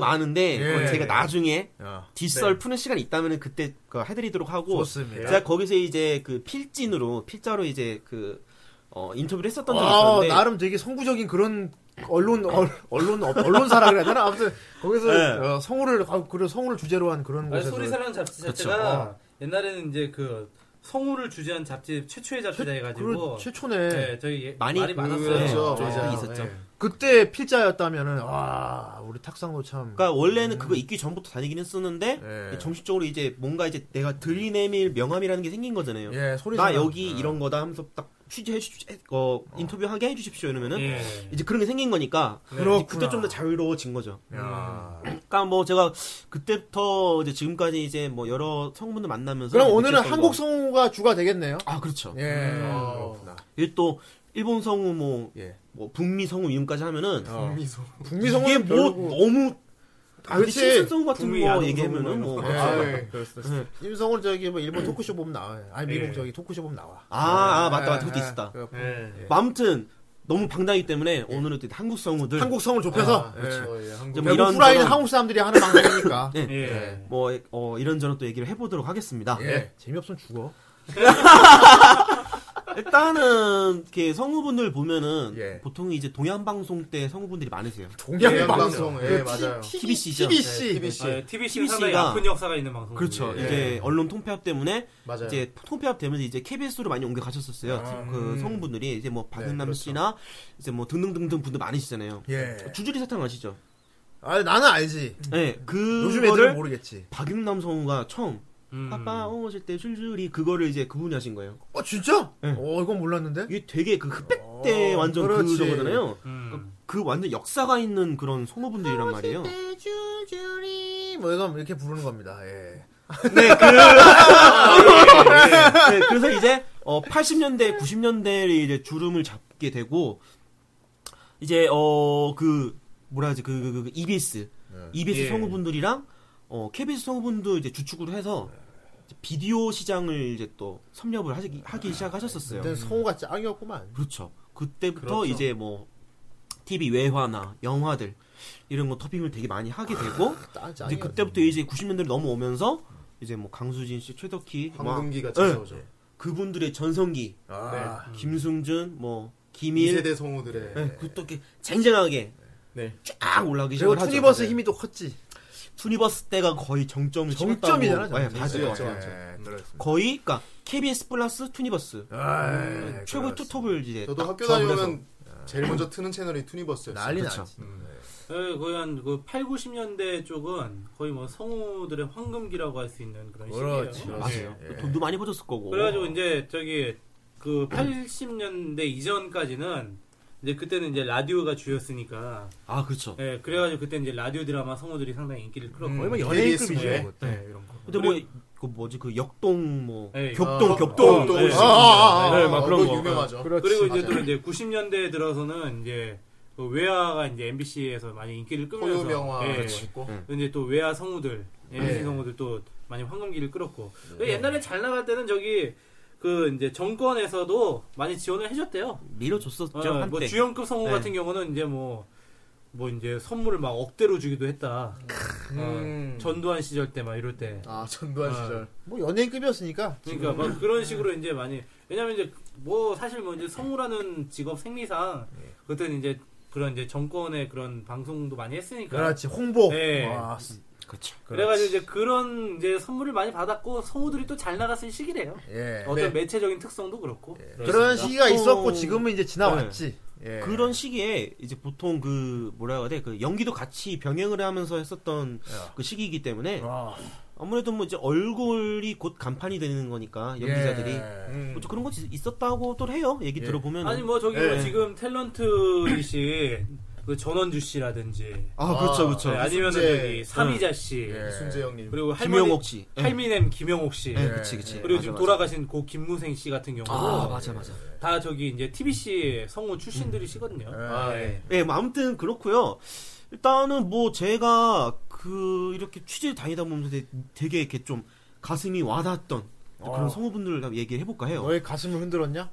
예. 많은데 그건 제가 나중에 어. 뒷썰 푸는 시간이 있다면 그때 그 해드리도록 하고 좋습니다. 제가 거기서 이제 그 필진으로 필자로 이제 그 어, 인터뷰를 했었던 적이 아, 있었는데 나름 되게 성구적인 그런 언론 얼, 언론 어, 언론사라 그래야 되나 아무튼 거기서 네. 어, 성우를 아, 그리고 성우를 주제로 한 그런 아니, 곳에서 소리 사랑 잡지 그렇죠. 자체가 어. 옛날에는 이제 그 성우를 주제한 잡지 최초의 잡지다 해가지고. 그리고 최초네 네, 저희 예- 많이 많이 많았어요. 그렇죠. 네. 맞아요. 있었죠. 그때 필자였다면은 와 우리 탁상도 참 그러니까 원래는 그거 있기 전부터 다니긴 했었는데 음. 예. 정식적으로 이제 뭔가 이제 내가 들리내밀 명함이라는 게 생긴 거잖아요. 예, 소리 나 사랑. 여기 이런 거다 하면서 딱 취재해 주십시오. 어, 인터뷰하게 해 주십시오. 이러면은 예. 이제 그런 게 생긴 거니까 이제 네. 그렇구나. 그때 좀 더 자유로워진 거죠. 야. 그러니까 뭐 제가 그때부터 이제 지금까지 이제 뭐 여러 성분들 만나면서 그럼 오늘은 느꼈던 한국 거. 성우가 주가 되겠네요 아 그렇죠. 예 그렇구나. 이게 또 일본 성우 뭐, 예. 아, 뭐 북미 성우 이름까지 하면은 미소. 어. 북미 어. 이게 성우는 뭐 별로고 너무 아, 근데 그치. 신선 성우 같은 북미 거 야동 얘기하면은 성우 뭐 뭐 예. 아, 임성훈 저기 뭐 일본 토크쇼 보면 나와요 아니 미국 예. 저기 토크쇼 보면 나와 아, 맞다 맞다 그것도 예, 있었다. 예. 예. 뭐 아무튼 너무 방당하기 때문에 오늘은 또 한국 성우들 한국 성우를 아, 좁혀서 예. 좀 외국 뭐, 이런 후라이는 저런- 한국 사람들이 하는 방송이니까 [LAUGHS] 예. 예. 뭐 어, 이런저런 또 얘기를 해보도록 하겠습니다. 예. 재미없으면 죽어 일단은 이렇게 성우분들 보면은 예. 보통 이제 동양 방송 때 성우분들이 많으세요. 동양 방송. 예, 그 맞아요. TBC죠. 네, TBC 아, TBC는 상당히 TBC 가- 아픈 역사가 있는 방송. 그렇죠. 예. 이게 언론 통폐합 때문에 맞아요. 이제 통폐합 되면서 이제 KBS로 많이 옮겨 가셨었어요. 아, 음. 그 성우분들이 이제 뭐 네, 박은남 씨나 이제 뭐 등등등등 분들 많으시잖아요. 그렇죠. 예. 주주리 사탕 아시죠? 아 나는 알지. 네, 요즘 애들은 그거를 모르겠지. 박윤남 성우가 처음 음. 아빠 오실 때 줄줄이 그거를 이제 그분이 하신 거예요. 어 진짜? 예. 어 이건 몰랐는데. 이게 되게 그 흑백 때 어, 완전 그 그렇지. 저거잖아요. 음. 그 완전 역사가 있는 그런 성우분들이란 말이에요. 줄줄이 뭐 이건 이렇게 부르는 겁니다. 예. 네, 그... [LAUGHS] 네, 그래서 이제 어, 80년대, 90년대를 이제 주름을 잡게 되고 이제 어 그 뭐라 하지 그, 그, 그, 그 EBS, EBS 예. 성우분들이랑 어 KBS 성우분도 이제 주축으로 해서 네. 이제 비디오 시장을 이제 또 섭렵을 하기, 하기 시작하셨었어요. 그때 성우가 짱이었구만. 그렇죠. 그때부터 네. 그렇죠. 이제 뭐 TV 외화나 영화들 이런 거 토핑을 되게 많이 하게 되고 짱 이제 짱이. 그때부터 이제 90년대로 넘어오면서 이제 뭐 강수진 씨, 최덕희, 막 황금기가 찾아오죠. 그분들의 전성기, 네. 아. 김승준, 뭐 김일, 2세대 성우들의 네, 그또 이렇게 쟁쟁하게 네. 쫙 올라오기 그리고 시작을 하죠. 투니버스 네. 힘이 또 컸지. 투니버스 때가 거의 정점을 정점이잖아, 찍었다고. 네, 정점. 맞아요. 그렇죠. 예, 그렇습니다. 거의 그러니까 KBS 플러스 투니버스 아, 예, 음, 그렇습니다. 최고의 투톱을 이제 저도 네, 딱 학교 조합을 해서. 다니면 제일 먼저 트는 채널이 투니버스였어요. 난리 그렇죠. 났지. 예, 거의 한그 8, 90년대 쪽은 거의 뭐 성우들의 황금기라고 할 수 있는 그런 그렇지. 시기예요. 맞아요. 예. 돈도 많이 버셨을 거고. 그래가지고 이제 저기 그 80년대 이전까지는 이제 그때는 이제 라디오가 주였으니까 아 그렇죠. 예, 그래가지고 그때 이제 라디오 드라마 성우들이 상당히 인기를 끌었고 음. 거의 뭐 KBS 연예인급이죠. 예. 그것도. 예, 이런 거. 근데 뭐 그 뭐지 그 역동 뭐 예, 격동 아, 격동 격동. 예. 아, 아, 아, 아, 네, 막 아, 그런 그거 거. 유명하죠. 그리고 이제 또 이제 90년대에 들어서는 이제 그 외화가 이제 MBC에서 많이 인기를 네. 끌면서 호유명화 예, 있고 이제 또 외화 성우들 MBC 성우들 또 많이 황금기를 끌었고 네. 그 옛날에 잘 나갈 때는 저기 그 이제 정권에서도 많이 지원을 해줬대요. 밀어줬었죠 어, 한때. 뭐 주연급 성우 네. 같은 경우는 이제 뭐, 뭐 이제 선물을 막 억대로 주기도 했다. 음. 어, 전두환 시절 때 막 이럴 때. 아 전두환 아. 시절. 뭐 연예인급이었으니까. 그러니까 막 네. 그런 식으로 이제 많이 왜냐면 이제 뭐 사실 뭐 이제 성우라는 직업 생리상 네. 그때는 이제 그런 이제 정권의 그런 방송도 많이 했으니까 그렇지. 홍보. 예. 와, 그러니까. 네. 그렇죠. 그래가지고 이제 그런 이제 선물을 많이 받았고 성우들이 또 잘 나갔을 시기래요. 예. 네. 어떤 매체적인 특성도 그렇고 그런 시기가 있었고 지금은 이제 지나왔지. 지나왔지. 네. 예. 네. 그런 시기에 이제 보통 네. 그 뭐라 해야 돼? 그 연기도 같이 병행을 하면서 했었던 그 시기이기 때문에 아무래도 뭐 이제 얼굴이 곧 간판이 되는 거니까 연기자들이 예. 음. 뭐좀 그런 거 있었다고들 해요. 얘기 들어보면 예. 아니 뭐 저기 네. 뭐 지금 탤런트 씨, 그 전원주 씨라든지, 아 그렇죠 그렇죠. 네. 네, 아니면 이순재. 저기 삼이자 씨, 이순재 형님. 그리고 할머니, 김용옥 씨. 예. 할미넴 김영옥 씨, 예, 그치 그치. 그리고 맞아, 지금 맞아. 돌아가신 고 김무생 씨 같은 경우도 아 맞아 맞아. 다 저기 이제 TBC 성우 출신들이시거든요. 아, 예. 예, 뭐 아무튼 그렇고요. 일단은 뭐 제가 그 이렇게 취재를 다니다 보면서 되- 되게 이렇게 좀 가슴이 와닿았던 어. 그런 성우분들을 한번 얘기해 볼까 뭐, 해요. 너의 가슴을 흔들었냐?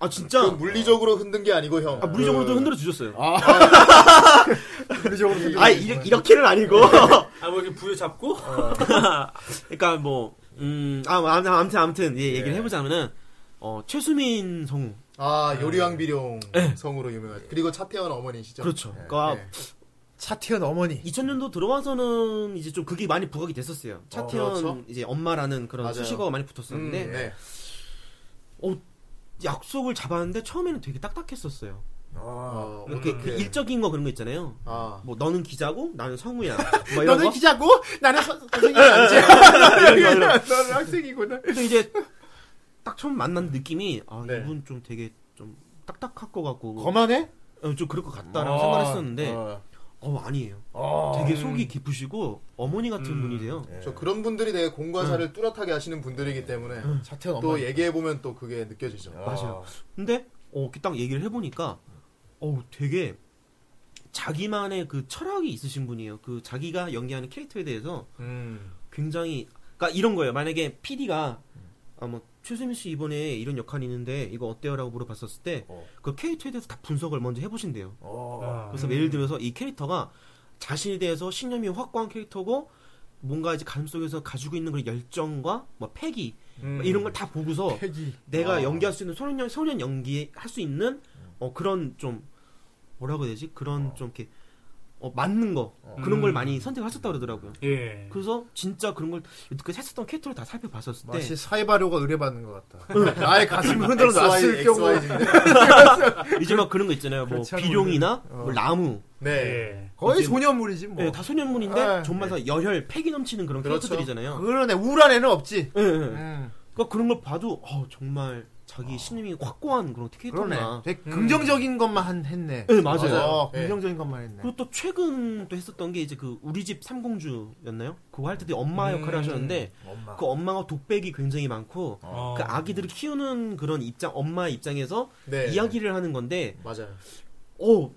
아 진짜 물리적으로 흔든 게 아니고 형. 그 아, 그 물리적으로도 흔들어 주셨어요. 아, 물리적으로 흔든 이렇게, 이렇게는 아니고. 아, 뭐 이렇게 부여잡고? [LAUGHS] 어. 그러니까 뭐 음, 아 아무튼 아무튼 아무튼 예, 얘기를 해보자면은 어 최수민 성우 아 요리왕 네. 비룡 성으로 유명한. 그리고 차태현 어머니시죠. 그렇죠. 예. 그러니까 예. 차태현 어머니. 2000년도 들어와서는 이제 좀 그게 많이 부각이 됐었어요. 차태현 그렇죠. 이제 엄마라는 그런 맞아요. 수식어가 많이 음, 붙었었는데 네. 네. 약속을 잡았는데 처음에는 되게 딱딱했었어요. 어, 이렇게 아, 그 일적인 거 그런 거 있잖아요. 아. 뭐 너는 기자고 나는 성우야. [LAUGHS] 뭐 이런 너는 거. 기자고 네, 나는 선- 선생님이 아니지. 네. 아, 네. [LAUGHS] 나는 학생이구나. 근데 이제 딱 처음 만난 느낌이 아 네. 이분 좀 되게 좀 딱딱할 것 같고 거만해? 어, 좀 그럴 것 같다라고 생각을 했었는데 어, 아니에요. 어. 어. 되게 속이 깊으시고 어머니 같은 분이세요. 네. 저 그런 분들이 되게 네. 공과사를 뚜렷하게 하시는 분들이기 때문에 음. 음. 차태현 또 어머니. 얘기해 보면 또 그게 느껴지죠. 맞아요. 근데 어, 이렇게 딱 얘기를 해보니까 어 되게 자기만의 그 철학이 있으신 분이에요. 그 자기가 연기하는 캐릭터에 대해서 음. 굉장히 그러니까 이런 거예요. 만약에 PD가 아뭐 최수민 씨 이번에 이런 역할이 있는데 이거 어때요라고 물어봤었을 때 그 캐릭터에 대해서 다 분석을 먼저 해보신대요. 어. 아, 그래서 예를 들어서 이 캐릭터가 자신에 대해서 신념이 확고한 캐릭터고 뭔가 이제 가슴 속에서 가지고 있는 그런 열정과 뭐 패기 뭐 이런 걸 다 보고서 어. 내가 아. 연기할 수 있는 소년 소년 연기 할 수 있는 어 그런 좀 뭐라고 해야 되지 그런 좀 이렇게 어, 맞는 거 그런 음. 걸 많이 선택하셨다 그러더라고요. 예. 그래서 진짜 그런 걸 여태까지 했었던 캐릭터를 다 살펴봤었을 때 마치 사이바료가 의뢰받는 것 같다. 네. 나의 [LAUGHS] 가슴을 흔들어 놨을 XY, 경우. XY인데. 이제 막 그런 거 있잖아요. 뭐 그렇지 않은 비룡이나 뭐 나무 네. 예. 거의 소년물이지 뭐. 예, 다 소년문인데 아, 정말 다 열혈 패기 넘치는 그런 그렇죠. 캐릭터들이잖아요. 그런 애 우울한 애는 없지. 예, 예. 음, 그러니까 그런 걸 봐도 어, 정말 자기 신념이 확고한 그런 그러네. 캐릭터구나. 되게 긍정적인 것만 한- 했네. 예, 맞아요. 어, 네. 긍정적인 것만 했네. 그리고 또 최근 또 했었던 게 이제 그 우리 집 삼공주였나요? 그거 할 때 엄마 음. 역할을 하셨는데 그 엄마가 독백이 굉장히 많고 어. 그 아기들을 키우는 그런 입장 엄마의 입장에서 네. 이야기를 하는 건데 맞아요. 어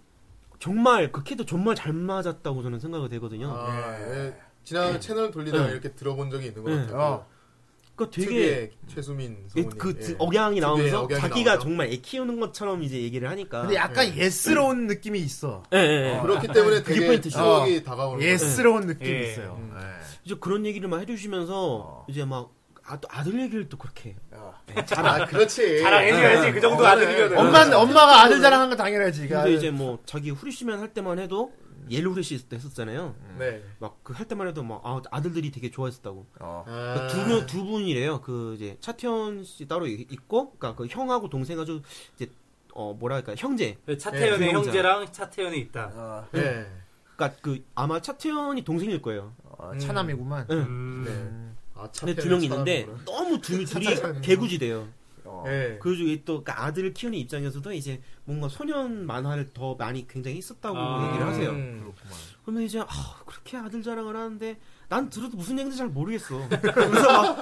정말 그 캐릭터 정말 잘 맞았다고 저는 생각이 되거든요. 아, 예. 지난 채널 돌리다가 예. 이렇게 들어본 적이 있는 것 예. 같아요. 어. 그러니까 되게 되게 최수민 이- 성우님. 그 예. 억양이 나오면서 억양이 자기가 나오죠. 정말 애 키우는 것처럼 이제 얘기를 하니까 근데 약간 예스러운 느낌이 있어. 예, 예, 예. 그렇기 때문에 그게 되게 포인트죠. 음. 추억이 다가오는 네. 음. 예스러운 느낌이 예. 있어요. 이제 그런 얘기를 막 해주시면서 어. 이제 막 아, 또 아들 얘기를 또 그렇게 예, 잘 아, 그렇지. 자랑해줘야지. 그 정도 네. 아들이면. 엄마 엄마가 아들 자랑한 거 당연하지. 그 이거. 근데 이제 뭐 자기 후리시맨 할 때만 해도 옐로 후리시 있을 때 했었잖아요. 네. 막 그 할 때만 해도 막 아, 들들이 되게 좋아했었다고. 아, 그러니까 두, 명- 두 분이래요. 그 이제 차태현 씨 따로 이- 있고, 그러니까 그 형하고 동생 아주 이제 어 뭐랄까 형제. 그 차태현의 예, 형제랑 차태현이 있다. 네. 그러니까 그 아마 차태현이 동생일 거예요. 아, 차남이구만. 음. 아, 차 근데 두 명 있는데 너무 둘이 둘이 개구지대요. 예. 그리고 이게 또그 아들을 키우는 입장에서도 이제 뭔가 소년 만화를 더 많이 굉장히 했었다고 아. 얘기를 하세요. 음. 그러면 이제 아, 그렇게 아들 자랑을 하는데 난 들어도 무슨 얘기인지 잘 모르겠어. [LAUGHS] 그래서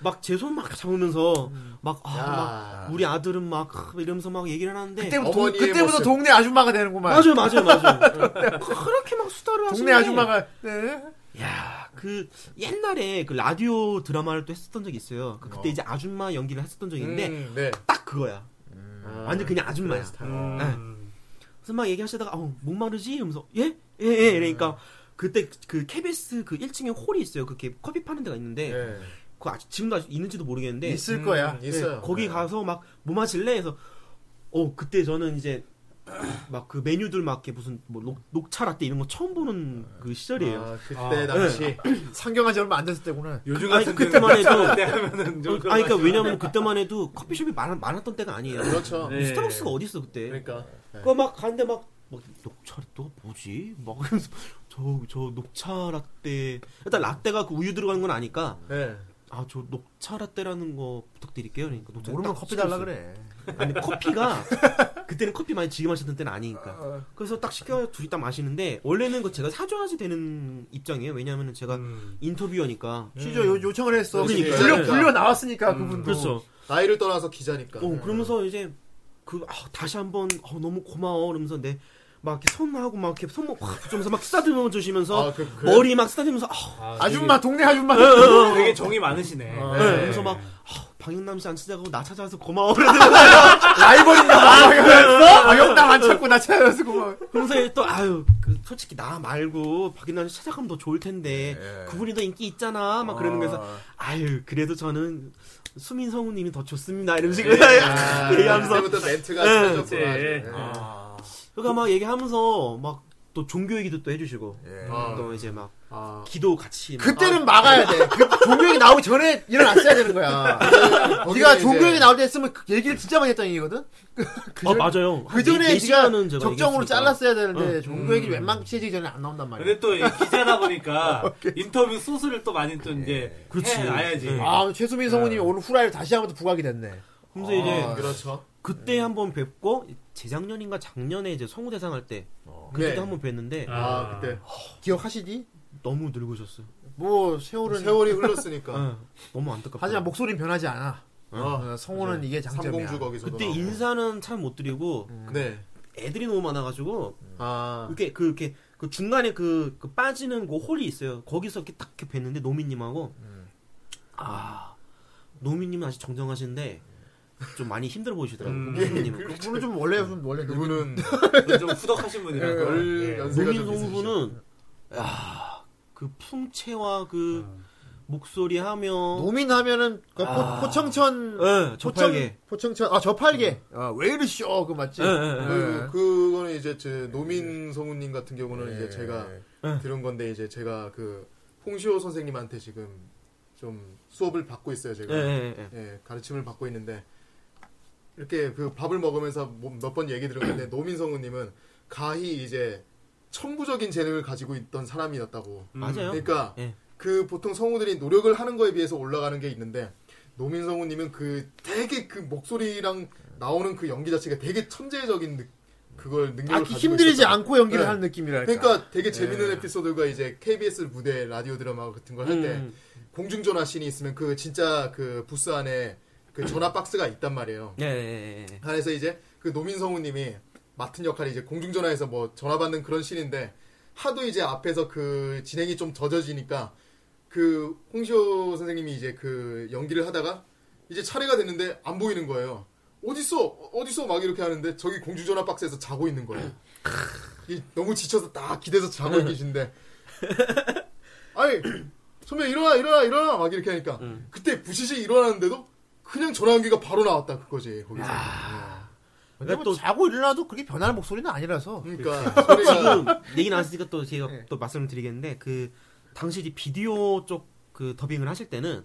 막 [CLEARS THROAT] 제 손 막 잡으면서 음. 막, 아, 야. 막 우리 아들은 막 아, 이러면서 막 얘기를 하는데 그때부터, 동, 어머니의 그때부터 모습. 동네 아줌마가 되는구만. 맞아요 맞아요 맞아요 [LAUGHS] 그렇게 막 수다를 하시는 동네 아줌마가 네. 야그 옛날에 그 라디오 드라마를 또 했었던 적이 있어요 그- 그때 이제 아줌마 연기를 했었던 적이 있는데 음, 네. 딱 그거야 음. 완전 그냥 아줌마야 네. 음. 그래서 막 얘기하시다가 어, 목마르지? 이러면서 예? 예, 예. 이러니까 그때 그 KBS 그 1층에 홀이 있어요. 그렇게 커피 파는 데가 있는데 예. 그거 아직 지금도 아직 있는지도 모르겠는데 네. 있을 거야. 예, 있어요. 거기 가서 막 뭐 마실래? 해서 어, 그때 저는 이제 막 그 메뉴들 막 이렇게 무슨 뭐 녹, 녹차 라떼 이런 거 처음 보는 그 시절이에요. 네. 아, 그때 아. 당시 [CLEARS THROAT] 상경한 지 얼마 안 됐을 때구나. 요즘 아니, 같은 네, 그때만 [LAUGHS] 해도- 때 하면은 어, 좀 아니 그런 그러니까 왜냐면 그때만 해도 커피숍이 많, 많았던 때가 아니에요. 그렇죠. 네. 스타벅스가 어디 있어 그때? 네. 그러니까 그거 막 가는데 막 막 녹차라떼가 뭐지? 막 하면서 [LAUGHS] 저, 저 녹차라떼 일단 라떼가 그 우유 들어간 건 아니까 네. 아 저 녹차라떼라는 거 부탁드릴게요 그러니까 녹차 모르면 딱 커피 달라 시켰어요. 음. 그래. 아니 [LAUGHS] 커피가 그때는 커피 많이 지게 마셨던 때는 아니니까 그래서 딱 시켜 둘이 딱 마시는데 원래는 그 제가 사줘야지 되는 입장이에요 왜냐하면 제가 음. 음. 인터뷰어니까 취조 요, 요청을 했어. 그러니까. 불려 그러니까. 불려 나왔으니까 그분도. 그렇죠 나이를 떠나서 기자니까. 네. 어, 그러면서 이제 그 아, 다시 한번 어, 너무 고마워 그러면서 내 막 이렇게 손하고 막 이렇게 손목 확 붙이면서 막 쓰다듬어 주시면서 아, 그- 그래요? 머리 막 쓰다듬면서 아, 아줌마 동네 아줌마. [LAUGHS] 되게, 되게 정이 많으시네. 네. 네. 그래서 막 아, 방영남 씨안 찾아가고 나 찾아와서 [LAUGHS] 고마워 그러 아, 라이벌인가 봐. 그랬어? 아, 영남 안 찾고 나 찾아서 고마워. 그러면서 또 아유 그 솔직히 나 말고 박인남 씨 찾아가면 더 좋을 텐데 그분이 더 인기 있잖아 막 그러는 거에서 아유 그래도 저는 수민 성우님이 더 좋습니다 이런 식으로 네. 아, 얘기하면서 아, 예, 그때부터 멘트가 터졌구나. 네. 아, 그러니까 막 얘기하면서 막 또 종교 얘기도 또 해주시고 예. 네. 음. 또 이제 막 아. 기도 같이 막 그때는 막아야 돼. 그 종교형이 나오기 전에 일어났어야 되는 거야. 네가 종교형이 나올 때 했으면 그 얘기를 진짜 많이 했다는 얘기거든? 아 맞아요. 그 전에 네가 적정으로 잘랐어야 되는데 종교 얘기를 웬만큼 시작하기 전에 안 나온단 말이야. 근데 또이 [LAUGHS] 기자다 보니까 인터뷰 소스를 또 많이 또 이제 그렇지. 해 놔야지. 네. 아, 최수민 성우님이 오늘 후라이를 다시 한번 더 부각이 됐네. 아, 그래서 이제 그렇죠. 그때 한번 뵙고 재작년인가 작년에 이제 성우 대상 할때 네. 그때도 한번 뵀는데 아, 그때. 네. 기억하시니? 너무 늙으셨어요. 뭐, 세월은. 세월이 흘렀으니까. 응. 너무 안타깝다. 아. 하지만 목소리는 변하지 않아. 어, 성우는 이게 장점이야. 삼공주 거기서도. 아. 그때 나오고. 인사는 참 못 드리고 네. 애들이 너무 많아가지고 음. 아, 이렇게 그 이렇게 그 중간에 그, 그 빠지는 그 홀이 있어요. 거기서 이렇게 딱 이렇게 뵀는데 노미님하고 음. 아 노미님은 아직 정정하신데 음. 좀 많이 힘들어 보이시더라고요. 노미님은. 그분은 좀 원래, 좀 원래 그분은 좀 후덕하신 네. 분이라. 네, 열 연세가 좀 있으시죠. 노민 동수는 야그 풍채와 그 목소리 하며 노민하면은 그 포, 포청천 예 포청 저팔계 포청천 아 저팔계 아, 왜 이러시오 그 맞지 예, 예, 네. 그- 그거는 이제 제 노민 성우님 같은 경우는 이제 제가 네. 들은 건데 이제 제가 그 홍시호 선생님한테 지금 좀 수업을 받고 있어요 제가 예, 네, 예, 예. 예, 가르침을 받고 있는데 이렇게 그 밥을 먹으면서 몇 번 얘기 들었는데 [COUGHS] 노민 성우님은 가히 이제 천부적인 재능을 가지고 있던 사람이었다고 맞아요 그러니까 예. 그 보통 성우들이 노력을 하는 거에 비해서 올라가는 게 있는데 노민 성우님은 그 되게 그 목소리랑 나오는 그 연기 자체가 되게 천재적인 느- 그걸 능력을 아, 가지고 힘들이지 있었다. 않고 연기를 네. 하는 느낌이랄까 그러니까 되게 재밌는 에피소드가 이제 KBS 무대 라디오 드라마 같은 걸 할 때 음. 공중전화 씬이 있으면 그 진짜 그 부스 안에 그 전화 박스가 있단 말이에요. 예, 예, 예. 안에서 이제 그 노민 성우님이 맡은 역할이 이제 공중전화에서 뭐 전화 받는 그런 씬인데 하도 이제 앞에서 그 진행이 좀 젖어지니까 그 홍시호 선생님이 이제 그 연기를 하다가 이제 차례가 됐는데 안 보이는 거예요. 어딨어? 어딨어? 막 이렇게 하는데 저기 공중전화 박스에서 자고 있는 거예요. 이 너무 지쳐서 딱 기대서 자고 계신데 아니 선배 일어나 일어나 일어나 막 이렇게 하니까 그때 부시시 일어나는데도 그냥 전화 연기가 바로 나왔다 그거지 거기서 근데 뭐 또- 자고 일어나도 그렇게 변하는 목소리는 아니라서 그러니까 소리가 지금 얘기 나왔으니까 또 제가 예. 또 말씀을 드리겠는데 그 당시 이제 비디오 쪽 그 더빙을 하실 때는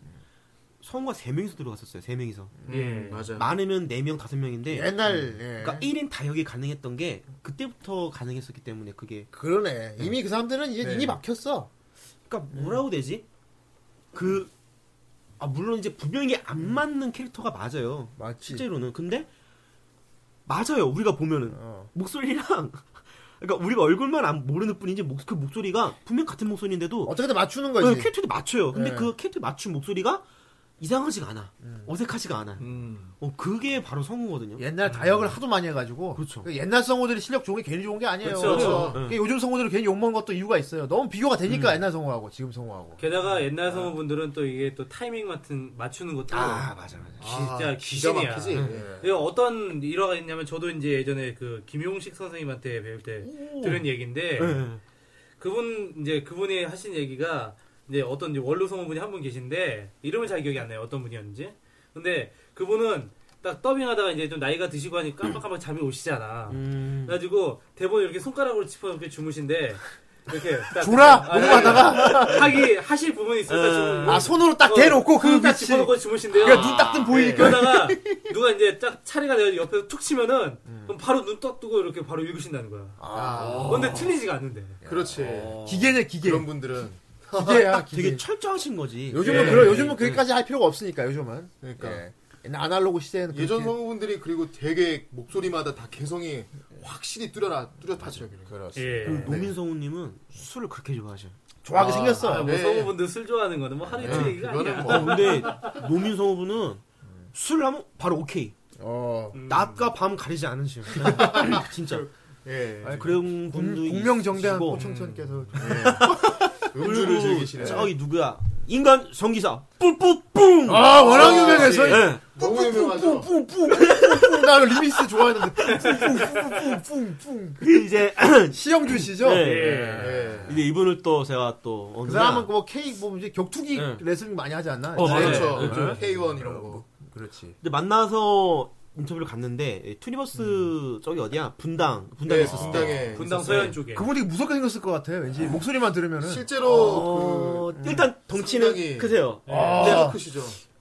성우가 세 명이서 들어갔었어요 세 명이서 예. 맞아 많으면 네 명 다섯 명인데 옛날 예. 그러니까 1인 다역이 가능했던 게 그때부터 가능했었기 때문에 그게 그러네 이미 그 사람들은 이제 네. 이미 막혔어 그러니까 음. 뭐라고 되지? 그, 아, 물론 이제 분명히 안 맞는 캐릭터가 맞아요. 음. 맞지 실제로는. 근데, 맞아요. 우리가 보면은. 어. 목소리랑, [LAUGHS] 그러니까 우리가 얼굴만 안 모르는 뿐이지, 목, 그 목소리가 분명 같은 목소리인데도, 어떻게든 맞추는 어, 거지 캐릭터도 맞춰요. 근데 네. 그 캐릭터 맞춘 목소리가 이상하지가 않아. 어색하지가 않아. 음. 어, 그게 바로 성우거든요. 옛날 다역을 하도 많이 해가지고 그렇죠. 그 옛날 성우들이 실력 좋은 게 괜히 좋은 게 아니에요 그렇죠. 그렇죠. 그러니까 요즘 성우들은 괜히 욕먹는 것도 이유가 있어요 너무 비교가 되니까 옛날 성우하고 지금 아. 성우하고 게다가 옛날 성우분들은 또 이게 또 타이밍 같은 맞추는 것도 어. 아, 맞아, 맞아. 진짜 기가 귀신이야. 막히지 예. 이거 그 어떤 일화가 있냐면 저도 이제 예전에 그 김용식 선생님한테 배울 때 들은 얘기인데 네. 예. 그분 이제 그분이 하신 얘기가 이제 어떤 이제 원로 성우분이 한 분 계신데 이름은 잘 기억이 안 나요 어떤 분이었는지 근데 그분은 딱 더빙하다가 이제 좀 나이가 드시고 [CLEARS THROAT] 하니 깜빡깜빡 잠이 오시잖아 음. 그래가지고 대본 이렇게 손가락으로 짚어 이렇게 주무신데 [LAUGHS] 이렇게 딱 구라 아, 네. 하기 하실 부분이 있어요. 좀 아 손으로 딱 대놓고 그 음. 딱 위치 집어넣고 아, 주무신대요. 그러니까 눈 딱 뜨면 보이니까 그러다가 네. [LAUGHS] 누가 이제 딱 차례가 돼서 옆에서 툭 치면은 그럼 바로 눈 딱 뜨고 이렇게 바로 읽으신다는 거야. 음. 아, 근데 틀리지가 않는데. 예. 그렇지. 기계네 기계 그런 분들은 기계야 기계 되게 철저하신 거지. 요즘은 예. 그런 요즘은 그게까지 할 필요가 없으니까 요즘은 그러니까 옛날 아날로그 시대에는 예전 그렇게- 성우분들이 그리고 되게 목소리마다 다 개성이 확실히 뚜렷하 뚜렷하죠. 그렇지. 예. 음, 네. 노민성우님은 술을 그렇게 좋아하셔. 좋아하게 아, 생겼어 뭐 네. 성우분들 술 좋아하는 거는 뭐 하루 이틀 얘기가 아니야. 그거는 어, 뭐 근데 노민성우분은 술을 하면 바로 오케이. 뭐. 어 음. 낮과 밤 가리지 않으시요 진짜. 예. 아니, 그런 군- 분도 음, 공명정대한 뭐 있으시고. 포청천께서 예. 음주를 즐기시네. 저기 누구야? 인간 성기사 뿜뿜뿜. 아 워낙 유명해서 예. 너무 유명하죠. 나 리믹스 좋아했는데 뿡뿡뿡뿡뿡 [LAUGHS] 근데 이제 시영준 씨죠? 네. 예. 이제 이분을 또 제가 또 어느 예. 그 날 사람은 뭐 K 뭐 이제 격투기 네. 레슬링 많이 하지 않나? 예. 어, 맞아요. 그렇죠. 예, 좀- K1 이런 거. 그렇지. 근데 만나서 인터뷰를 갔는데 예, 투니버스 음. 저기 어디야? 분당 분당에 예. 네, 있었을 때. 분당에 분당 있었어요. 서현 쪽에. 그분 되게 무섭게 생겼을 것 같아. 왠지 목소리만 들으면은 실제로 어, 그 일단 덩치는 상당히- 크세요. 그 아. 아. 크시죠.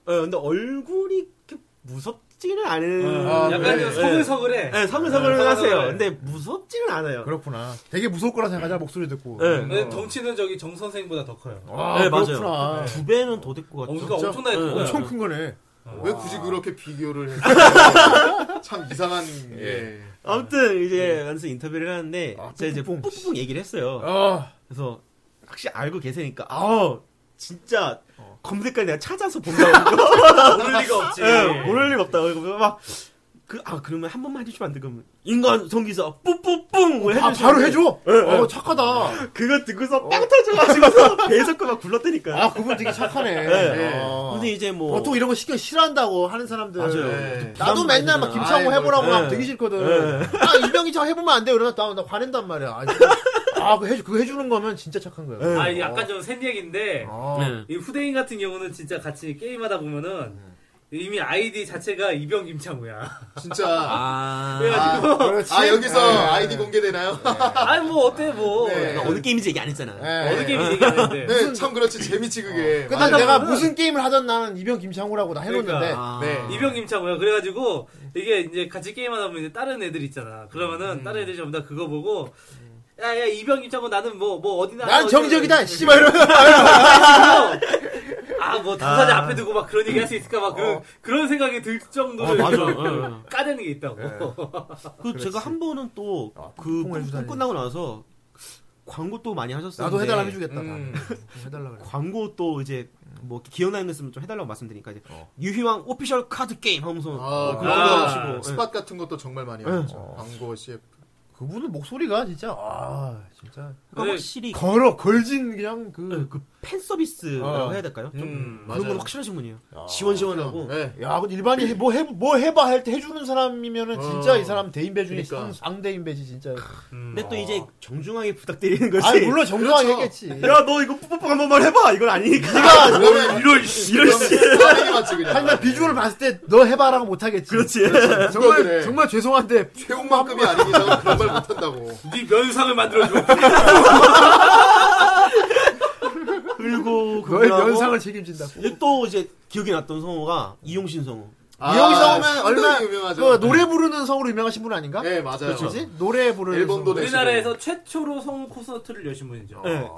예, 근데 얼굴이 이렇게 무섭지는 음. 않은. 아, 예, 약간 네. 예. 좀 서글서글해. 예, 서글서글 예, 하세요. 서글서글해. 근데 무섭지는 않아요. 그렇구나. 되게 무서울 거라 생각하자 목소리 듣고. 예. 어. 근데 네, 덩치는 저기 정 선생보다 더 커요. 아, 네, 맞아요. 그렇구나. 두 배는 더 될 것 어, 같죠. 그러니까 엄청나게 예, 큰 거야. 엄청 큰 거네. 왜 굳이 그렇게 비교를 했을까요? [LAUGHS] 참 이상한 예. 아무튼 이제 연습 인터뷰를 하는데 제가 이제 뿡뿡뿡. 뿡뿡 얘기를 했어요. 아, 그래서 확실히 알고 계시니까 아 진짜 검색까지 내가 찾아서 본다고 그러고, 모를 리가 없지. 네, 예, 모를 리가 없다. 그리고 막 그, 아, 그러면 한 번만 해주시면 안 돼, 그러면. 인간 성기사, 뿌뿌뿡! 아 바로 해줘. 어 착하다. 그거 듣고서 빵 터져가지고서 [LAUGHS] 배에서 그막 굴렀다니까. 아 그분 되게 착하네. 예. 예. 네. 아. 어. 근데 이제 뭐. 보통 이런 거 시켜 싫어한다고 하는 사람들. 맞아요. 그 예. 나도 맨날 막 김창호 해보라고 예. 하면 되게 싫거든. 예. 아, 이병희 저 해보면 안 돼. 이러다 나, 나 화낸단 말이야. 아, 아, 그거, 해주, 그거 해주는 거면 진짜 착한 거야. 예. 아, 이게 약간 좀 센 얘기인데 어. 아, 네. 이 후대인 같은 경우는 진짜 같이 게임하다 보면은 네. 이미 아이디 자체가 이병 김창우야. [LAUGHS] 진짜 아. 아, 그래가지고 그렇지. 아 여기서 예. 아이디 공개되나요? 아니 뭐 어때 뭐 네. 나 그러니까 어느 게임인지 얘기 안 했잖아. 네. 예. 어느 게임 얘기하는데 네, 참 그렇지 재밌지 그게. 그날 맞아, 예. 예. 내가 맞아. 무슨 게임을 하던 나는 이병 김창호라고 나 해놓는데. 그러니까. 아. 네. 이병 김창호야. 그래가지고 이게 이제 같이 게임하다 보면 이제 다른 애들 있잖아. 그러면은 다른 애들이 전부 다 그거 보고 야야 이병 김창호 나는 뭐 뭐 어디나 나는 어디나- 정적이다. 씨발 이러면. 아뭐 당사자 앞에 두고 막 그런 얘기 할 수 있을까 막 그런 그런 생각이 들 정도로 어, 맞아. 이렇게 막 예, 예. 까대는 게 있다고. 그 제가 한 번은 또 그 뿡뿡 해주다니. 끝나고 나서 광고 또 많이 하셨어요. 나도 해달라 해주겠다. 음. 나는. 해달라 그래. 광고 또 이제 뭐 기억나는 거 있으면 좀 해달라고 말씀드리니까 이제 유희왕 오피셜 카드 게임 하면서 아, 뭐 그 그거 아, 하시고 스팟 같은 것도 정말 많이 하죠. 광고 CF. 그분은 목소리가 진짜, 아, 진짜. 네. 그러니까 확실히 그, 걸어, 걸진 그냥 그. 그팬 서비스라고 어. 해야 될까요? 좀 음, 그런 건 맞아요. 확실하신 분이에요. 시원시원하고 네. 야, 근데 일반인 해- 뭐 해, 뭐 해봐 할 때 해주는 사람이면은 진짜 어. 이 사람 대인배 중에 그러니까. 쌍대인배지, 진짜. 근데 또 이제 정중하게 부탁드리는 거지. 아, 물론 정정하게 그렇죠. 했겠지. [LAUGHS] 야 너 이거 뽀뽀 한 번만 해봐. 이건 아니니까. [LAUGHS] 그러면 이럴 씨, 이럴 씨. 빠르게 맞지 그냥. 하지만 비주얼을 봤을 때 너 해봐라고 못하겠지. 그렇지. 정말 그래. 정말 죄송한데 최홍만급이 아니기 전 그런 말 못한다고. 네 면상을 만들어줘. 그리고 너의 그거하고 면상을 책임진다. 이제 또 이제 기억이 났던 성우가 이용신 성우. 아, 이영희 성우면 얼마 아, 상당히 유명하죠. 그 노래 부르는 성우로 유명하신 분 아닌가? 예, 네 맞아요. 그렇지? 노래 부르는 앨범도 성우. 내- 우리나라에서 최초로 성우 콘서트를 여신 분이죠. 네.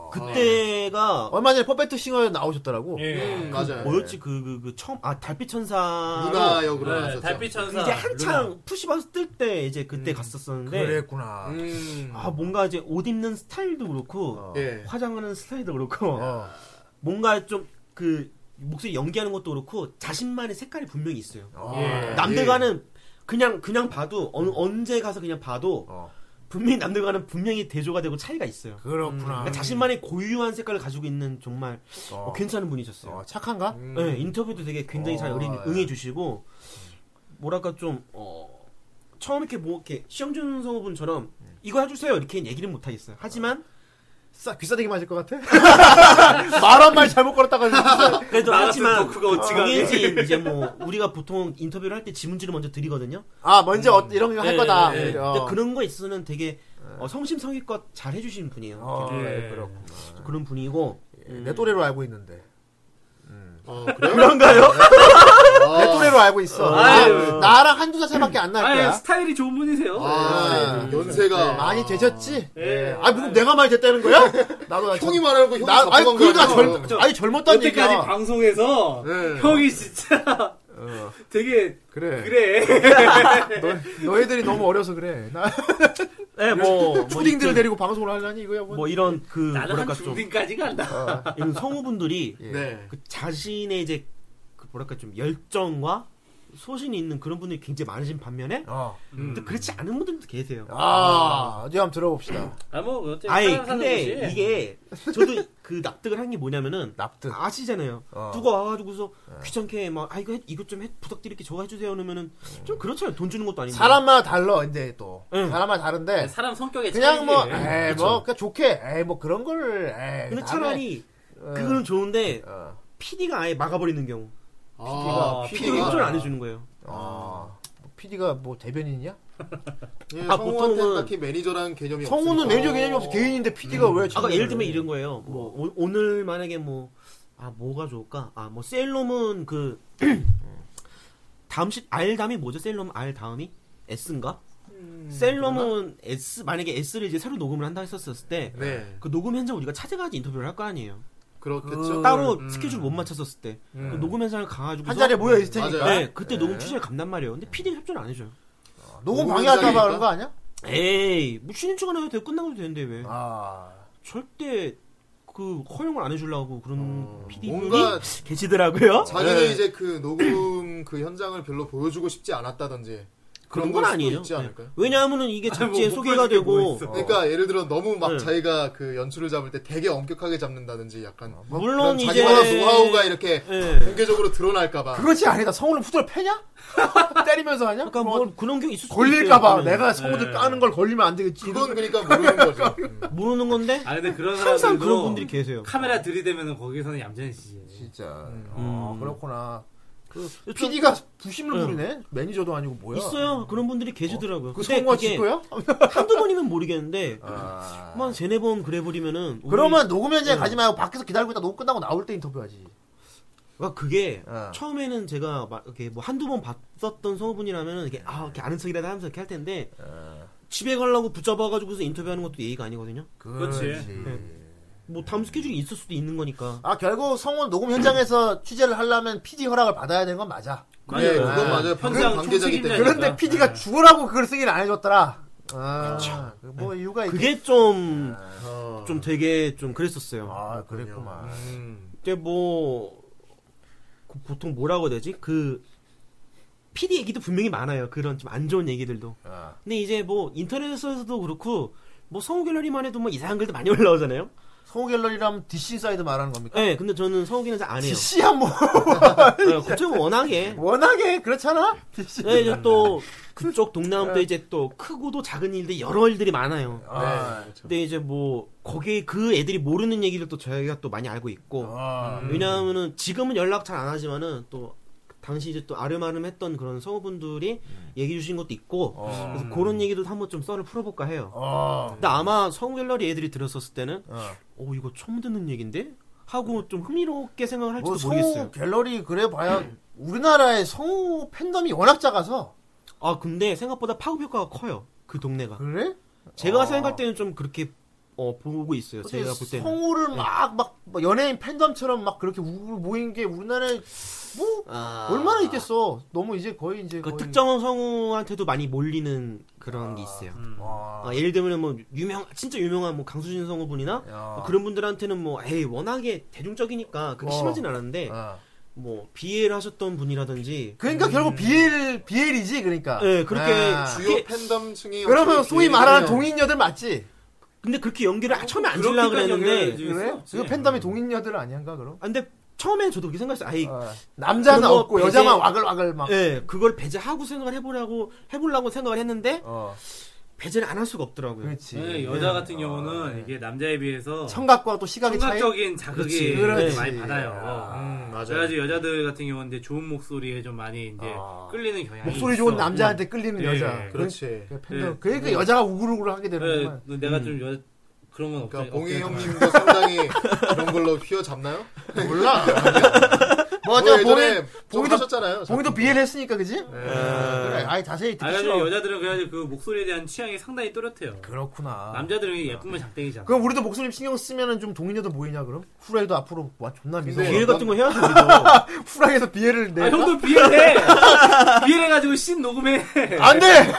그때가 얼마 전에 퍼펙트 싱어에 나오셨더라고. 예. 음, 맞아요. 네. 뭐였지 그 그 그 처음 아 달빛 천사 누나 역으로 네, 하셨죠. 달빛 천사. 이제 한창 푸시방스 뜰 때 이제 그때 갔었었는데 그랬구나. 음. 아 뭔가 이제 옷 입는 스타일도 그렇고 네. 예. 화장하는 스타일도 그렇고 어. 뭔가 좀 그 목소리 연기하는 것도 그렇고 자신만의 색깔이 분명히 있어요. 아, 예. 남들과는 그냥 그냥 봐도 어느- 언제 가서 그냥 봐도 어. 분명히 남들과는 분명히 대조가 되고 차이가 있어요. 음. 그렇구나. 그러니까 자신만의 고유한 색깔을 가지고 있는 정말 어, 괜찮은 분이셨어요. 어, 착한가? 네, 인터뷰도 되게 굉장히 잘 어, 응해, 예. 주시고 뭐랄까 좀 어, 처음 이렇게 뭐 이렇게 시영준 성우분처럼 이거 해주세요 이렇게 얘기는 못 하겠어요. 하지만 싸 귀싸대기 맞을 것 같아? [LAUGHS] 말 한 말 잘못 걸었다가 그래도 나같은 하지만 덕후가 어찌가 정해진 이제 뭐 우리가 보통 인터뷰를 할 때 지문지를 먼저 드리거든요. 아 먼저 어, 이런 거 할 예, 거다. 예, 예. 어. 근데 그런 거 있어서는 되게 어, 성심성의껏 잘 해주신 분이에요. 아, 예. 그렇구나. 그런 분이고 예, 음, 내 또래로 알고 있는데. 어, 그래요? 그런가요? 내 또래로 알고 있어. 아유. 나랑 한두 살 차이밖에 안 날 아니, 거야. 스타일이 좋은 분이세요. 아, 연세가 네. 많이 되셨지? 예. 예. 아, 무슨 내가 많이 됐다는 거야? 나도 나 형이 말하는 거 형이 나, 아니, 접근한 그러니까 거야. 젊, 아니, 젊었다는 여태까지 얘기야. 방송에서 예. 형이 진짜 되게 그래. 그래. 너, 너희들이 너무 어려서 그래. 나 네, 뭐, 뭐, 초딩들을 이렇게 데리고 방송을 하려니 이거야 뭐. 뭐 이런 그 나는 한 뭐랄까 좀 중딩까지 간다. 이런 예. 성우분들이 네. 그 자신의 이제 그 뭐랄까 좀 열정과 소신이 있는 그런 분들이 굉장히 많으신 반면에 어. 근데 그렇지 않은 분들도 계세요. 아, 어디 한번 들어봅시다. 아, 뭐, 어째 아니 사람 사는 근데 거지. 이게 저도 그 납득을 한 게 뭐냐면은 납득. 아시잖아요. 어. 누가 와가지고서 귀찮게 막 아 이거 해, 이거 좀 해, 부탁드릴게 저거 해주세요 그러면은 좀 그렇잖아요. 돈 주는 것도 아닌데. 사람마다 달라, 이제 또. 음. 응. 사람마다 다른데. 사람 성격에 그냥 차이지. 뭐, 아, 예, 에이, 뭐, 그냥 좋게, 에이, 뭐 그런 걸, 에이. 근데 다음에- 차라리 예. 그거는 좋은데 PD가 아예 막아버리는 경우. 아, 아, PD가 협조를 안 해주는 거예요. 아. PD가 뭐 대변인이냐? 아, 보통은- 예, 매니저라는 개념이 성우는 매니저 개념이 없어. 개인인데 PD가 왜 아까 자기를- 예를 들면 이런 거예요. 어. 뭐 오, 오늘 만약에 뭐 아 뭐가 좋을까? 아 뭐 셀롬은 그 [CLEARS THROAT] 다음 시 R 다음이 뭐죠? 셀롬 R 다음이 S인가? 음, 셀롬은 S 만약에 S를 이제 새로 녹음을 한다 했었을 때 그 네. 녹음 현장 우리가 찾아가지 인터뷰를 할 거 아니에요. 그렇겠죠. 따로 스케줄 못 맞췄었을 때 그 녹음 현장을 가가지고 음. 한 자리에 모여 있을 맞아요. 테니까. 네 그때 녹음 취재를 간단 말이에요. 근데 PD는 협조를 안 해줘요. 녹음 방해할까봐 그런 거 아니야? 에이 뭐 쉬는 척안 해도 돼 끝나고도 되는데 왜? 아. 절대 그 허용을 안 해주려고 그런 PD분이 뭔가- 계시더라고요. 네. 자기는 이제 그 녹음 그 현장을 별로 보여주고 싶지 않았다든지 그런 걸건 수도 아니에요. 있지 않을까요? 네. 왜냐하면은 이게 아니, 뭐 잡지에 못 소개가 보여줄 게 되고 뭐 있어. 그러니까 예를 들어 너무 막 네. 자기가 그 연출을 잡을 때 되게 엄격하게 잡는다든지 약간 물론 이제 자기만의 노하우가 이렇게 예. 공개적으로 드러날까봐 그렇지 아니다. 성우는 후드를 패냐? [LAUGHS] 때리면서 하냐? 그러니까 뭐 그런 게 있을 수도 걸릴까봐 있어요. 내가 성우들 네. 까는 걸 걸리면 안 되겠지. 그건 그러니까 모르는 거죠. 음. 모르는 건데 아, 근데 그런 항상 사람들도 그런 분들이 계세요. 카메라 들이대면 거기서는 얌전해지지. 진짜. 음. 아, 그렇구나. PD가 부심을 응. 부리네. 매니저도 아니고 뭐야? 있어요. 그런 분들이 계시더라고요. 그 근데 성우가 그게 질 거야? 한두 번이면 모르겠는데 아. 뭐, 한 세네 번 그래 버리면은 우리- 그러면 녹음 현장에 가지 말고 밖에서 기다리고 있다 녹음 끝나고 나올 때 인터뷰하지. 그러니까 그게 어. 처음에는 제가 막 이렇게 뭐 한두 번 봤었던 성우분이라면은 이렇게 아 이렇게 아는 척이라도 하면서 이렇게 할 텐데 집에 가려고 붙잡아 가지고서 인터뷰하는 것도 예의가 아니거든요. 그렇지. 네, 뭐 다음 스케줄이 있을 수도 있는 거니까. 아 결국 성우 녹음 현장에서 취재를 하려면 PD 허락을 받아야 되는 건 맞아. 네, 그건 맞아요. 현장 평생 관계자기 때문에. 총책임자니까. 네, 그런데 PD가 죽으라고 그걸 쓰기를 안 해줬더라. 아, 뭐 이유가 있. 그게 좀, 어. 좀 되게 좀 그랬었어요. 아 그랬구만. 음. 근데 뭐, 그 보통 뭐라고 해야 되지? 그, PD 얘기도 분명히 많아요. 그런 좀 안 좋은 얘기들도. 근데 이제 뭐, 인터넷에서도 그렇고, 뭐, 성우 갤러리만 해도 뭐 이상한 글도 많이 올라오잖아요? 성우 갤러리라면 DC 사이드 말하는 겁니까? 네, 근데 저는 성우 갤러리 안 해요. DC야 뭐 네, 그쪽은 워낙에. 워낙에 그렇잖아. DC. 네, 이제 또, 그쪽 동남도 이제 또, 크고도 작은 일들, 여러 일들이 많아요. 네. 그렇죠. 근데 이제 뭐 거기에 그 애들이 모르는 얘기를 또 저희가 또 많이 알고 있고 아, 왜냐하면은 지금은 연락 잘 안 하지만은 또 당시 이제 또 아름아름했던 그런 성우분들이 얘기해 주신 것도 있고 음. 그래서 그런 얘기도 한번 좀 썰을 풀어볼까 해요 근데 아마 성우 갤러리 애들이 들었었을 때는 아. 오 이거 처음 듣는 얘긴데 하고 좀 흥미롭게 생각을 할지도 뭐 모르겠어요 성우 갤러리 그래 봐야 우리나라의 성우 팬덤이 워낙 작아서 아 근데 생각보다 파급 효과가 커요 그 동네가 그래? 제가 생각할 때는 좀 그렇게 어, 보고 있어요 제가 볼 때는 네. 성우를 막, 막, 막 연예인 팬덤처럼 막 그렇게 우, 모인 게 우리나라에 뭐 아. 얼마나 있겠어. 너무 이제 거의 이제 그 거의 특정한 성우한테도 많이 몰리는 그런 게 있어요. 음. 음. 아, 예를 들면 뭐 유명 진짜 유명한 뭐 강수진 성우분이나 뭐 그런 분들한테는 뭐 에이 워낙에 대중적이니까 그렇게 심하진 않았는데 뭐 비애를 하셨던 분이라든지 그러니까 결국 비엘 비엘이지 그러니까. 예 그렇게 예, 아. 주요 그게- 팬덤층이 그러면 어떻게 소위 비행이냐. 말하는 동인녀들 맞지? 근데 그렇게 연기를 아, 처음에 안 주려고 그랬는데 그래? 그 팬덤이 동인녀들 아닌가 그럼? 아, 근데 처음에 저도 그렇게 생각했어요. 아이 어. 남자는 그런 거 없고 배제- 여자만 와글와글 막. 예, 그걸 배제하고 생각을 해보려고 해보려고 생각을 했는데 배제를 안 할 수가 없더라고요. 그렇지. 네, 예, 여자 같은 경우는 이게 남자에 비해서 청각과 또 시각의 차이. 청각적인 자극이 그렇지. 그렇지. 많이 받아요. 음. 아, 맞아요. 그래가지고 여자들 같은 경우는 이제 좋은 목소리에 좀 많이 이제 아. 끌리는 경향이 목소리 있어. 좋은 남자한테 끌리는 예, 여자. 예, 그렇지. 그러니까 팬들- 예. 그러니까 여자가 우글우글 하게 되는 네, 그래, 예. 거야. 내가 좀 여, 그런 건 없어. 그러니까 봉이 형님도 상당히 그런 걸로 휘어잡나요? 몰라. 뭐 뭐 어쩌면 예전에 봉이 봉이 봉이도- 하셨잖아요. 봉이도 비엘 했으니까 그지? 네. 그래, 아예 자세히 듣기 아니, 싫어. 여자들은 그래가지고 그 목소리에 대한 취향이 상당히 또렷해요. 그렇구나. 남자들은 예쁘면 작땡이잖아. 그러니까. 그럼 우리도 목소리 신경 쓰면은 좀 동의녀도 보이냐 그럼? 후라이도 앞으로 와 존나 미소. 근데- 기회 같은 거 [LAUGHS] 해야죠. 우리도. 후라이에서 비애를 내. 아, 형도 비엘해! 비엘해가지고 씬 녹음해! 안 돼.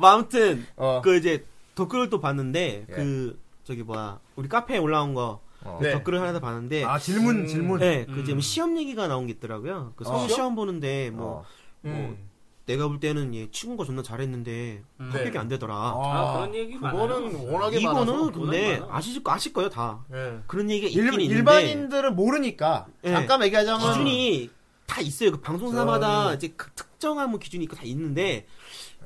뭐 아무튼 어. 그 이제 댓글을 또 봤는데 그 저기 뭐야 우리 카페에 올라온 거 그 네. 댓글을 하나 더 봤는데 아 질문 질문. 네, 그 지금 시험 얘기가 나온 게 있더라고요. 그 서울 시험 보는데 뭐, 음. 뭐 내가 볼 때는 얘 친구가 존나 잘했는데 네. 합격이 안 되더라. 아, 그런 얘기 많아요. 음. 그거는 워낙에 많아서. 이거는 근데 많아. 아실 아실 거예요 다. 예. 그런 얘기가 있긴 일, 있는데 일반인들은 모르니까 예. 잠깐 얘기하자면 기준이 다 있어요. 그 방송사마다 이제 그 특정한 뭐 기준이 있고 다 있는데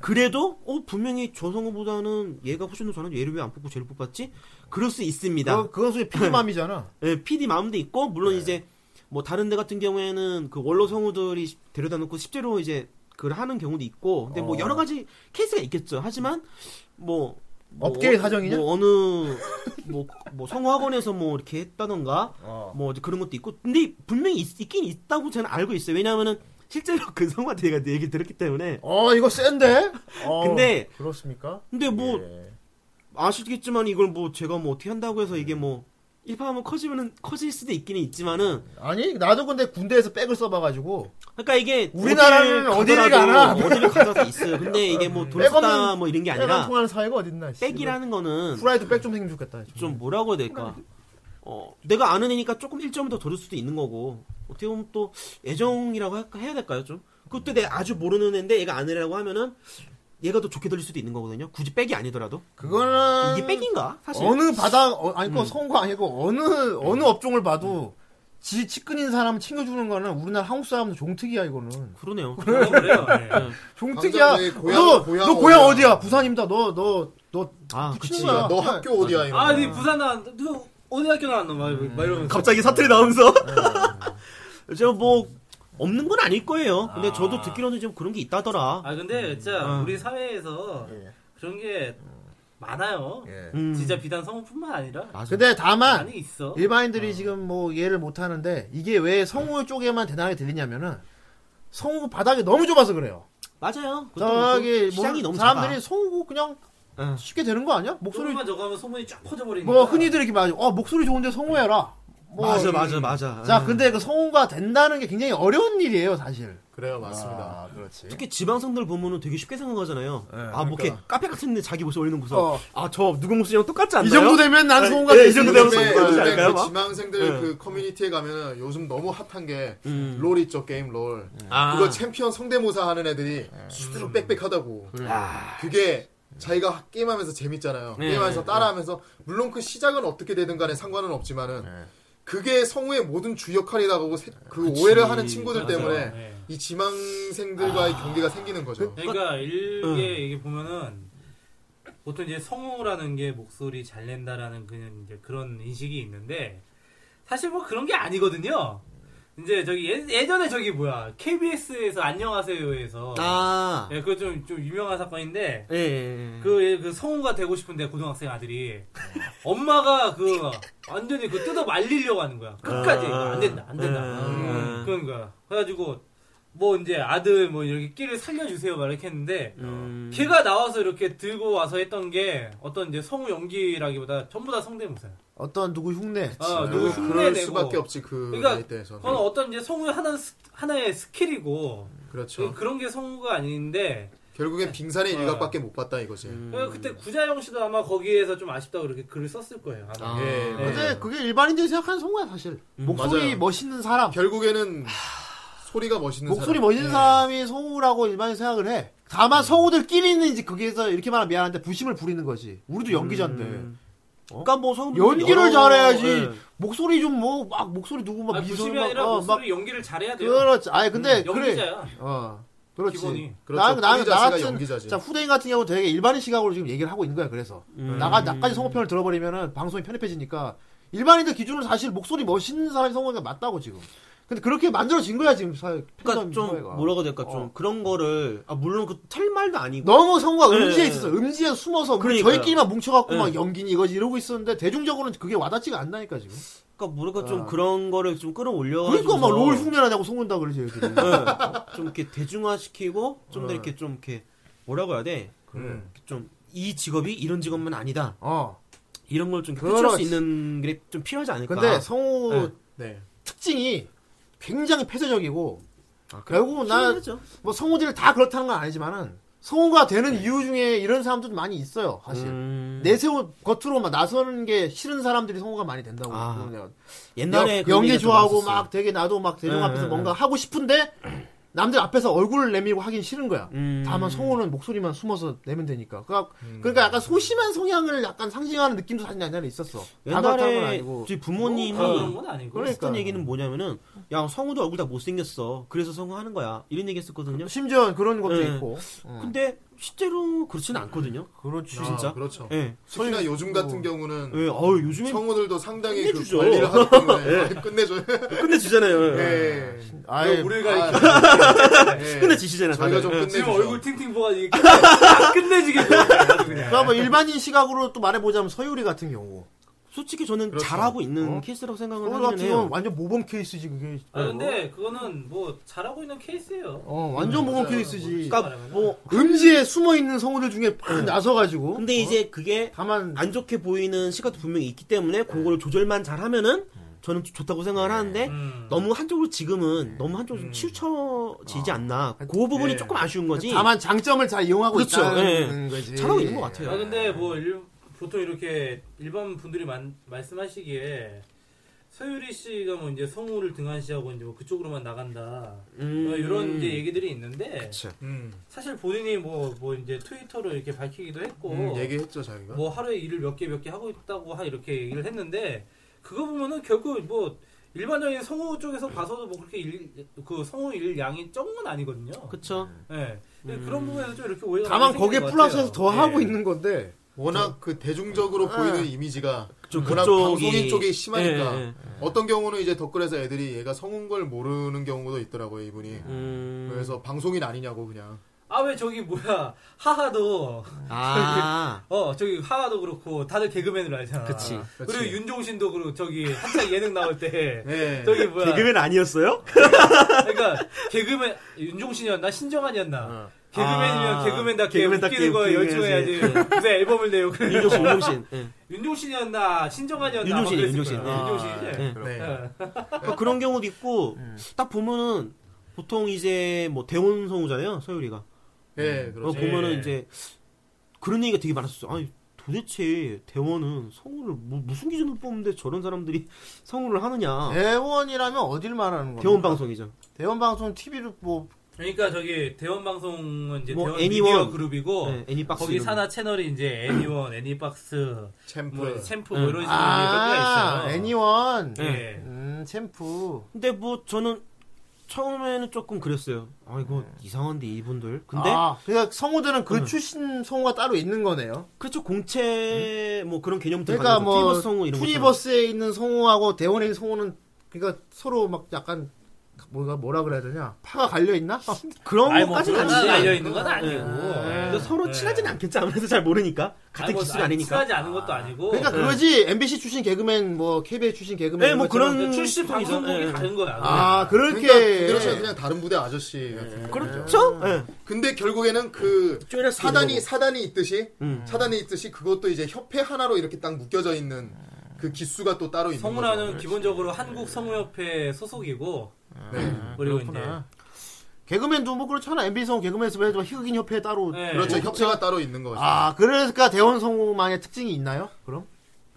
그래도 어 분명히 저성우보다는 얘가 훨씬 더 잘하는데 얘를 왜 안 뽑고 쟤를 뽑았지? 그럴 수 있습니다. 그건, 그건 소위 피디맘이잖아. 예, PD 마음도 있고 물론 네. 이제 뭐 다른 데 같은 경우에는 그 원로 성우들이 데려다 놓고 실제로 이제 그걸 하는 경우도 있고 근데 어. 뭐 여러 가지 케이스가 있겠죠. 하지만 뭐, 뭐 업계의 어- 사정이냐? 뭐 어느 뭐, 뭐 성우 학원에서 뭐 이렇게 했다던가 어. 뭐 이제 그런 것도 있고 근데 분명히 있, 있긴 있다고 저는 알고 있어요. 왜냐하면은 실제로 [LAUGHS] 그 성우한테 얘가 내 얘기 들었기 때문에 어 이거 센데. 어, 근데 그렇습니까? 근데 뭐 예. 아시겠지만 이걸 뭐 제가 뭐 어떻게 한다고 해서 네. 이게 뭐 일파하면 커지면은 커질 수도 있기는 있지만은 아니 나도 근데 군대에서 백을 써봐가지고 그러니까 이게 우리나라는 어딜 어디를 가더라도 가나? 어디를 가도 다 있어요. 근데 이게 [LAUGHS] 뭐 백 돈쓰다 없는- 뭐 이런 게 백안 아니라 통하는 사회가 어딨나? 씨. 백이라는 거는 후라이도 백 좀 생기면 좋겠다. 좀 뭐라고 해야 될까? 어, 내가 아는 애니까 조금 1점을 더 들을 수도 있는 거고 어떻게 보면 또 애정이라고 할까- 해야 될까요 좀? 그것도 내가 아주 모르는 애인데 얘가 아내라고 하면은 얘가 더 좋게 들릴 수도 있는 거거든요. 굳이 백이 아니더라도 그거는 이게 백인가 사실? 어느 바닥 어, 아니 그거 성과 아니고 어느 어느 업종을 봐도 지 측근인 사람 챙겨주는 거는 우리나라 한국 사람도 종특이야 이거는 그러네요. 그래요, 그래요. 예. 종특이야 너의 너 고향- 너 고향 고향, 어디야? 어디야 부산입니다 너 너너 아, 붙이는 그치. 거야. 너 학교 어디야? 이런 아, 거. 네 부산 나왔너 어디 학교 나왔노? 막, 이러- 막 이러면서. 갑자기 사투리 나오면서. 네. 저뭐 없는 건 아닐 거예요. 근데 저도 듣기로는 좀 그런 게 있다더라. 아, 근데 진짜 어. 음. 우리 사회에서 그런 게 많아요. 음. 진짜 비단 성우뿐만 아니라 맞아. 근데 다만 많이 있어. 일반인들이 지금 뭐 이해를 못 하는데 이게 왜 성우 쪽에만 대단하게 들리냐면은 성우 바닥이 너무 좁아서 그래요 맞아요. 그것도 저기 그렇고 시장이 뭐 너무 사람들이 성우 그냥 응. 쉽게 되는 거 아니야 목소리 소리만 저거 하면 소문이 쫙 퍼져버리니까. 뭐 흔히들 이렇게 말하죠 어 목소리 좋은데 성우해라 뭐 작아. 맞아 맞아 맞아. 자, 근데 그 성우가 된다는 게 굉장히 어려운 일이에요, 사실. 그러니까. 그래요, 아, 맞습니다. 그렇지. 특히 지방성들 보면은 되게 쉽게 생각하잖아요. 아, 뭐 이렇게 카페 같은데 자기 모습 올리는 구석. 어. 아, 저 누구 모습이랑 똑같지 않나요? 이 정도 되면 난 아니, 성우가 예, 될 이 수 정도 있는데. 되면 근데 성우가 되지 요즘에 않을까요? 그 막? 지망생들 네. 그 커뮤니티에 가면은 요즘 너무 핫한 게 음. 롤 있죠 게임 롤 아. 그거 챔피언 성대모사 하는 애들이 수두룩 빽빽하다고 그게 자기가 게임하면서 재밌잖아요 네. 게임하면서 따라하면서 물론 그 시작은 어떻게 되든 간에 상관은 없지만은 그게 성우의 모든 주 역할이라고 세- 그 오해를 하는 친구들 맞아요. 때문에 예. 이 지망생들과의 경계가 생기는 거죠 그러니까 어. 일게 이게 보면은 보통 이제 성우라는 게 목소리 잘 낸다라는 그냥 이제 그런 인식이 있는데 사실 뭐 그런 게 아니거든요. 이제 저기 예, 예전에 저기 뭐야 KBS에서 안녕하세요에서 아. 예, 그거 좀, 좀 유명한 사건인데 예. 예, 예. 그, 예, 그 성우가 되고 싶은데 고등학생 아들이 엄마가 그 완전히 그 뜯어 말리려고 하는 거야 끝까지 아. 이거 안 된다 안 된다 음. 그런 거야 그래가지고 뭐 이제 아들 뭐 이렇게 끼를 살려주세요 막 이렇게 했는데 음. 걔가 나와서 이렇게 들고 와서 했던 게 어떤 이제 성우 연기라기보다 전부 다 성대모사야. 어떤 누구 흉내. 아, 누구 그- 흉내 그럴 내고. 수밖에 없지 그 그러니까 나이대에서는 그건 어떤 이제 성우 하나 하나의 스킬이고 그렇죠 그런 게 성우가 아닌데 결국엔 빙산의 어. 일각밖에 못 봤다 이거지 그래서 그때 구자영 씨도 아마 거기에서 좀 아쉽다고 그렇게 글을 썼을 거예요. 아마. 아. 예, 네. 맞아요. 근데 그게 일반인들이 생각하는 성우야, 사실. 음, 목소리 맞아요. 멋있는 사람. 결국에는 소리가 멋있는 목소리 사람. 예. 멋있는 사람이 성우라고 일반인 생각을 해. 음. 다만 성우들끼리는 이제 거기에서 이렇게 말하면 미안한데 부심을 부리는 거지. 우리도 연기자인데. 그러니까 뭐 성우 어? 연기를 잘해야지. 예. 목소리 좀 뭐, 막 목소리 누구 막 아, 미소 부심이 막, 아니라 어, 목소리 연기를 잘해야 돼요. 그렇죠. 음, 그렇지. 아니, 근데, 그래. 연기자야. 어. 그렇지. 기본이. 그렇죠. 나, 나, 연기자 나 씨가 같은 연기자지. 자, 후대인 같은 경우 되게 일반인 시각으로 지금 얘기를 하고 있는 거야. 그래서 음. 나가 나까지 성우편을 들어버리면은 방송이 편협해지니까 일반인들 기준으로 사실 목소리 멋있는 사람이 성우가 맞다고 지금. 근데 그렇게 만들어진 거야 지금 사. 그러니까 팬덤 좀 사회가. 뭐라고 해야 될까 좀 그런 거를 아 물론 그 찰말도 아니고 어. 너무 성우가 네, 음지에 네. 있어서 음지에 숨어서 우리 그러니까요. 저희끼리만 뭉쳐갖고 네. 막 연기니 이거지 이러고 있었는데 대중적으로는 그게 와닿지가 않나니까 지금. 그러니까 뭐랄까 좀 그런 거를 좀 끌어올려 어. 그러니까 막 롤 흉내나냐고 성운다 그러지 얘들이. 예. 좀 이렇게 대중화시키고 좀 어. 더 이렇게 좀 이렇게 뭐라고 해야 돼? 그 음. 좀 이 직업이 이런 직업만 아니다. 어. 이런 걸 좀 표출할 그렇지. 수 있는 게 좀 필요하지 않을까? 근데 성우 네. 특징이 굉장히 폐쇄적이고 아, 결국은 나 뭐 필요하죠. 성우들이 다 그렇다는 건 아니지만은 성우가 되는 이유 중에 이런 사람도 많이 있어요 사실 네. 음, 내세우 겉으로 막 나서는 게 싫은 사람들이 성우가 많이 된다고 아, 그러면 옛날에 그런 연기 얘기가 좀 좋아하고 많았었어요. 막 되게 나도 막 대중 네, 앞에서 네, 뭔가 하고 싶은데 남들 앞에서 얼굴을 내밀고 하긴 싫은 거야 음. 다만 성우는 목소리만 숨어서 내면 되니까 그러니까, 음. 아, 그러니까 약간 소심한 성향을 약간 상징하는 느낌도 사실 옛날에 있었어 다 그렇다는 건 옛날에 아니고 저희 부모님이 뭐 그런 건 아니고. 그래. 했던 그러니까. 얘기는 뭐냐면은 야 성우도 얼굴 다 못생겼어. 그래서 성우하는 거야. 이런 얘기 했었거든요. 음. 심지어 그런 것도 네. 있고 어. 근데 실제로 그렇지는 않거든요. 그렇지. 진짜? 아, 그렇죠. 예. 특히나 요즘 같은 경우는 예. 어우 요즘에 성우들도 상당히 끝내주죠. 그 관리를 하기 때문에 끝내줘요. 끝내주잖아요. 예. 뭐 아예 우리가 네. 예. 네. [LAUGHS] 끝내주시잖아요. 저희가 다들. 좀 예. 끝내주죠. 지금 얼굴 팅팅 [LAUGHS] 보가지고 끝내지게 [LAUGHS] 그냥. 그러니까 뭐 일반인 시각으로 또 말해보자면 서유리 같은 경우 솔직히 저는 그렇죠. 잘하고 있는 케이스라고 생각을 서유리 하긴 어? 같은 경우 해요. 네, 완전 모범 케이스지 그게 아 근데 그거는 뭐 잘하고 있는 케이스예요. 어 완전 모범 맞아요. 케이스지 음, 그러니까 뭐 음지에 숨어있는 성우들 중에 팍 나서가지고 근데 이제 그게 다만 안 좋게 보이는 시각도 분명히 있기 때문에 네. 그거를 조절만 잘하면은 음. 저는 좋다고 생각을 하는데 음. 너무 한쪽으로 지금은 너무 한쪽으로 좀 치우쳐지지 않나. 그 부분이 조금 아쉬운 거지. 다만 네. 장점을 잘 이용하고 그렇죠. 있다는 거지 잘하고 있는 것 같아요. 아 근데 뭐 일- 보통 이렇게 일반 분들이 만- 말씀하시기에 서유리 씨가 뭐 이제 성우를 등한시하고 이제 뭐 그쪽으로만 나간다 음. 뭐 이런 이제 얘기들이 있는데 음, 사실 본인이 뭐 뭐 이제 트위터로 이렇게 밝히기도 했고 음, 얘기했죠 자기가. 뭐 하루에 일을 몇 개 몇 개 하고 있다고 하 이렇게 얘기를 했는데 그거 보면은 결국 뭐 일반적인 성우 쪽에서 봐서도 뭐 그렇게 일, 그 성우 일 양이 적은 아니거든요. 그, 그쵸. 음. 예. 근데 그런 부분에서 좀 이렇게 오해가 다만 많이 생기는 거기에 것 플러스해서 같아요. 더 네. 하고 예. 있는 건데 워낙 그 대중적으로 보이는 이미지가 좀 워낙 그쪽이- 방송인 쪽이 심하니까 예, 예. 어떤 경우는 이제 댓글에서 애들이 얘가 성운 걸 모르는 경우도 있더라고요 이분이. 음. 그래서 방송인 아니냐고 그냥. 아 왜 저기 뭐야 하하도 아. 어 저기 하하도 그렇고 다들 개그맨으로 알잖아. 그치. 네. 리고 윤종신도 그렇고 저기 한창 예능 나올 [LAUGHS] 때 예. 저기 뭐야 아니었어요? 그러니까 개그맨 윤종신이었나 신정환이었나 개그맨이면 어. 아, 개그맨답게 개그맨답게 웃기는 거 웃기게 열중해야지 해야지. [LAUGHS] 무슨 앨범을 내요 [LAUGHS] 윤종신, 윤종신. 예. 윤종신이었나 신정환이었나 윤종신, 아마 그랬을 윤종신. 거야. 아, 윤종신이지 예. 네. 그러니까 그런 경우도 있고 딱 보면은 보통 이제 뭐 대원 성우잖아요 서유리가 예, 그렇죠. 어, 보면은 예. 이제 그런 얘기가 되게 많았었어. 아니 도대체 대원은 성우를 뭐, 무슨 기준으로 뽑는데 저런 사람들이 성우를 하느냐? 네. 대원이라면 어딜 말하는 거야 어. 대원 방송이죠. 대원 방송 TV로 뭐 그러니까 저기 대원 방송은 이제 뭐, 대원 애니원. 미디어 그룹이고 네, 애니박스 거기 이름. 산하 채널이 이제 애니원, 애니박스, 챔프. 뭐 챔프 음. 뭐 이런 식으로 아, 이제 거기가 있어요. 애니원 네. 예. 음 챔프 근데 뭐 저는 처음에는 조금 그랬어요. 아 이거 이상한데 이분들. 근데 아, 그러니까 성우들은 그 음. 출신 성우가 따로 있는 거네요 그렇죠 공채 뭐 그런 개념들 그러니까 가지고 뭐 프리버스 성우 이런 것처럼. 프리버스에 있는 성우하고 대원에 있는 성우는 그러니까 서로 막 약간 뭐가 뭐라 그래야 되냐 파가 갈려 있나? [LAUGHS] 아니, 그런 뭐 것까지는 그런 거 아니지. 알려 있는 건 네. 아니고 뭐 근데 서로 친하지는 않겠지 아무래도 잘 모르니까 같은 기술이 아니니까. 친하지 않은 것도 아니고 네. 그러니까 그거지 MBC 출신 개그맨 뭐 KBS 출신 개그맨 네, 뭐 이런 것처럼. 그런 출신 방송국이 예, 예. 다른 거야. 아 그렇게 그러니까 그렇죠. 그냥 다른 부대 아저씨. 같은 거. 그렇죠? 예. 근데 결국에는 그 쪼여라 사단이 쓰기도 사단이 있듯이 음. 사단이 있듯이 그것도 이제 협회 하나로 이렇게 딱 묶여져 있는 그 기수가 또 따로 있는 성우라는 거죠. 기본적으로 한국 성우협회 소속이고 네. 그리고 아, 그렇구나. 개그맨도 뭐 그렇잖아 MBC 성우 개그맨에서 해도 흑인 협회 따로 이제 예. 그렇죠. 협회가 따로 있는 거죠. 아 그러니까 대원 성우만의 특징이 있나요? 그럼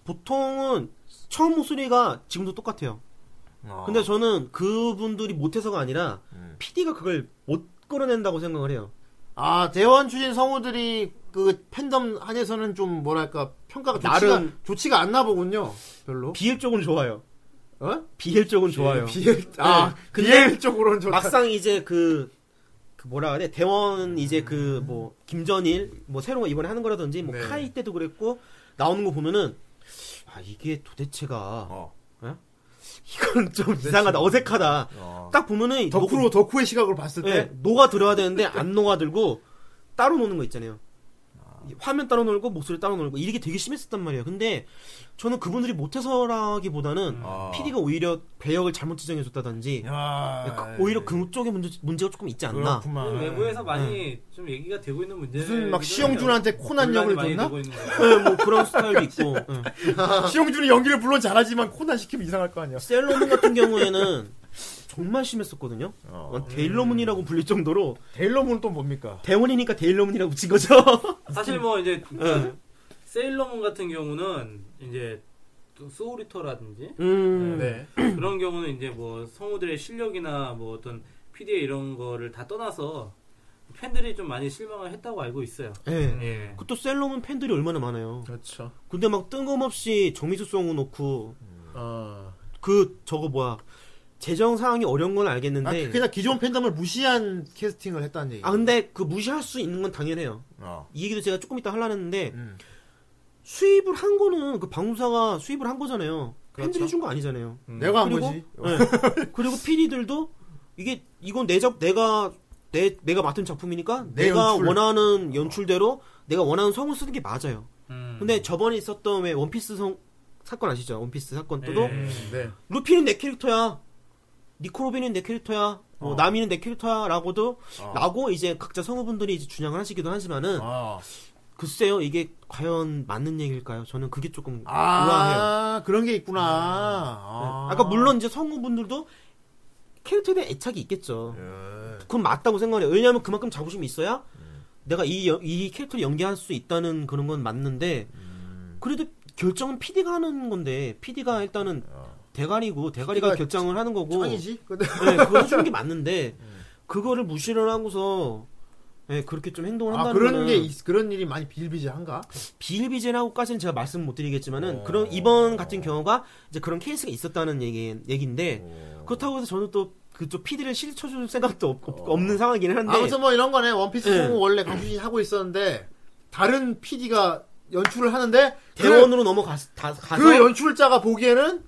보통은 처음 목소리가 지금도 똑같아요. 음. 근데 저는 그분들이 못해서가 아니라 PD가 그걸 못 끌어낸다고 생각을 해요. 아 대원 출신 성우들이 그 팬덤 한에서는 좀 뭐랄까 평가가 나름 나름- 좋지가 않나 보군요 별로 비엘 쪽은 좋아요. 어? 비엘 쪽은 좋아요. 비엘 아 근데 비엘 쪽으로는 좋다. 막상 이제 그 그 뭐라 그래 대원 이제 그 뭐 김전일 뭐 새로운 거 이번에 하는 거라든지 뭐 네. 카이 때도 그랬고 나오는 거 보면은 아 이게 도대체가 어. 예? 이건 좀 이상하다 어색하다 딱 보면은 이 녹- 덕후로 덕후의 시각으로 봤을 예, 때 녹아 들어야 되는데 안 녹아 들고 따로 노는 거 있잖아요. 화면 따로 놀고 목소리 따로 놀고 이게 되게 심했었단 말이에요. 근데 저는 그분들이 못해서라기보다는 아. 네. PD가 오히려 배역을 잘못 지정해줬다든지 야, 그- 오히려 그쪽에 문제 문제가 조금 있지 않나. 그렇구만. 뭐, 네, 외부에서 많이 좀 얘기가 되고 있는 문제. 아. 무슨 막 시영준한테 코난 역을 줬나? 예, 뭐 그런 스타일도 있고 [LAUGHS] 예. 시영준이 연기를 물론 잘하지만 코난 시키면 이상할 거 아니야. 셀러문 같은 경우에는 정말 심했었거든요. 데일러문이라고 불릴 정도로 데일러문은 또 뭡니까? 대원이니까 데일러문이라고 붙인 거죠. [LAUGHS] 사실 뭐 [LAUGHS] 이제 네. 예. 세일러문 같은 경우는 이제 또 소우리터라든지 음, 네. [CLEARS THROAT] 그런 경우는 이제 뭐 성우들의 실력이나 뭐 어떤 PD의 이런 거를 다 떠나서 팬들이 좀 많이 실망을 했다고 알고 있어요. 예. 네. 예. 그또 셀러문 팬들이 얼마나 많아요. 그렇죠. 근데 막 뜬금없이 정미수 송우 놓고 어. 그 저거 뭐야 재정 상황이 어려운 건 아, 알겠는데 그냥 기존 팬덤을 무시한 캐스팅을 했다는 얘기. 네. 아 근데 그 무시할 수 있는 건 당연해요. 어. 이 얘기도 제가 조금 이따 하려고 했는데 음. 수입을 한 거는 그 방송사가 수입을 한 거잖아요. 팬들이 그렇죠. 준 거 아니잖아요. 내가 한 그리고- 거지. 예. [LAUGHS] 그리고 PD들도 이게 이건 내 작, 내가 내 내가 맡은 작품이니까 내 내가 연출. 어. 원하는 연출대로 내가 원하는 성을 쓰는 게 맞아요. 음. 근데 저번에 있었던 왜 원피스 성 사건 아시죠? 원피스 사건 때도 예. 네. 루피는 내 캐릭터야. 니코로빈은 내 캐릭터야. 뭐 어. 나미는 내 캐릭터야라고도 어. 라고 이제 각자 성우분들이 이제 준양을 하시기도 하지만은 아, 글쎄요 이게 과연 맞는 얘기일까요? 저는 그게 조금 의아해요. 네. 아 그런 게 있구나. 아. 아. 까 물론 이제 성우분들도 캐릭터에 대한 애착이 있겠죠. 그건 맞다고 생각해요. 왜냐하면 그만큼 자부심이 있어야 음. 내가 이, 여- 이 캐릭터를 연기할 수 있다는 그런 건 맞는데 음. 그래도 결정은 PD가 하는 건데 PD가 일단은 어. 대가리고 대가리가 PD가 결정을 하는 거고 짱이지. 근데 네, [LAUGHS] 그거 주는 게 맞는데 그거를 무시를 하고서 네, 그렇게 좀 행동을 아 한다는 그런 거는 게 있- 그런 일이 많이 비일비재한가? 비일비재라고까지는 제가 말씀 못 어. 드리겠지만은 그런 이번 같은 경우가 이제 그런 케이스가 있었다는 얘기 얘긴데 어. 그렇다고 해서 저는 또 그쪽 PD를 실쳐줄 생각도 없, 는 상황이긴 한데 어. 아무튼 뭐 이런 거네. 원피스 예. 성우 원래 강수진 하고 있었는데 다른 PD가 연출을 하는데 그- 대원으로 넘어가 다, 가서 그 연출자가 보기에는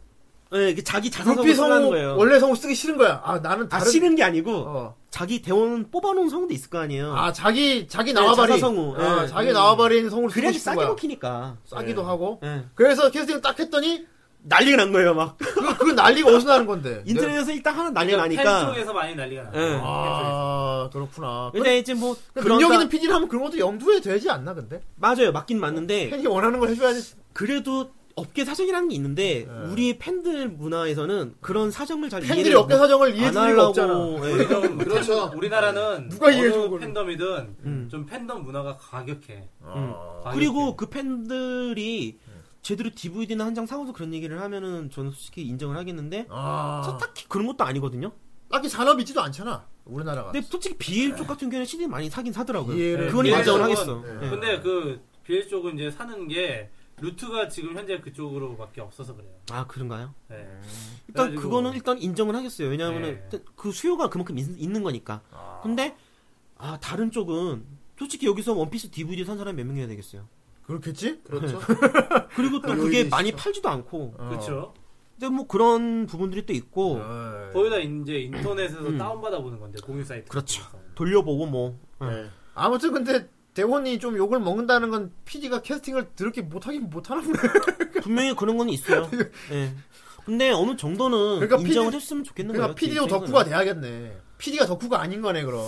예, 이게 자기 자사성을 루피 쓰는 성우 거예요. 원래 성우 쓰기 싫은 거야. 아 나는 아 다른 싫은 게 아니고 어. 자기 대원 뽑아놓은 성도 있을 거 아니에요. 아 자기 자기 네, 나와버린 자사성우. 아, 예. 자기 음. 나와버린 성우를 쓰고 그래야지 싶은 싸게 거야. 먹히니까. 싸기도 하고. 예. 그래서 캐스팅 딱 했더니 난리가 난 거예요 막. 그, 그 난리가 어디서 나는 건데. 인터넷에서 일단 하나 난리가 그러니까 팬 나니까. 쪽에서 많이 난리가 나. 네. 예. 아 그렇구나. 근데 이제 뭐 그런 능력 있는 사- PD를 하면 그런 것도 염두에 되지 않나 근데 맞아요 맞긴 맞는데 팬이 원하는 걸 해줘야지. 그래도 업계 사정이라는 게 있는데 우리 팬들 문화에서는 그런 사정을 잘 네. 팬들이 아, 이해를 어깨 사정을 이해해 안 줄 리가 하려고 없잖아. 예. [LAUGHS] 그래서 그렇죠. 우리나라는 네. 누가 이해해 준 어느 거를. 팬덤이든 음. 좀 팬덤 문화가 과격해. 아. 과격해. 그리고 그 팬들이 네. 제대로 DVD나 한 장 사고서 그런 얘기를 하면은 저는 솔직히 인정을 하겠는데 저 아, 딱히 그런 것도 아니거든요. 딱히 산업이지도 않잖아 네. 예. 우리나라가. 근데 솔직히 BL 쪽 같은 경우는 CD 많이 사긴 사더라고요. 이해를- 그건 BL 인정을 쪽은- 하겠어. 예. 네. 근데 그 BL 쪽은 이제 사는 게 루트가 지금 현재 그쪽으로밖에 없어서 그래요. 아 그런가요? 네. 일단 그래가지고- 그거는 일단 인정을 하겠어요. 왜냐하면 네. 그 수요가 그만큼 있, 는 거니까. 근데 아 다른 쪽은 솔직히 여기서 원피스 DVD 산 사람 몇 명이나 되겠어요. 그렇겠지? 그렇죠. 그리고 아, 또 요인이 그게 있죠. 많이 팔지도 않고. 어. [LAUGHS] 그렇죠. 근데 뭐 그런 부분들이 또 있고 아. 어. 거의 다 이제 인터넷에서 다운받아 보는 건데 공유 사이트. 네. 음. 그렇죠. 돌려보고 뭐. 예. 아무튼 근데 대원이 좀 욕을 먹는다는 건 PD가 캐스팅을 더럽게 못하긴 못하나 보네. 분명히 그런 건 [LAUGHS] 있어요. 예. 근데 어느 정도는 그러니까 인정을 PD 했으면 좋겠는 그러니까 거예요. PD도 덕후가 돼야겠네. PD가 덕후가 아닌 거네 그럼.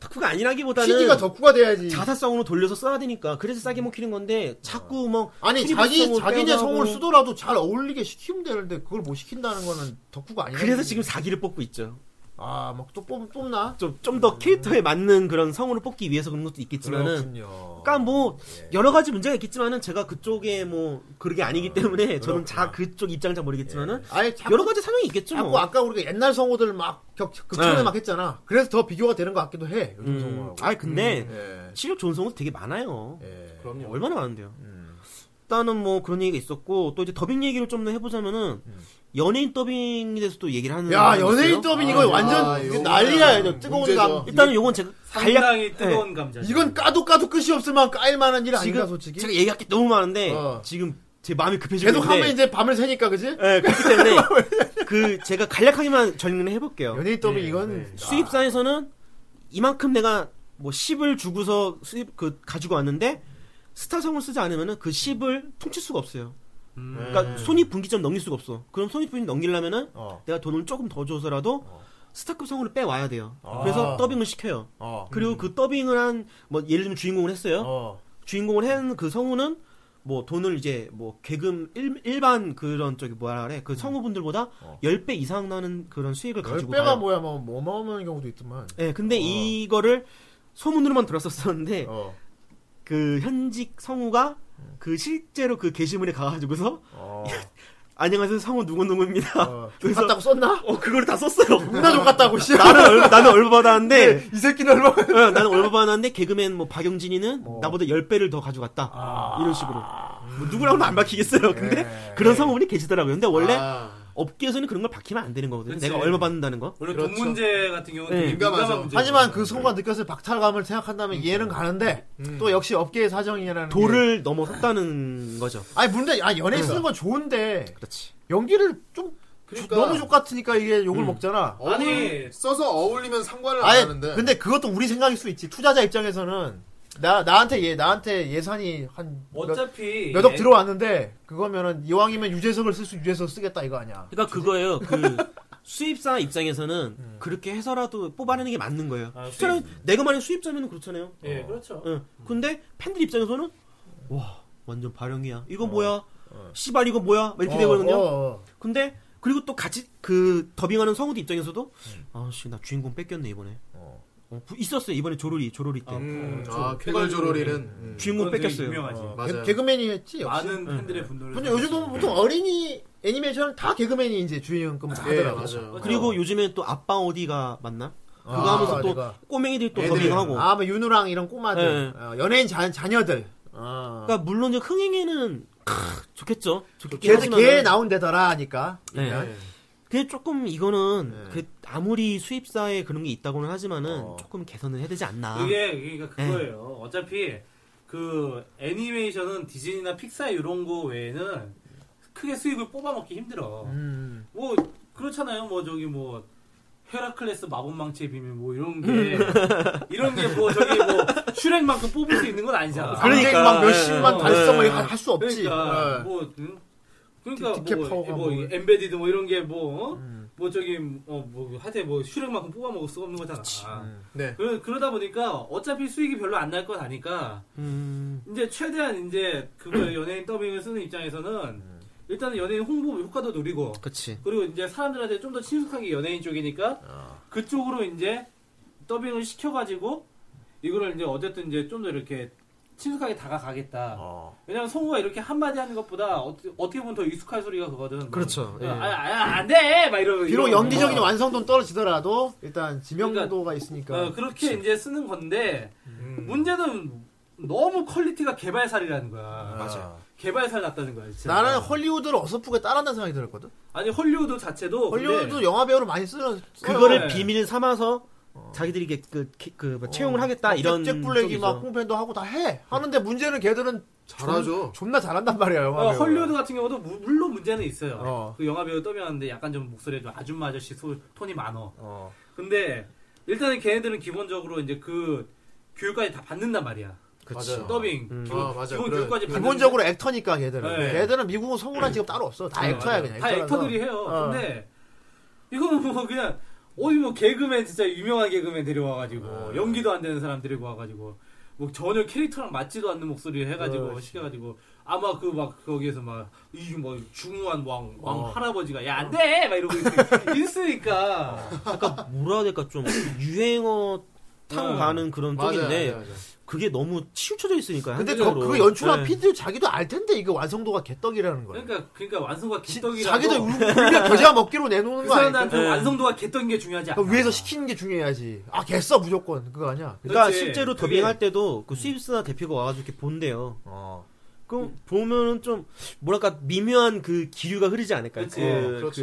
덕후가 아니라기보다는 PD가 덕후가 돼야지. 자사성으로 돌려서 써야 되니까 그래서 싸게 먹히는 건데 자꾸 뭐 아니 자기 프리버스성으로 자기네 빼어나고 성을 쓰더라도 잘 어울리게 시키면 되는데 그걸 못 시킨다는 거는 덕후가 아니야. 그래서 지금 사기를 뽑고 있죠. 아막또 뽑나? 좀 좀 더 캐릭터에 맞는 그런 성우를 뽑기 위해서 그런 것도 있겠지만은 그렇군요. 예. 그러니까 뭐 여러 가지 문제가 있겠지만은 제가 그쪽에 뭐 그게 아니기 때문에 저는 자 그쪽 입장을 잘 모르겠지만은 아예 자꾸, 여러 가지 사정이 있겠죠. 자꾸 뭐. 아까 우리가 옛날 성우들 막 격, 극찬을 네. 막 했잖아. 그래서 더 비교가 되는 것 같기도 해. 요즘 음, 성우하고. 아 근데 예. 실력 좋은 성우도 되게 많아요. 예. 음. 그럼요. 얼마나 많은데요. 일단은 뭐 그런 얘기가 있었고 또 이제 더빙 얘기를 좀 더 해보자면은 연예인 더빙에 대해서 또 얘기를 하는 음. 야, 사람이 연예인 있어요. 더빙 이거 아, 완전 아, 이거 요거 난리야. 이거 뜨거운 문제죠. 감. 일단은 요건 제가 간략 예. 상당히 뜨거운 감자. 이건 까도 까도 끝이 없으면 까일 만한 일 아닌가 지금 솔직히. 제가 얘기할 게 너무 많은데 어. 지금 제 마음이 급해지고 계속 하면 있는데 이제 밤을 새니까 그지? 예, 그렇기 [LAUGHS] 때문에 그 제가 간략하게만 정리를 해볼게요. 연예인 더빙 네, 이건 네. 수입사에서는 이만큼 내가 뭐 10을 주고서 수입 그 가지고 왔는데 스타성을 쓰지 않으면은 그 10을 통칠 수가 없어요. 음. 음. 네. 그러니까 손익 분기점 넘길 수가 없어. 그럼 손익 분기 넘기려면은 어. 내가 돈을 조금 더 줘서라도 스타급 성우를 빼 와야 돼요. 아. 그래서 더빙을 시켜요. 어. 그리고 그 더빙을 한 뭐 예를 들면 주인공을 했어요. 어. 주인공을 한 그 성우는 뭐 돈을 이제 뭐 개금 일, 일반 그런 저기 뭐라 그래 그 성우분들보다 음. 어. 열 10배 이상 나는 그런 수익을 가지고 10배가 가요. 뭐야 뭐 어마어마한 경우도 있더만. 예, 근데 이거를 소문으로만 들었었었는데 어. 음. 그 현직 성우가 그 실제로 그 게시물에 가가지고서 [LAUGHS] 어. 안녕하세요 성우 누구누구입니다. 어. 그래서 같다고 썼나? 어 그걸 다 [LAUGHS] 썼어요. 존나 좀 [LAUGHS] 같다고 씨. 나는 얼, 나는 얼마 받았는데 이 새끼는 얼마 어, 나는 얼마 받았는데 개그맨 뭐 박영진이는 어. 나보다 10배를 더 가져갔다. 아. 이런 식으로. 뭐 누구랑도 안 예. 박히겠어요. 근데 그런 성우분이 계시더라고요. 근데 원래 아, 업계에서는 그런 걸 박히면 안 되는 거거든요. 그치. 내가 얼마 받는다는 거. 원래 돈 그렇죠. 문제 같은 경우는 네. 되게 민감한 민감하죠. 문제. 하지만 그 성우가 느꼈을 박탈감을 생각한다면 이해는 가는데 또 역시 업계의 사정이라는 게. 도를 넘어섰다는 거죠. 아니 근데 아 연애 쓰는 건 좋은데 그렇지. 연기를 좀 그러니까. 너무 족 같으니까 이게 욕을 먹잖아. 어, 아니 써서 어울리면 상관을 안 아예 하는데. 근데 그것도 우리 생각일 수 있지. 투자자 입장에서는 나 나한테 예 나한테 예산이 어차피 한 몇 억 예- 들어왔는데 그거면은 이왕이면 유재석을 쓸 수 유재석 쓰겠다 이거 아니야. 그러니까 그거예요. 그 수입사 입장에서는 그렇게 해서라도 뽑아내는 게 맞는 거예요. 음. 아, 수입- 저는 내가 만약 수입자면 그렇잖아요. 예, 그렇죠. 응. 근데 팬들 입장에서는 와 완전 발영이야. 어. 이거 뭐야? 씨발 이거 뭐야? 막 이렇게 어, 되거든요. 어, 어. 근데 그리고 또 같이 그 더빙하는 성우들 입장에서도 아씨 나 주인공 뺏겼네 이번에. 어, 그 있었어요 이번에 조로리 조로리 때 음, 아, 쾌걸조로리는 음. 주인공 그건 되게 뺏겼어요. 유명하지. 맞아요. 개, 그맨이 했지 역시. 많은 팬들의 분노를. 근데 요즘 보면 보통 어린이 애니메이션 다 개그맨이 이제 주인공급을 다 예, 하더라고. 맞아요. 어. 그리고 요즘에 또 아빠 어디가 맞나? 아, 그거 하면서 또 내가. 꼬맹이들이 또 애들. 더빙하고. 아, 뭐 윤우랑 이런 꼬마들, 예, 예. 어, 연예인 자, 자녀들. 어. 아. 그러니까 물론 이제 흥행에는 크, 좋겠죠. 좋겠긴 걔들 걔 하지만은. 나온 데더라 하니까. 네. 근데 조금 이거는 네. 어. 그 아무리 수입사에 그런 게 있다고는 하지만은 조금 개선을 해야 되지 않나. 그게 네. 그러니까 그거예요. 어차피 그 애니메이션은 디즈니나 픽사 이런 거 외에는 크게 수익을 뽑아먹기 힘들어. 음. 뭐 그렇잖아요. 뭐 저기 뭐 헤라클레스 마법망치의 비밀 뭐 이런 게 음. 이런 게 뭐 저기 뭐 슈렉만큼 뽑을 수 있는 건 아니잖아. 그러니까 그러니까. 막 몇십만 예, 달성을 예. 할 수 없지. 그러니까 예. 뭐 음? 그러니까 디켓 뭐, 파워가 뭐, 뭐. 음. 엠베디드 뭐 이런 게뭐뭐 저기 어뭐 하여튼 뭐 슈렉만큼 뽑아 먹을 수가 없는 거잖아. 음. 네. 그러, 그러다 보니까 어차피 수익이 별로 안 날 건 아니까 음, 이제 최대한 이제 그거 연예인 더빙을 쓰는 입장에서는 음. 일단은 연예인 홍보 효과도 노리고 그치. 그리고 이제 사람들한테 좀 더 친숙하게 연예인 쪽이니까 그쪽으로 이제 더빙을 시켜가지고 이거를 이제 어쨌든 이제 좀 더 이렇게 친숙하게 다가가겠다. 왜냐면 성우가 이렇게 한마디 하는 것보다 어, 떻게 보면 더 익숙한 소리가 그거든. 그렇죠. 아, 예. 아, 아, 안 돼! 막 이러면. 비록 이러면. 연기적인 어, 완성도는 떨어지더라도 그러니까. 일단 지명도가 있으니까. 음. 어, 그렇게 이제 쓰는 건데 문제는 너무 퀄리티가 개발살이라는 거야. 맞아. 개발살 났다는 거야. 진짜. 나는 헐리우드를 어설프게 따라한다는 생각이 들었거든. 아니 헐리우드 자체도 근데 헐리우드 영화 배우를 많이 쓰는 어, 그거를 네. 어. 비밀 삼아서 자기들이 이게 그, 그, 그, 뭐 채용을 하겠다 이런. 어. 잭 블랙이 쪽이죠. 막 홈팬도 하고 다 해. 하는데 문제는 걔들은 잘하죠. 존, 존나 잘한단 말이야 영화 어, 배우. 헐리우드 같은 경우도 무- 물론 문제는 있어요. 어. 그 영화 배우 더빙하는데 약간 좀 목소리에 좀 아줌마 아저씨 소, 톤이 많어. 어. 근데 일단은 걔네들은 기본적으로 이제 그 교육까지 다 받는단 말이야. 맞아요. 더빙 기본, 아, 맞아. 기본 그래. 교육까지 받는 기본적으로 액터니까 걔들은. 네. 걔들은 미국은 성우란 직업 따로 없어. 다 액터야 그냥. 아, 다 액터라서. 액터들이 해요. 어. 근데 이거는 뭐 그냥 어디 뭐 개그맨 진짜 유명한 개그맨 데려와가지고 아. 연기도 안 되는 사람 데리고 와가지고 뭐 전혀 캐릭터랑 맞지도 않는 목소리 해가지고 시켜가지고 아마 그 막 거기에서 막 이 뭐 중후한 왕, 왕 어. 할아버지가 야 안 돼 막 이러고 [LAUGHS] 있- 있으니까 약간 뭐라 해야 될까 좀 유행어 타고 어. 가는 그런 맞아요. 쪽인데 맞아요. 그게 너무 치우쳐져 있으니까. 근데 그, 한국적으로. 그 연출한 네. 피디 자기도 알 텐데 이거 완성도가 개떡이라는 거야. 그러니까 그러니까 완성도가 지- 개떡이라고 자기도 울- 울며 겨자 먹기로 내놓는 그 거 아니야. 사람들한테 네. 완성도가 개떡인 게 중요하지 않아. 그러니까 위에서 시키는 게 중요해야지. 아, 개써 무조건 그거 아니야. 그러니까 그렇지. 실제로 그게- 더빙할 때도 그 수입사 대표가 와가지고 이렇게 본대요. 그럼 보면은 좀 뭐랄까 미묘한 그 기류가 흐르지 않을까요? 그, 그치. 그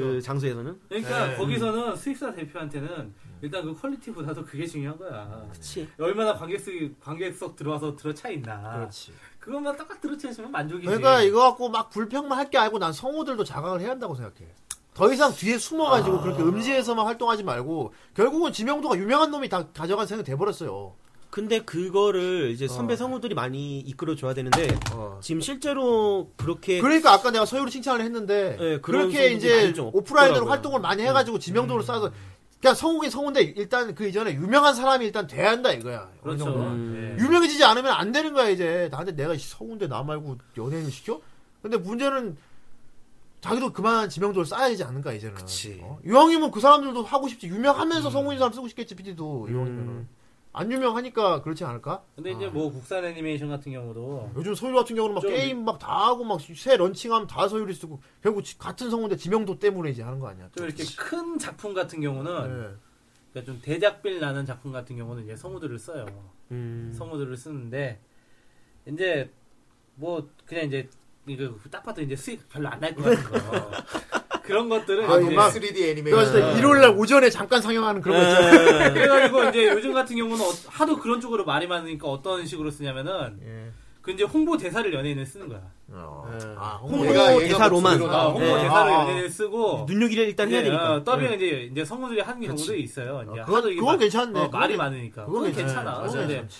그렇죠. 장소에서는. 그러니까 네. 거기서는 수입사 대표한테는 일단 그 퀄리티보다도 그게 중요한 거야. 그렇지. 얼마나 관객석 관객석 들어와서 들어차 있나. 아, 그것만 딱딱 들어차 있으면 만족이지. 그러니까 이거 갖고 막 불평만 할 게 아니고 난 성우들도 자각을 해야 한다고 생각해. 더 이상 뒤에 아. 숨어가지고 그렇게 음지에서만 활동하지 말고 결국은 지명도가 유명한 놈이 다 가져간 생각이 돼버렸어요. 근데 그거를 이제 선배 성우들이 많이 이끌어 줘야 되는데 지금 실제로 그렇게 그러니까 아까 내가 서유를 칭찬을 했는데 네, 그런 그렇게 성우들이 이제 많이 좀 오프라인으로 없더라고요. 음. 활동을 많이 해가지고 지명도를 쌓아서 그냥 성우긴 성우인데 일단 그 이전에 유명한 사람이 일단 돼야 한다 이거야. 어느 그렇죠. 정도는. 음. 음. 예. 유명해지지 않으면 안 되는 거야 이제 나한테 내가 성운데 나 말고 연예인을 시켜? 근데 문제는 자기도 그만 지명도를 쌓아야 되지 않을까 이제는 그치. 음. 어? 유형이면 그 사람들도 하고 싶지 유명하면서 성운인 사람 쓰고 싶겠지 PD도 유형이면은 안 유명하니까 그렇지 않을까? 근데 이제 뭐 국산 애니메이션 같은 경우도 요즘 소유 같은 경우는 막 좀- 게임 막 다 하고 막 새 런칭하면 다 소유를 쓰고 결국 지- 같은 성운데 지명도 때문에 이제 하는 거 아니야 좀 이렇게 큰 작품 같은 경우는 네. 그러니까 좀 대작빌 나는 작품 같은 경우는 이제 성우들을 써요. 음, 성우들을 쓰는데 이제 뭐 그냥 이제 이거 딱 봐도 이제 수익 별로 안 날 것 같은 거 [LAUGHS] 그런 것들은 아, 이제 음악. 3D 애니메이션. 그래서 네. 일요일날 오전에 잠깐 상영하는 그런 거 있잖아 그래가지고 이제 요즘 같은 경우는 어- 하도 그런 쪽으로 말이 많으니까 어떤 식으로 쓰냐면은 그 이제 홍보 대사를 연예인을 쓰는 거야. 아, 홍- 홍보 예. 얘가- 얘가 대사로만 목소리로 아, 홍보 네. 대사를 아, 아. 연예인을 쓰고 눈요기를 일단 해야 이제, 되니까. 어, 더빙은 이제 이제 성우들이 하는 경우도 있어요. 이제 예. 아, 그건- 하도 이게 그건 막- 괜찮네. 어, 그건 말이 괜- 많으니까. 그건 그건, 괜찮아. 괜찮아. 그건 근데 괜찮지.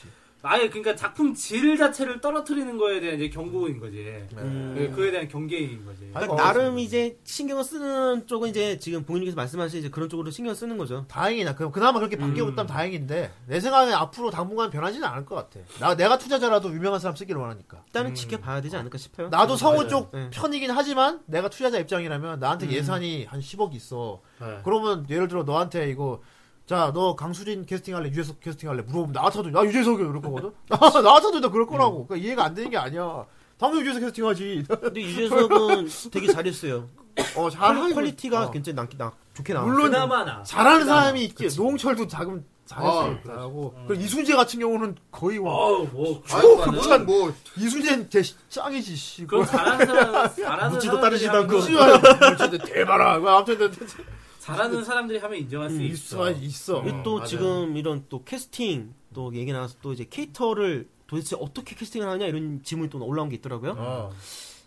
아예 그러니까 작품 질 자체를 떨어뜨리는 거에 대한 이제 경고인 거지. 네. 그- 그에 대한 경계인 거지. 음. 아니, 그러니까 나름 이제 신경을 쓰는 쪽은 이제 지금 부모님께서 말씀하신 이제 그런 쪽으로 신경 을 쓰는 거죠. 다행이다. 그, 그나마 그렇게 바뀌었다면 다행인데 내 생각에 앞으로 당분간 변하지는 않을 것 같아. 나 내가 투자자라도 유명한 사람 쓰기를 원하니까. 일단은 지켜봐야 되지 않을까 음. 싶어요. 나도 성우 쪽 네. 편이긴 하지만 내가 투자자 입장이라면 나한테 예산이 한 10억 있어. 네. 그러면 예를 들어 너한테 이거 자 너 강수진 캐스팅할래 유재석 캐스팅할래 물어보면 나한테도 나 유재석이요 이럴 거거든. [LAUGHS] 나 나한테도 나 그럴 거라고. 그러니까 이해가 안 되는 게 아니야. 당연히 유재석 캐스팅하지. 근데 유재석은 [LAUGHS] 되게 잘했어요. 어 퀄리, 잘하는 퀄리티가 어. 괜찮 나, 나 좋게 나왔어. 물론 그나마 나. 잘하는 사람이 있지. 노홍철도 자금 아, 잘했어. 잘하고. 그리고 이순재 같은 경우는 거의 와. 어우, 뭐. 아유, 그거는 극찬 뭐 이순재는 제 시- 짱이지 씨. 그럼 잘하는 사람, 잘하는 묻지도 사람들이 따르지도 하면 않고. [LAUGHS] 묻지도 대봐라. 뭐 아무튼 잘하는 사람들이 하면 인정할 수 [LAUGHS] 있어. 있어 있어. 이게 또 지금 이런 또 캐스팅 또 얘기 나와서 또 이제 캐릭터를 도대체 어떻게 캐스팅을 하냐 이런 질문이 또 올라온 게 있더라고요. 어.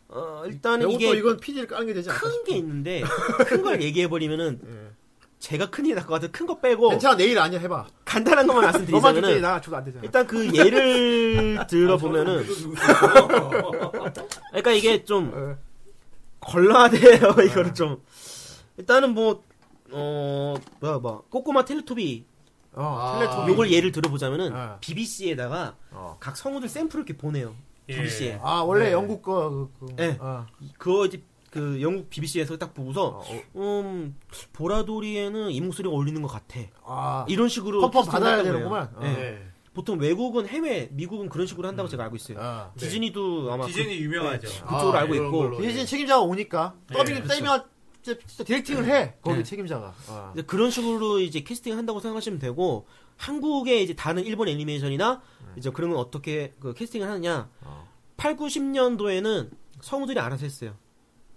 어, 일단은 배우 또 이게 이건 PD를 까는 게 되지 않 큰 겠 게 [LAUGHS] 있는데 큰 걸 얘기해 버리면은 제가 큰일 날 것 같아. 큰 거 빼고 어 예. 괜찮아 내일 아니야 해봐. 간단한 것만 너만 아, 줬더니 말씀드리자면은 나 줘도 안 되잖아. 일단 그 [LAUGHS] 예를 들어보면은 아, [LAUGHS] 그러니까 이게 어. 좀 걸러야돼요 네. 이거를 좀 일단은 뭐, 뭐어 뭐야 뭐 꼬꼬마 텔레토비 어, 텔레토비 요걸 예를 들어보자면은 네. BBC에다가 어. 각 성우들 샘플을 이렇게 보내요 BBC에 아 원래 영국 거 그, 그, 네. 어. 그거 이제 그 영국 BBC에서 딱 보고서 음 보라돌이에는 이 목소리가 어울리는 것 같아 아 이런 식으로 컨펌 캐스팅을 받아야 했다고 해요. 되는구만. 어. 네. 보통 외국은 해외 미국은 그런 식으로 한다고 제가 알고 있어요 아. 디즈니도 아마 디즈니 유명하죠. 그, 쪽으로 아, 알고 이런 있고 걸로. 예진 책임자가 오니까 더빙 그렇죠. 떼면 진짜 디렉팅을 해 거기 네. 책임자가. 어. 이제 그런 식으로 이제 캐스팅 한다고 생각하시면 되고 한국의 이제 다른 일본 애니메이션이나 이제 그런 건 어떻게 그 캐스팅을 하느냐 8, 90년도에는 성우들이 알아서 했어요.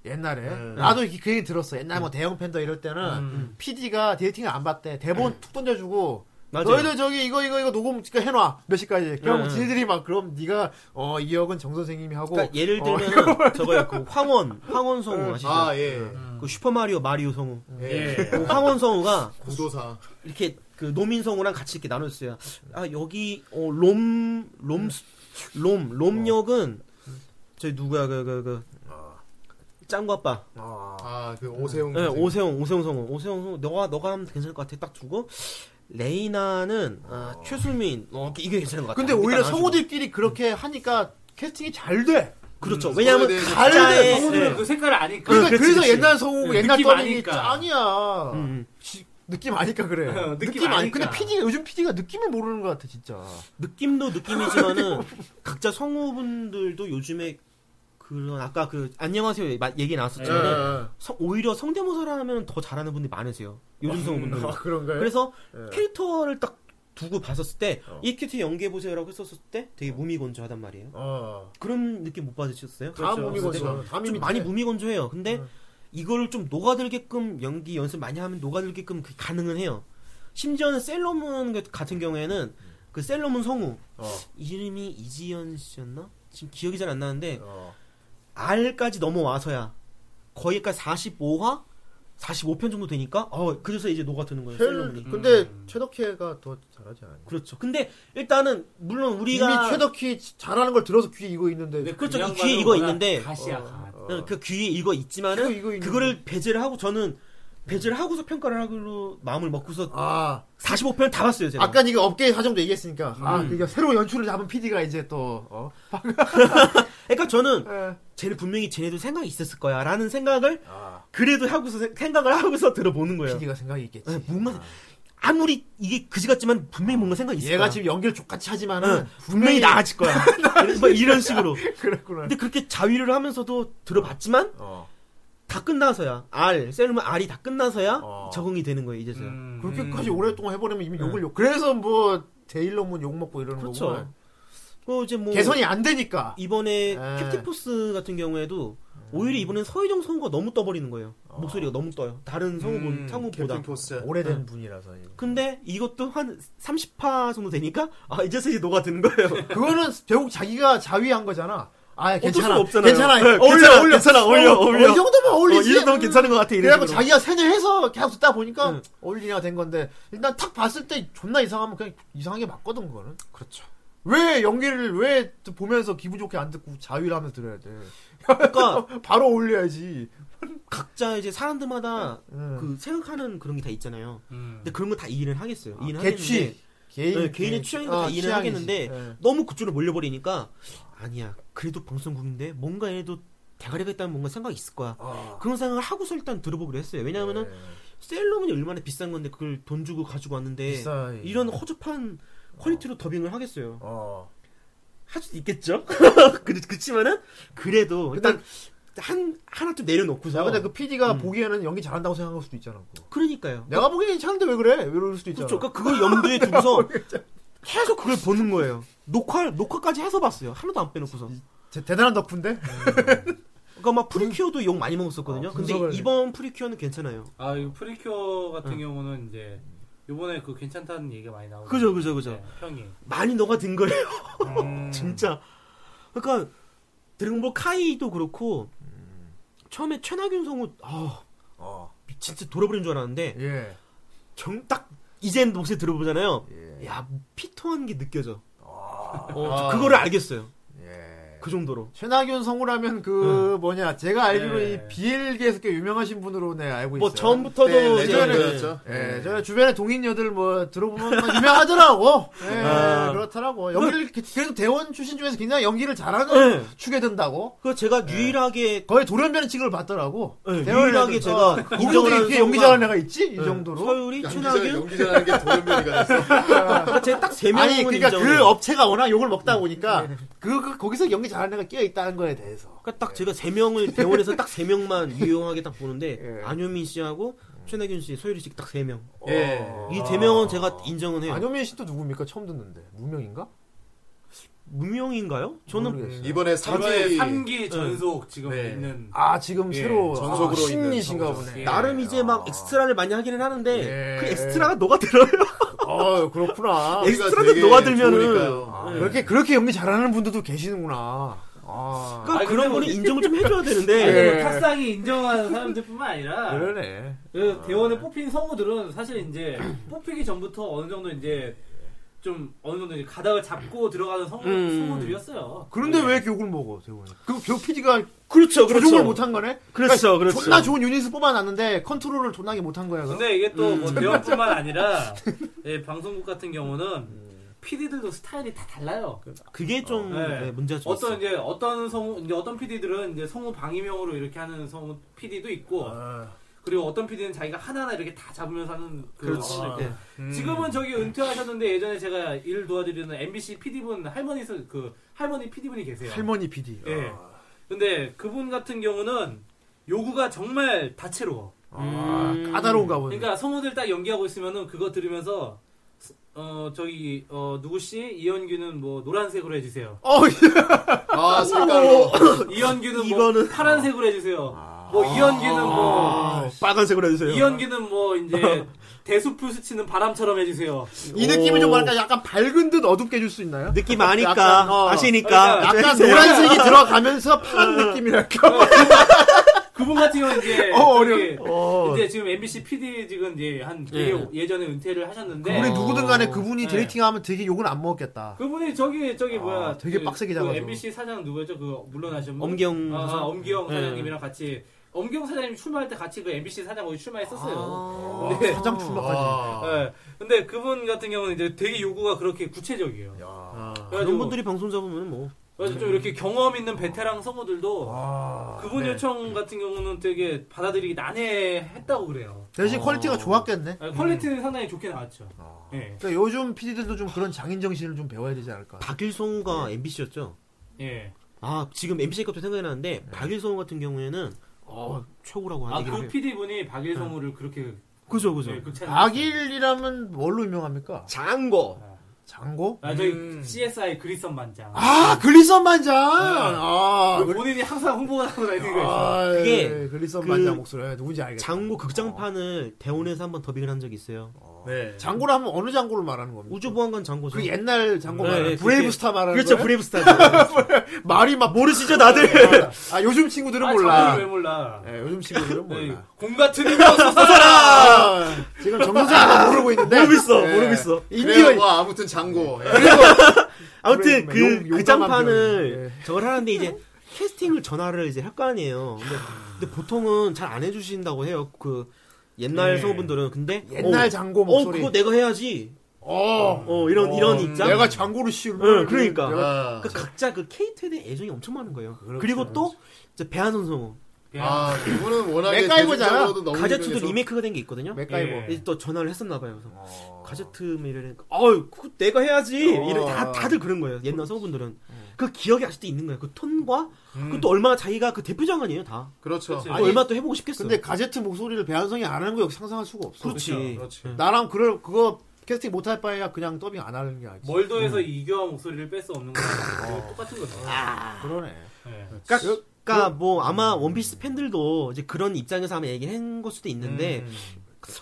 옛날에 나도 이- 그 얘기 들었어. 옛날 뭐 대형 팬더 이럴 때는 PD가 디렉팅을 안 받대. 대본 툭 던져주고 맞아요. 너희들 저기 이거 이거 이거 녹음 그러니까 해놔 몇 시까지. 그럼 음. 지들이 막 그럼 네가 어 이 역은 정 선생님이 하고 그러니까 예를 어, 들면 저거요 그 황원 황원 성우 아시죠? 아, 예. 음. 그 슈퍼 마리오 마리오 성우. 예. 그 황원 성우가 구도사. 이렇게 그 노민 성우랑 같이 이렇게 나눠줬어요. 아 여기 어롬롬롬 음. 롬역은 저희 누구야 그 그 그 짱구 아빠. 아, 그 오세훈. 네, 선생님. 오세훈, 오세훈 성우, 오세훈 성우, 너가 너가 하면 괜찮을 것 같아. 딱 주고 레이나는 아, 최수민, 어, 이게 괜찮은 것 같아. 뭐. 근데 이렇게 오히려 딱 나눠주고. 성우들끼리 그렇게 하니까 캐스팅이 잘 돼. 그렇죠. 서로에 왜냐하면 대해서 다른 각자의 성우들은 그 색깔을 아니까. 그러니까 네. 그렇지, 그래서 그렇지. 옛날 성우 네, 옛날 느낌 더빙이 아니까. 짱이야. 음. 지- 느낌 아니까 그래. [LAUGHS] 어, 느낌 아니- 아니까. 근데 PD가 요즘 PD가 느낌을 모르는 것 같아 진짜. 느낌도 느낌이지만은 [LAUGHS] 각자 성우분들도 요즘에 그런 아까 그 안녕하세요 마- 얘기 네. 나왔었지만 오히려 아, 성대모사를 하면 더 잘하는 분들이 많으세요. 요즘 성우분들. 음. 그런가요? 그래서 캐릭터를 딱 두고 봤었을 때 EQT 연기해 보세요라고 했었을 때 되게 무미건조하단 말이에요. 어. 그런 느낌 못 받으셨어요? 다 그렇죠. 무미건조. 다 아, 좀 미미. 많이 무미건조해요. 근데 음. 이거를 좀 녹아들게끔 연기 연습 많이 하면 녹아들게끔 그게 가능은 해요. 심지어는 셀러문 같은 경우에는 그 셀러문 성우 어. 이름이 이지연 씨였나? 지금 기억이 잘 안 나는데 어. R까지 넘어와서야 거기까지 45화, 45편 정도 되니까 어 그래서 이제 녹아드는 거예요. 헬, 셀러문이. 뭐 근데 최덕희가 더 잘하지 않아요? 그렇죠. 근데 일단은 물론 우리가 이미 최덕희 잘하는 걸 들어서 귀에 이거 있는데 이 그렇죠. 이 양반은 귀에 이거 워낙 있는데 가시야 어. 가. 어. 그 귀에 이거 있지만은 그거 이거 있는데. 그거를 배제를 하고 저는 배제를 하고서 평가를 하기로 마음을 먹고서 아 45편 다 봤어요 제가. 음. 아까 그- 이거 업계 사정도 얘기했으니까 아 그러니까 새로 연출을 잡은 PD가 이제 또 어? 그러니까 저는 예. 쟤는 분명히 쟤네도 생각이 있었을 거야라는 생각을 그래도 하고서 세- 생각을 하고서 들어보는 거예요. PD가 아, 생각이 있겠지. 네, 뭔가 아무리 이게 그지 같지만 분명히 뭔가 생각이 있을 얘가 거야. 지금 연기를 족같이 하지만은 응, 분명히 [LAUGHS] 나아질 거야. [LAUGHS] 뭐 이런 식으로. 그랬구나. 근데 그렇게 자위를 하면서도 들어봤지만 어. 다 끝나서야 R 셀러문 R이 다 끝나서야 어. 음. 적응이 되는 거예요 이제서야. 음, 그렇게까지 음. 오랫동안 해버리면 이미 욕을 욕. 그래서 뭐 데일러문 욕 먹고 이러는 네. 그렇죠. 거고 그 이제 뭐 개선이 안 되니까. 이번에 아. 캡틴 포스 같은 경우에도 오히려 이번엔 서희정 성우가 너무 떠버리는 거예요. 어. 목소리가 너무 떠요. 다른 성우 음, 분, 성우보다. 캡틴 포스. 오래된 네. 분이라서. 근데 이것도 한 30화 정도 되니까 아 이제서 이제 [LAUGHS] 녹아드는 어, 거예요. 그거는 결국 자기가 자위한 거잖아. 아 괜찮아. 수가 없잖아요. 괜찮아. 네, 어울려, 괜찮아, 어울려, 괜찮아, 어울려, 어울려. 어, 이 정도면 어, 어울리지. 이 정도면 괜찮은 것 같아. 이런 네. 그래갖고 식으로. 자기가 세뇌해서 계속 듣다 보니까 응. 어울리냐 된 건데 일단 탁 봤을 때 존나 이상하면 그냥 이상하게 맞거든 그거는. 그렇죠. 왜 연기를 왜 보면서 기분 좋게 안 듣고 자위를 하면서 들어야 돼. [LAUGHS] 그러니까 바로 어울려야지. 각자 이제 사람들마다 응. 그 생각하는 그런 게 다 있잖아요. 근데 그런 거 다 이해는 하겠어요. 이해는 아, 개취. 하겠는데 개인 네, 개인의 취향인 거다 이해는 하겠는데 너무 그쪽으로 몰려버리니까 아니야. 그래도 방송국인데 뭔가 얘네도 대가리가 있다는 뭔가 생각이 있을 거야. 아, 그런 생각을 하고서 일단 들어보기로 했어요. 왜냐하면은 네. 셀러문이 얼마나 비싼 건데 그걸 돈 주고 가지고 왔는데 비싸. 이런 어. 허접한 퀄리티로 더빙을 하겠어요. 어. 할 수도 있겠죠. [LAUGHS] 그, 그렇지만은 그래도 일단 한 하나 좀 내려놓고서. 야, 근데 그 PD가 음. 보기에는 연기 잘한다고 생각할 수도 있잖아. 그거. 그러니까요. 내가 보기엔 괜찮은데 왜 그래? 이럴 수도 있잖아. 그렇죠. 그러니까 [LAUGHS] 그걸 염두에 두고서 계속 그걸 보는 거예요. 녹화 녹화까지 해서 봤어요. 하나도 안 빼놓고서. 제- 대단한 덕분데? 그러니까 막 프리큐어도 욕 많이 먹었었거든요. 아, 근데 분석을- 이번 프리큐어는 괜찮아요. 아, 이 프리큐어 같은 경우는 이제 요번에 그 괜찮다는 얘기가 많이 나오고. 그죠, 그죠, 그죠. 형이. 네. 많이 녹아든 거예요. 음. [LAUGHS] 진짜. 그러니까 드릉보 카이도 그렇고 처음에 최나균 성우 아 진짜 돌아버린 줄 알았는데 예. 정 딱 이젠 목소리 들어보잖아요. 예. 야 피통한 게 느껴져. 어, 아. 저 그거를 알겠어요. 예. 그 정도로. 최나균 성우라면 그 음. 뭐냐 제가 알기로 예. 이 비엘계에서 꽤 유명하신 분으로 네 알고 있어요. 뭐 전부터도 네, 이제- 레전드였죠. 예, 저 주변에 동인녀들 뭐 들어보면 막 유명하더라고. 예, 아. 그렇더라고. 연기를 그- 그래도 대원 출신 중에서 굉장히 연기를 잘하는 예. 축에 든다고. 그 제가 예. 유일하게 거의 돌연변이 직을 받더라고. 예, 대원에서- 유일하게 제가 어, 인정을 하는 이게 연기 선수가 잘하는 애가 있지 이그 정도로. 서율이 연기자 최나균 연기자라는 게 돌연변이가 됐어. 그러니까 제가 딱세 명은 아니 그러니까 인정을 그 해요. 네. 업체가 워낙 욕을 먹다 보니까 그, 그- 거기서 연기 잘하는 애가 끼어 있다는 거에 대해서. 그러니까 딱 제가 세 [LAUGHS] 명을 대원에서 딱 세 명만 유용하게 딱 보는데 예. 어. 안효민 씨하고 최나균 씨, 서유리 씨 딱 세 명. 예. 이 세 명은 제가 인정은 해요. 아. 안효민 씨도 누굽니까? 처음 듣는데 무명인가? 무명인가요? 저는 모르겠어요. [LAUGHS] 이번에 이번에 3기 3기 전속 지금 네. 있는. 아 지금 예, 새로 전속으로 아, 있는 신이신가 성우죠. 보네. 예. 나름 이제 막 엑스트라를 많이 하기는 하는데 아. 예. 그 엑스트라가 녹아들어요. 예, 아 [LAUGHS] 그렇구나. 엑스트라도 녹아들면은 아, 예. 그렇게 그렇게 연기 잘하는 분들도 계시는구나. 아 그러니까 아니, 그런 근데 거는 뭐- 인정을 좀 해줘야 되는데 예. 탁상이 인정하는 사람들뿐만 아니라 그러네. 그 대원에 뽑힌 성우들은 사실 이제 뽑히기 전부터 어느 정도 이제 좀 어느 정도 이제 가닥을 잡고 들어가는 성우, 음. 성우들이었어요. 그런데 예. 네. 왜 이렇게 욕을 먹어 대원이? 그교 PD가 그렇죠, 조종을 못한 거네. 그렇죠, 그렇죠. 존나 좋은 유닛을 뽑아놨는데 컨트롤을 존나게 못한 거야. 그럼. 근데 이게 또뭐 음. 대원뿐만 [LAUGHS] 아니라 예, 방송국 같은 음. 경우는 PD들도 스타일이 다 달라요. 그게 좀 네. 네, 문제가 좀 어떤 있어요. 이제 어떤 성우 이제 어떤 PD들은 이제 성우 방위명으로 이렇게 하는 성우 PD도 있고 그리고 어떤 PD는 자기가 하나하나 이렇게 다 잡으면서 하는 그런 그렇지. 성우도 있고. 네. 지금은 저기 은퇴하셨는데 예전에 제가 일 도와드리는 MBC PD분 할머니 선- 그 할머니 PD분이 계세요. 할머니 PD. 예. 근데 그분 같은 경우는 요구가 정말 다채로워. 아, 까다로운가 보네. 그러니까 성우들 딱 연기하고 있으면은 그거 들으면서 스- 어 저기 어 누구 씨 이현규는 뭐 노란색으로 해주세요. 어, 아, 색깔로. 이현규는 뭐 이거는- 파란색으로 해주세요. 아. 뭐 이현규는 뭐 빨간색으로 해주세요. 이현규는 뭐 [LAUGHS] 이제 대수풀 스치는 바람처럼 해주세요. 이 느낌이 좀 뭐랄까 약간 밝은 듯 어둡게 해줄 수 있나요? 느낌 아니까 약간, 어. 아시니까 약간 약간 해주세요. 노란색이 들어가면서 파란 느낌이랄까. 그분 같은 경우 네, 이제 [LAUGHS] 어, 어려워. 이렇게 어. 이제 지금 MBC PD 지금 이제 한 예. 예. 전에 은퇴를 네. 하셨는데 어. 우리 누구든 간에 네. 그분이 데이팅하면 되게 욕은 안 먹겠다. 그분이 저기 저기 뭐야 아, 되게 그- 빡세게 그 잡아서. MBC 사장 누구였죠? 그 물러나신 분 엄기영 아, 아, 선수? 엄기영 네. 사장님이랑 같이 엄기영 사장님 출마할 때 같이 그 MBC 사장 거기 출마했었어요. 아, 네. 근데 사장 출마까지. 아. 예. 근데 그분 같은 경우는 이제 되게 요구가 그렇게 구체적이에요. 그런 분들이 방송 잡으면 뭐 그래서 좀 이렇게 경험 있는 베테랑 성우들도 아, 그분 요청 같은 경우는 되게 받아들이기 난해했다고 그래요. 대신 퀄리티가 좋았겠네. 아, 퀄리티는 상당히 좋게 나왔죠. 예, 그러니까 요즘 PD들도 좀 그런 장인 정신을 좀 배워야 되지 않을까. 박일성우가 MBC였죠. 예. 아 지금 MBC 값도 생각이 나는데 박일성우 같은 경우에는 어 최고라고 하는 얘기를 아그 해요. PD 분이 박일성우를 그렇게 그죠 그죠. 예, 극찬. 박일이라면 뭘로 유명합니까? 장고. 장고? 아 저희 CSI 그리선 만장. 아 글리선 만장. 그 아, 그- 본인이 항상 홍보가 나고 다니는 거죠. 아 네, 그게 예, 글리선 그- 만장 목소리 네, 누군지 알겠다. 장고 극장판을 대원에서 한번 더빙을 한 적이 있어요. 네. 장고를 하면 어느 장고를 말하는 겁니까? 우주보안관 장고죠. 그 옛날 장고 네, 말하는 네, 브레이브스타 말하는 그렇죠 거예요? 브레이브스타즈. 말이 막 모르시죠 다들. 아 요즘 친구들은 아, 몰라. 저걸 왜 몰라? 예, 요즘 친구들은 네. 몰라. 공 같은 힘이었어. 아, 지금 정선생님 모르고 있는데 모르고 있어 예. 모르고 있어. 그래요. 인디언 뭐 아무튼 장고. 예. 아무튼 브레이브맨, 그 용- 용감한 극장판을 병이네. 저걸 하는데 이제 캐스팅을 전화를 이제 할 거 아니에요. 근데, 근데 보통은 잘 안 해주신다고 해요. 그 옛날 성우분들은 근데 옛날 어, 장고 어 목소리. 그거 내가 해야지. 어, 어 이런 이런 입장. 내가 장고를 씌울. 응, 그러니까. 내가- 아, 그 각자 그 케이트에 대한 애정이 엄청 많은 거예요. 그리고또 이제 배한선 성우 아, 그분은 워낙에 맥가이버잖아. 대중적으로도 너무 가제트도 유명해서- 리메이크가 된 게 있거든요. 네. 맥가이버. 예. 이제 또 전화를 했었나 봐요. 그래서 어. 가제트 미래는 어유 그거 내가 해야지. 이런 다 다들 그런 거예요. 옛날 성우분들은 그 기억이 아직도 있는 거예요. 그 톤과 음. 그것도 얼마나 자기가 그 대표작 아니에요 다. 음, 그렇죠. 또 아니, 얼마나 또 해보고 싶겠어. 근데 가제트 목소리를 배한성이 안 하는 거 여기 상상할 수가 없어. 그렇죠. 그렇죠. 그렇지. 그렇지. 응. 나랑 그럴 그거 캐스팅 못 할 바에야 그냥 더빙 안 하는 게 아니지. 멀도에서 이교화 목소리를 뺄 수 없는 거랑 똑같은 거죠. 그러네. 예. 그러니까 뭐 아마 원피스 팬들도 이제 그런 입장에서 아마 얘기를 한걸 수도 있는데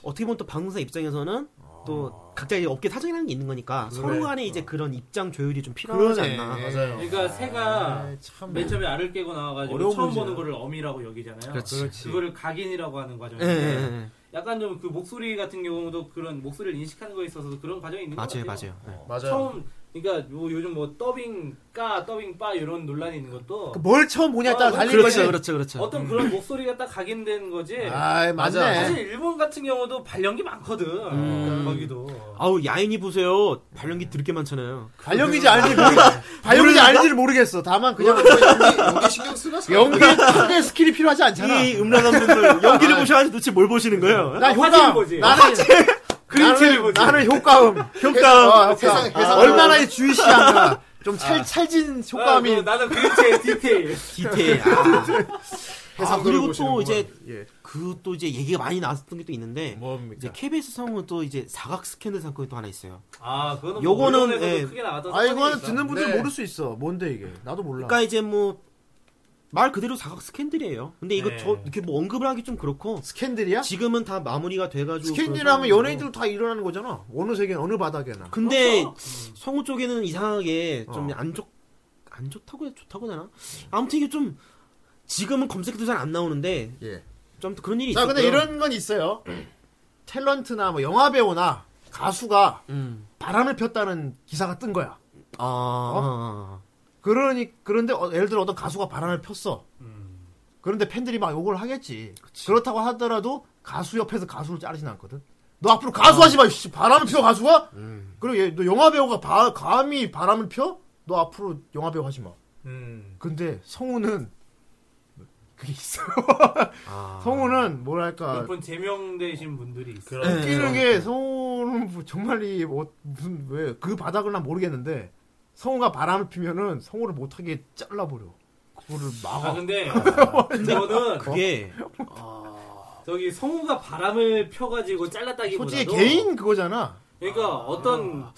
어떻게 보면 또 방송사 입장에서는 또 각자 이 업계 사정이라는 게 있는 거니까 서로 간에 이제 그런 입장 조율이 좀 필요하지 그러네. 않나. 맞아요. 그러니까 새가 참. 맨 처음에 알을 깨고 나와가지고 어려운 처음 문제야. 보는 거를 어미라고 여기잖아요. 그렇지. 거를 각인이라고 하는 예, 과정인데 예, 약간 좀 그 목소리 같은 경우도 그런 목소리를 인식하는 거에 있어서도 그런 과정이 예. 있는 맞아요, 것 같아요. 맞아요. 예. 맞아요. 처음 그러니까 요, 요즘 뭐 더빙 까 더빙 빠 이런 논란이 있는 것도 그 뭘 처음 보냐에 따라 어, 달린 그렇죠, 거지. 그렇죠, 그렇죠. 어떤 그런 목소리가 딱 각인된 거지. 아, 맞아. 맞네. 사실 일본 같은 경우도 발령기 많거든. 거기도. 아우 야인이 보세요. 발령기 들게 많잖아요. 발령이지 아닌지 모르겠어. 발령이지 아닌지를 모르겠어. 다만 그냥 여기 신경 쓰나? 연기의 크게 스킬이 필요하지 않잖아. 이 음란한 분들 연기를 보셔야지 도대체 뭘 보시는 거예요? 나 화질 효과음. 보지. 나는 그림체를 나는, 보지. 나는 효과음. 어, 효과. 효과음. 세상- 아, 세상- 얼마나 이 주의시한가. 좀 찰, 찰진 효과음이. 아, 그 나는 그림체 디테일. 디테일. 아, 아, 해상도를 그리고 보시는구만. 또 이제 예. 그 또 이제 얘기가 많이 나왔던 게 또 있는데 이제 뭡니까? KBS 성우 또 이제 사각 스캔들 사건이 또 하나 있어요. 아, 그거는 요거는, 요거는 뭐 예. 예. 크게 나왔던 아, 이거는 사건이니까. 듣는 분들 네. 모를 수 있어. 뭔데 이게? 나도 몰라. 그러니까 이제 뭐 말 그대로 사각 스캔들이에요. 근데 이거 네. 저 이렇게 뭐 언급을 하기 좀 그렇고 스캔들이야? 지금은 다 마무리가 돼가지고 스캔이라면 그런 뭐. 연예인들 다 일어나는 거잖아. 어느 세계, 어느 바닥에나. 근데 그렇죠? 성우 쪽에는 이상하게 좀 어. 안 좋, 안 좋다고 해야 좋다고 해야 되나? 아무튼 이게 좀 지금은 검색해도 잘 안 나오는데 예. 좀 그런 일이 자, 있어요. 근데 이런 건 있어요. 탤런트나 뭐 영화 배우나 가수가 음. 바람을 폈다는 기사가 뜬 거야. 아, 어? 아, 그러니 그런데 어, 예를 들어 어떤 가수가 바람을 폈어. 음. 그런데 팬들이 막 욕을 하겠지. 그렇다고 하더라도 가수 옆에서 가수를 자르진 않거든. 너 앞으로 아. 가수 하지 마. 이씨. 바람을 피워 가수가? 음. 그리고 얘, 너 영화 배우가 바- 감히 바람을 펴? 너 앞으로 영화 배우 하지 마. 음. 근데 성우는 [LAUGHS] 그게 있어. 아. 성우는 아. 뭐랄까 몇번 제명되신 분들이 있어요. 네. 웃기는 게 성우는 뭐 정말 이 뭐, 무슨 왜 그 바닥을 난 모르겠는데 성우가 바람을 피면은 성우를 못하게 잘라버려. 그거를 아, 막아. [LAUGHS] 근데 저는 어? 그게 저기 성우가 바람을 펴가지고 잘랐다기보다도 솔직히 개인 그거잖아. 그러니까 어떤 아,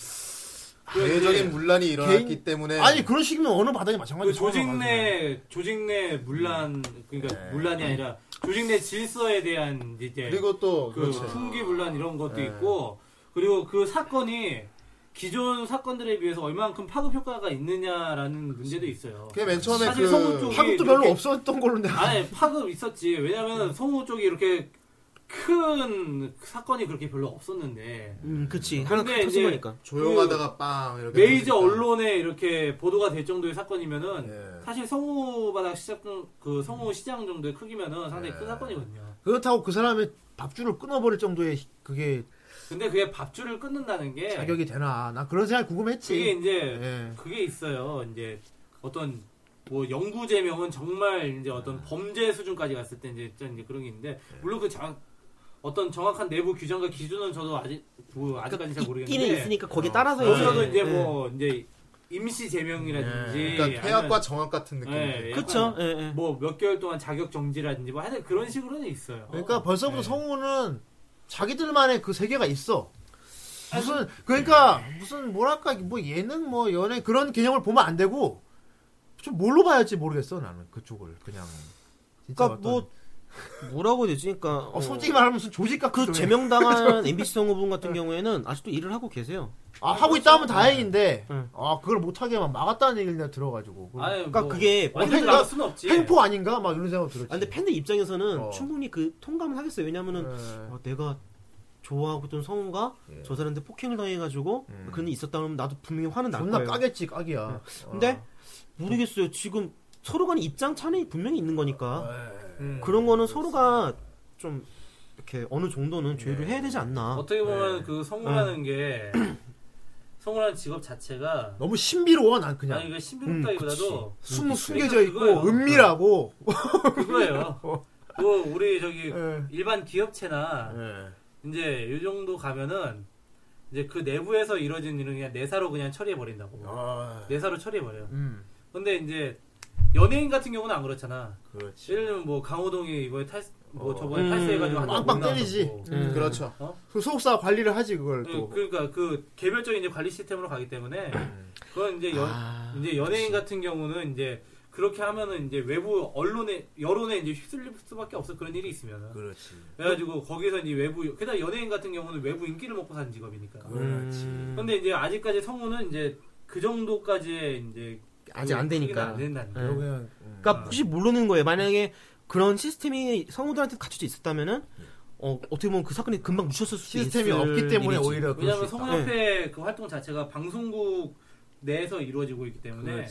그 대외적인 문란이 일어났기 그 개인- 때문에 아니 그런 식이면 어느 바닥이 네. 그 마찬가지. 조직 내 조직 내 문란 그러니까 문란이 아니라 조직 내 질서에 대한 이제 네. 그리고 그렇죠. 네. 또 그 그렇지. 풍기 문란 이런 것도 있고 그리고 그 사건이 기존 사건들에 비해서 얼만큼 파급 효과가 있느냐라는 문제도 있어요. 그게 맨 처음에 사실 그 성우 쪽- 파급도 이렇게- 별로 없었던 걸로 내가. [LAUGHS] 아니 파급 있었지. 왜냐면 성우 쪽이 이렇게 큰 사건이 그렇게 별로 없었는데 음, 그치. 하나 근데 큰 터진 이제 거니까. 그 조용하다가 빵 이렇게 메이저 터지니까. 언론에 이렇게 보도가 될 정도의 사건이면은 예. 사실 성우 바닥 시작 그 성우 시장 정도의 크기면은 상당히 네. 큰 사건이거든요. 그렇다고 그 사람의 밥줄을 끊어버릴 정도의 그게 근데 그게 밥줄을 끊는다는 게 자격이 되나? 나 그런 생각 궁금했지. 네. 그게 네. 이제 예. 그게 있어요. 이제 어떤 뭐 연구 제명은 정말 이제 어떤 범죄 수준까지 갔을 때 이제 진짜 이제 그런 게 있는데 물론 그 정, 어떤 정확한 내부 규정과 기준은 저도 아직 뭐 아직까지 잘 있기는 모르겠는데 있으니까 거기에 따라서 여기서도 이제- 이제 예. 뭐 이제 임시 제명이라든지 네. 예, 그러니까 아니면- 폐악과 정악 같은 느낌. 예, 예. 그쵸? 예, 예. 뭐 몇 개월 동안 자격 정지라든지 뭐 하여튼 그런 식으로는 있어요. 그러니까 벌써부터 네. 성우는 자기들만의 그 세계가 있어. 무슨 그러니까 네. 무슨 뭐랄까 뭐 예능 뭐 연애 그런 개념을 보면 안 되고 좀 뭘로 봐야지 모르겠어 나는 그쪽을 그냥. 진짜 그러니까 뭐 뭐라고 해야 되지? 그러니까 어떤- 어, 어, 솔직히 말하면 무슨 조직 같은 그 [LAUGHS] 제명당한 MBC 성우분 같은 경우에는 아직도 일을 하고 계세요. 아 하고 있다 하면 다행인데 네. 아 그걸 못하게만 막았다는 얘기를 내가 들어가지고 아니, 그러니까 뭐 그게 어, 완전 그러니까 나올 수는 없지. 횡포 아닌가 막 이런 생각 들었지. 아, 근데 팬들 입장에서는 어. 충분히 그 통감을 하겠어요. 왜냐면은 네. 어, 내가 좋아하고 있던 성우가 예. 저 사람한테 폭행을 당해가지고 음. 그런 일이 있었다 그러면 나도 분명히 화는 날 존나 거예요. 네. 까겠지 까기야. 어. 근데 어. 모르겠어요. 지금 서로 간에 입장 차는 분명히 있는 거니까 음. 그런 거는 서로가 좀 이렇게 어느 네. 정도는 조율을 해야 되지 않나. 어떻게 보면 그 성우라는 게 성우라는 직업 자체가 너무 신비로워 난 그냥. 음, 아니 그 신비롭다기보다도 음, 숨 숨겨져 그러니까 있고 그거예요. 은밀하고 [LAUGHS] 그거예요. 어. 그 우리 저기 예. 일반 기업체나 이제 이 정도 가면은 이제 그 내부에서 이루어진 일은 그냥 내사로 그냥 처리해 버린다고. 아. 내사로 처리해 버려요. 음. 근데 이제 연예인 같은 경우는 안 그렇잖아. 그렇지. 예를 들면 뭐 강호동이 이번에 탈뭐 저번에 음. 탈세해가지고 한 빵빵 때리지. 음. 그렇죠. 그 소속사 관리를 하지 그걸 또. 그러니까 그 개별적인 이제 관리 시스템으로 가기 때문에 음. 그건 이제 연 아, 이제 연예인 같은 경우는 이제 그렇게 하면은 이제 외부 언론에 여론에 이제 휩쓸릴 수밖에 없어 그런 일이 있으면은 그렇지. 그래가지고 거기서 이제 외부 게다가 연예인 같은 경우는 외부 인기를 먹고 사는 직업이니까 그렇지. 근데 이제 아직까지 성우는 이제 그 정도까지의 이제 아직 안 되니까. 안 된다니까 예. 그냥 아. 그러니까 혹시 모르는 거예요. 만약에 그런 시스템이 성우들한테 갖춰져 있었다면은 어, 어떻게 보면 그 사건이 금방 묻혔을 수도 시스템이 있을 없기 때문에 일이지. 오히려 그럴 수 왜냐하면 있다. 네. 성우협회 그 활동 자체가 방송국 내에서 이루어지고 있기 때문에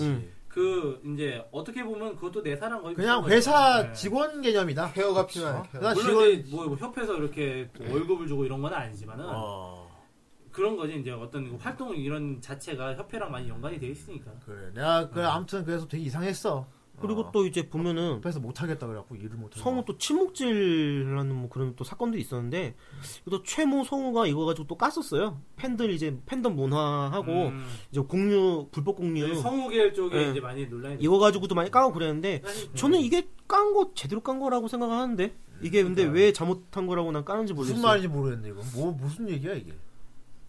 그 음. 이제 어떻게 보면 그것도 내사랑 거의 비슷한 그냥 거죠. 회사 네. 직원 개념이다. 케어가 필요해. 그냥 물론 직원 네. 이제 뭐 협회에서 이렇게 월급을 주고 이런 건 아니지만은 어. 그런 거지 이제 어떤 활동 이런 자체가 협회랑 많이 연관이 돼 있으니까 그래. 내가 그 아무튼 그래서 되게 이상했어. 아. 그리고 아. 또 이제 보면은 옆에서 못 하겠다 그래갖고 일을 못 해. 성우 또 침묵질라는 뭐 그런 또 사건도 있었는데 또 최모 성우가 이거 가지고 또 깠었어요. 팬들 이제 팬덤 문화하고 음. 이제 공유 불법 공유 성우계열 쪽에 네. 이제 많이 논란이 이거 가지고도 많이 까고 그랬는데 사실 저는 이게 깐 거 제대로 깐 거라고 생각하는데 이게 근데 왜 잘못한 거라고 난 까는지 모르겠어요. 그러니까. 무슨 말인지 모르겠네 이거. 뭐 무슨 얘기야 이게.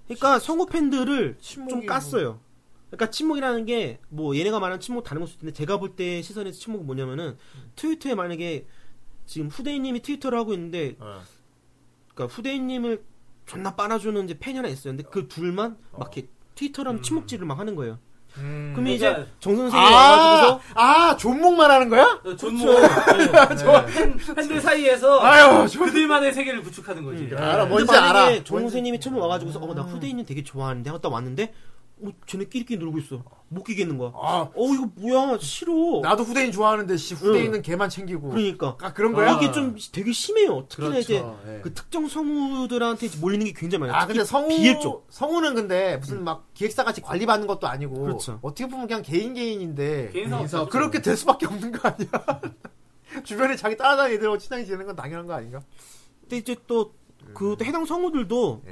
그러니까 성우 팬들을 좀 침묵이 깠어요. 그러니까 침묵이라는 게 뭐 얘네가 말하는 침묵 다른 걸 수도 있는데 제가 볼 때 시선에서 침묵은 뭐냐면은 트위터에 만약에 지금 후대인님이 트위터를 하고 네. 있는데 그러니까 후대인님을 존나 빨아주는 이제 팬이 하나 있어요. 근데 그 둘만 막 이렇게 어. 트위터라는 침묵질을 막 하는 거예요. 음. 그러면 그러니까- 이제 정 선생이 음. 아, 와가지고서 아 존목 말하는 거야? 음. 어, 존모 [LAUGHS] 네. 팬, 팬들 사이에서 아유, 그러니까 그들만의 세계를 구축하는 거지 알아, 근데 뭔지 알아. 만약에 정 선생님이 처음 에 와가지고서 어 나 후대인님 되게 좋아하는데 하다 왔는데 어 쟤네끼리끼리 놀고 있어. 못 끼겠는 거야. 아, 어 이거 뭐야 싫어. 나도 후대인 좋아하는데 씨 후대인은 걔만 챙기고. 그러니까 아 그런 거야? 이게 좀 되게 심해요. 특히나 그렇죠. 이제 예. 그 특정 성우들한테 이제 몰리는 게 굉장히 많아요. 아 근데 특히 성우 비일조. 성우는 근데 무슨 막 기획사 같이 관리받는 것도 아니고 그렇죠. 네. 어떻게 보면 그냥 개인 개인인데 개인 사업 인사- 그렇게 될 수밖에 없는 거 아니야? [LAUGHS] 주변에 자기 따라다니는 애들하고 친해지는 건 당연한 거 아닌가? 근데 이제 또 그 음. 해당 성우들도 예.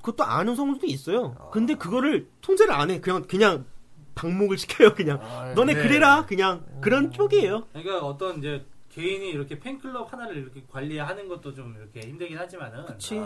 그것도 아는 성우들도 있어요. 근데 그거를 통제를 안 해. 그냥 그냥 방목을 시켜요. 그냥 아, 예. 너네 그래라. 그냥 음. 그런 쪽이에요. 그러니까 어떤 이제 개인이 이렇게 팬클럽 하나를 이렇게 관리하는 것도 좀 이렇게 힘들긴 하지만은 그치.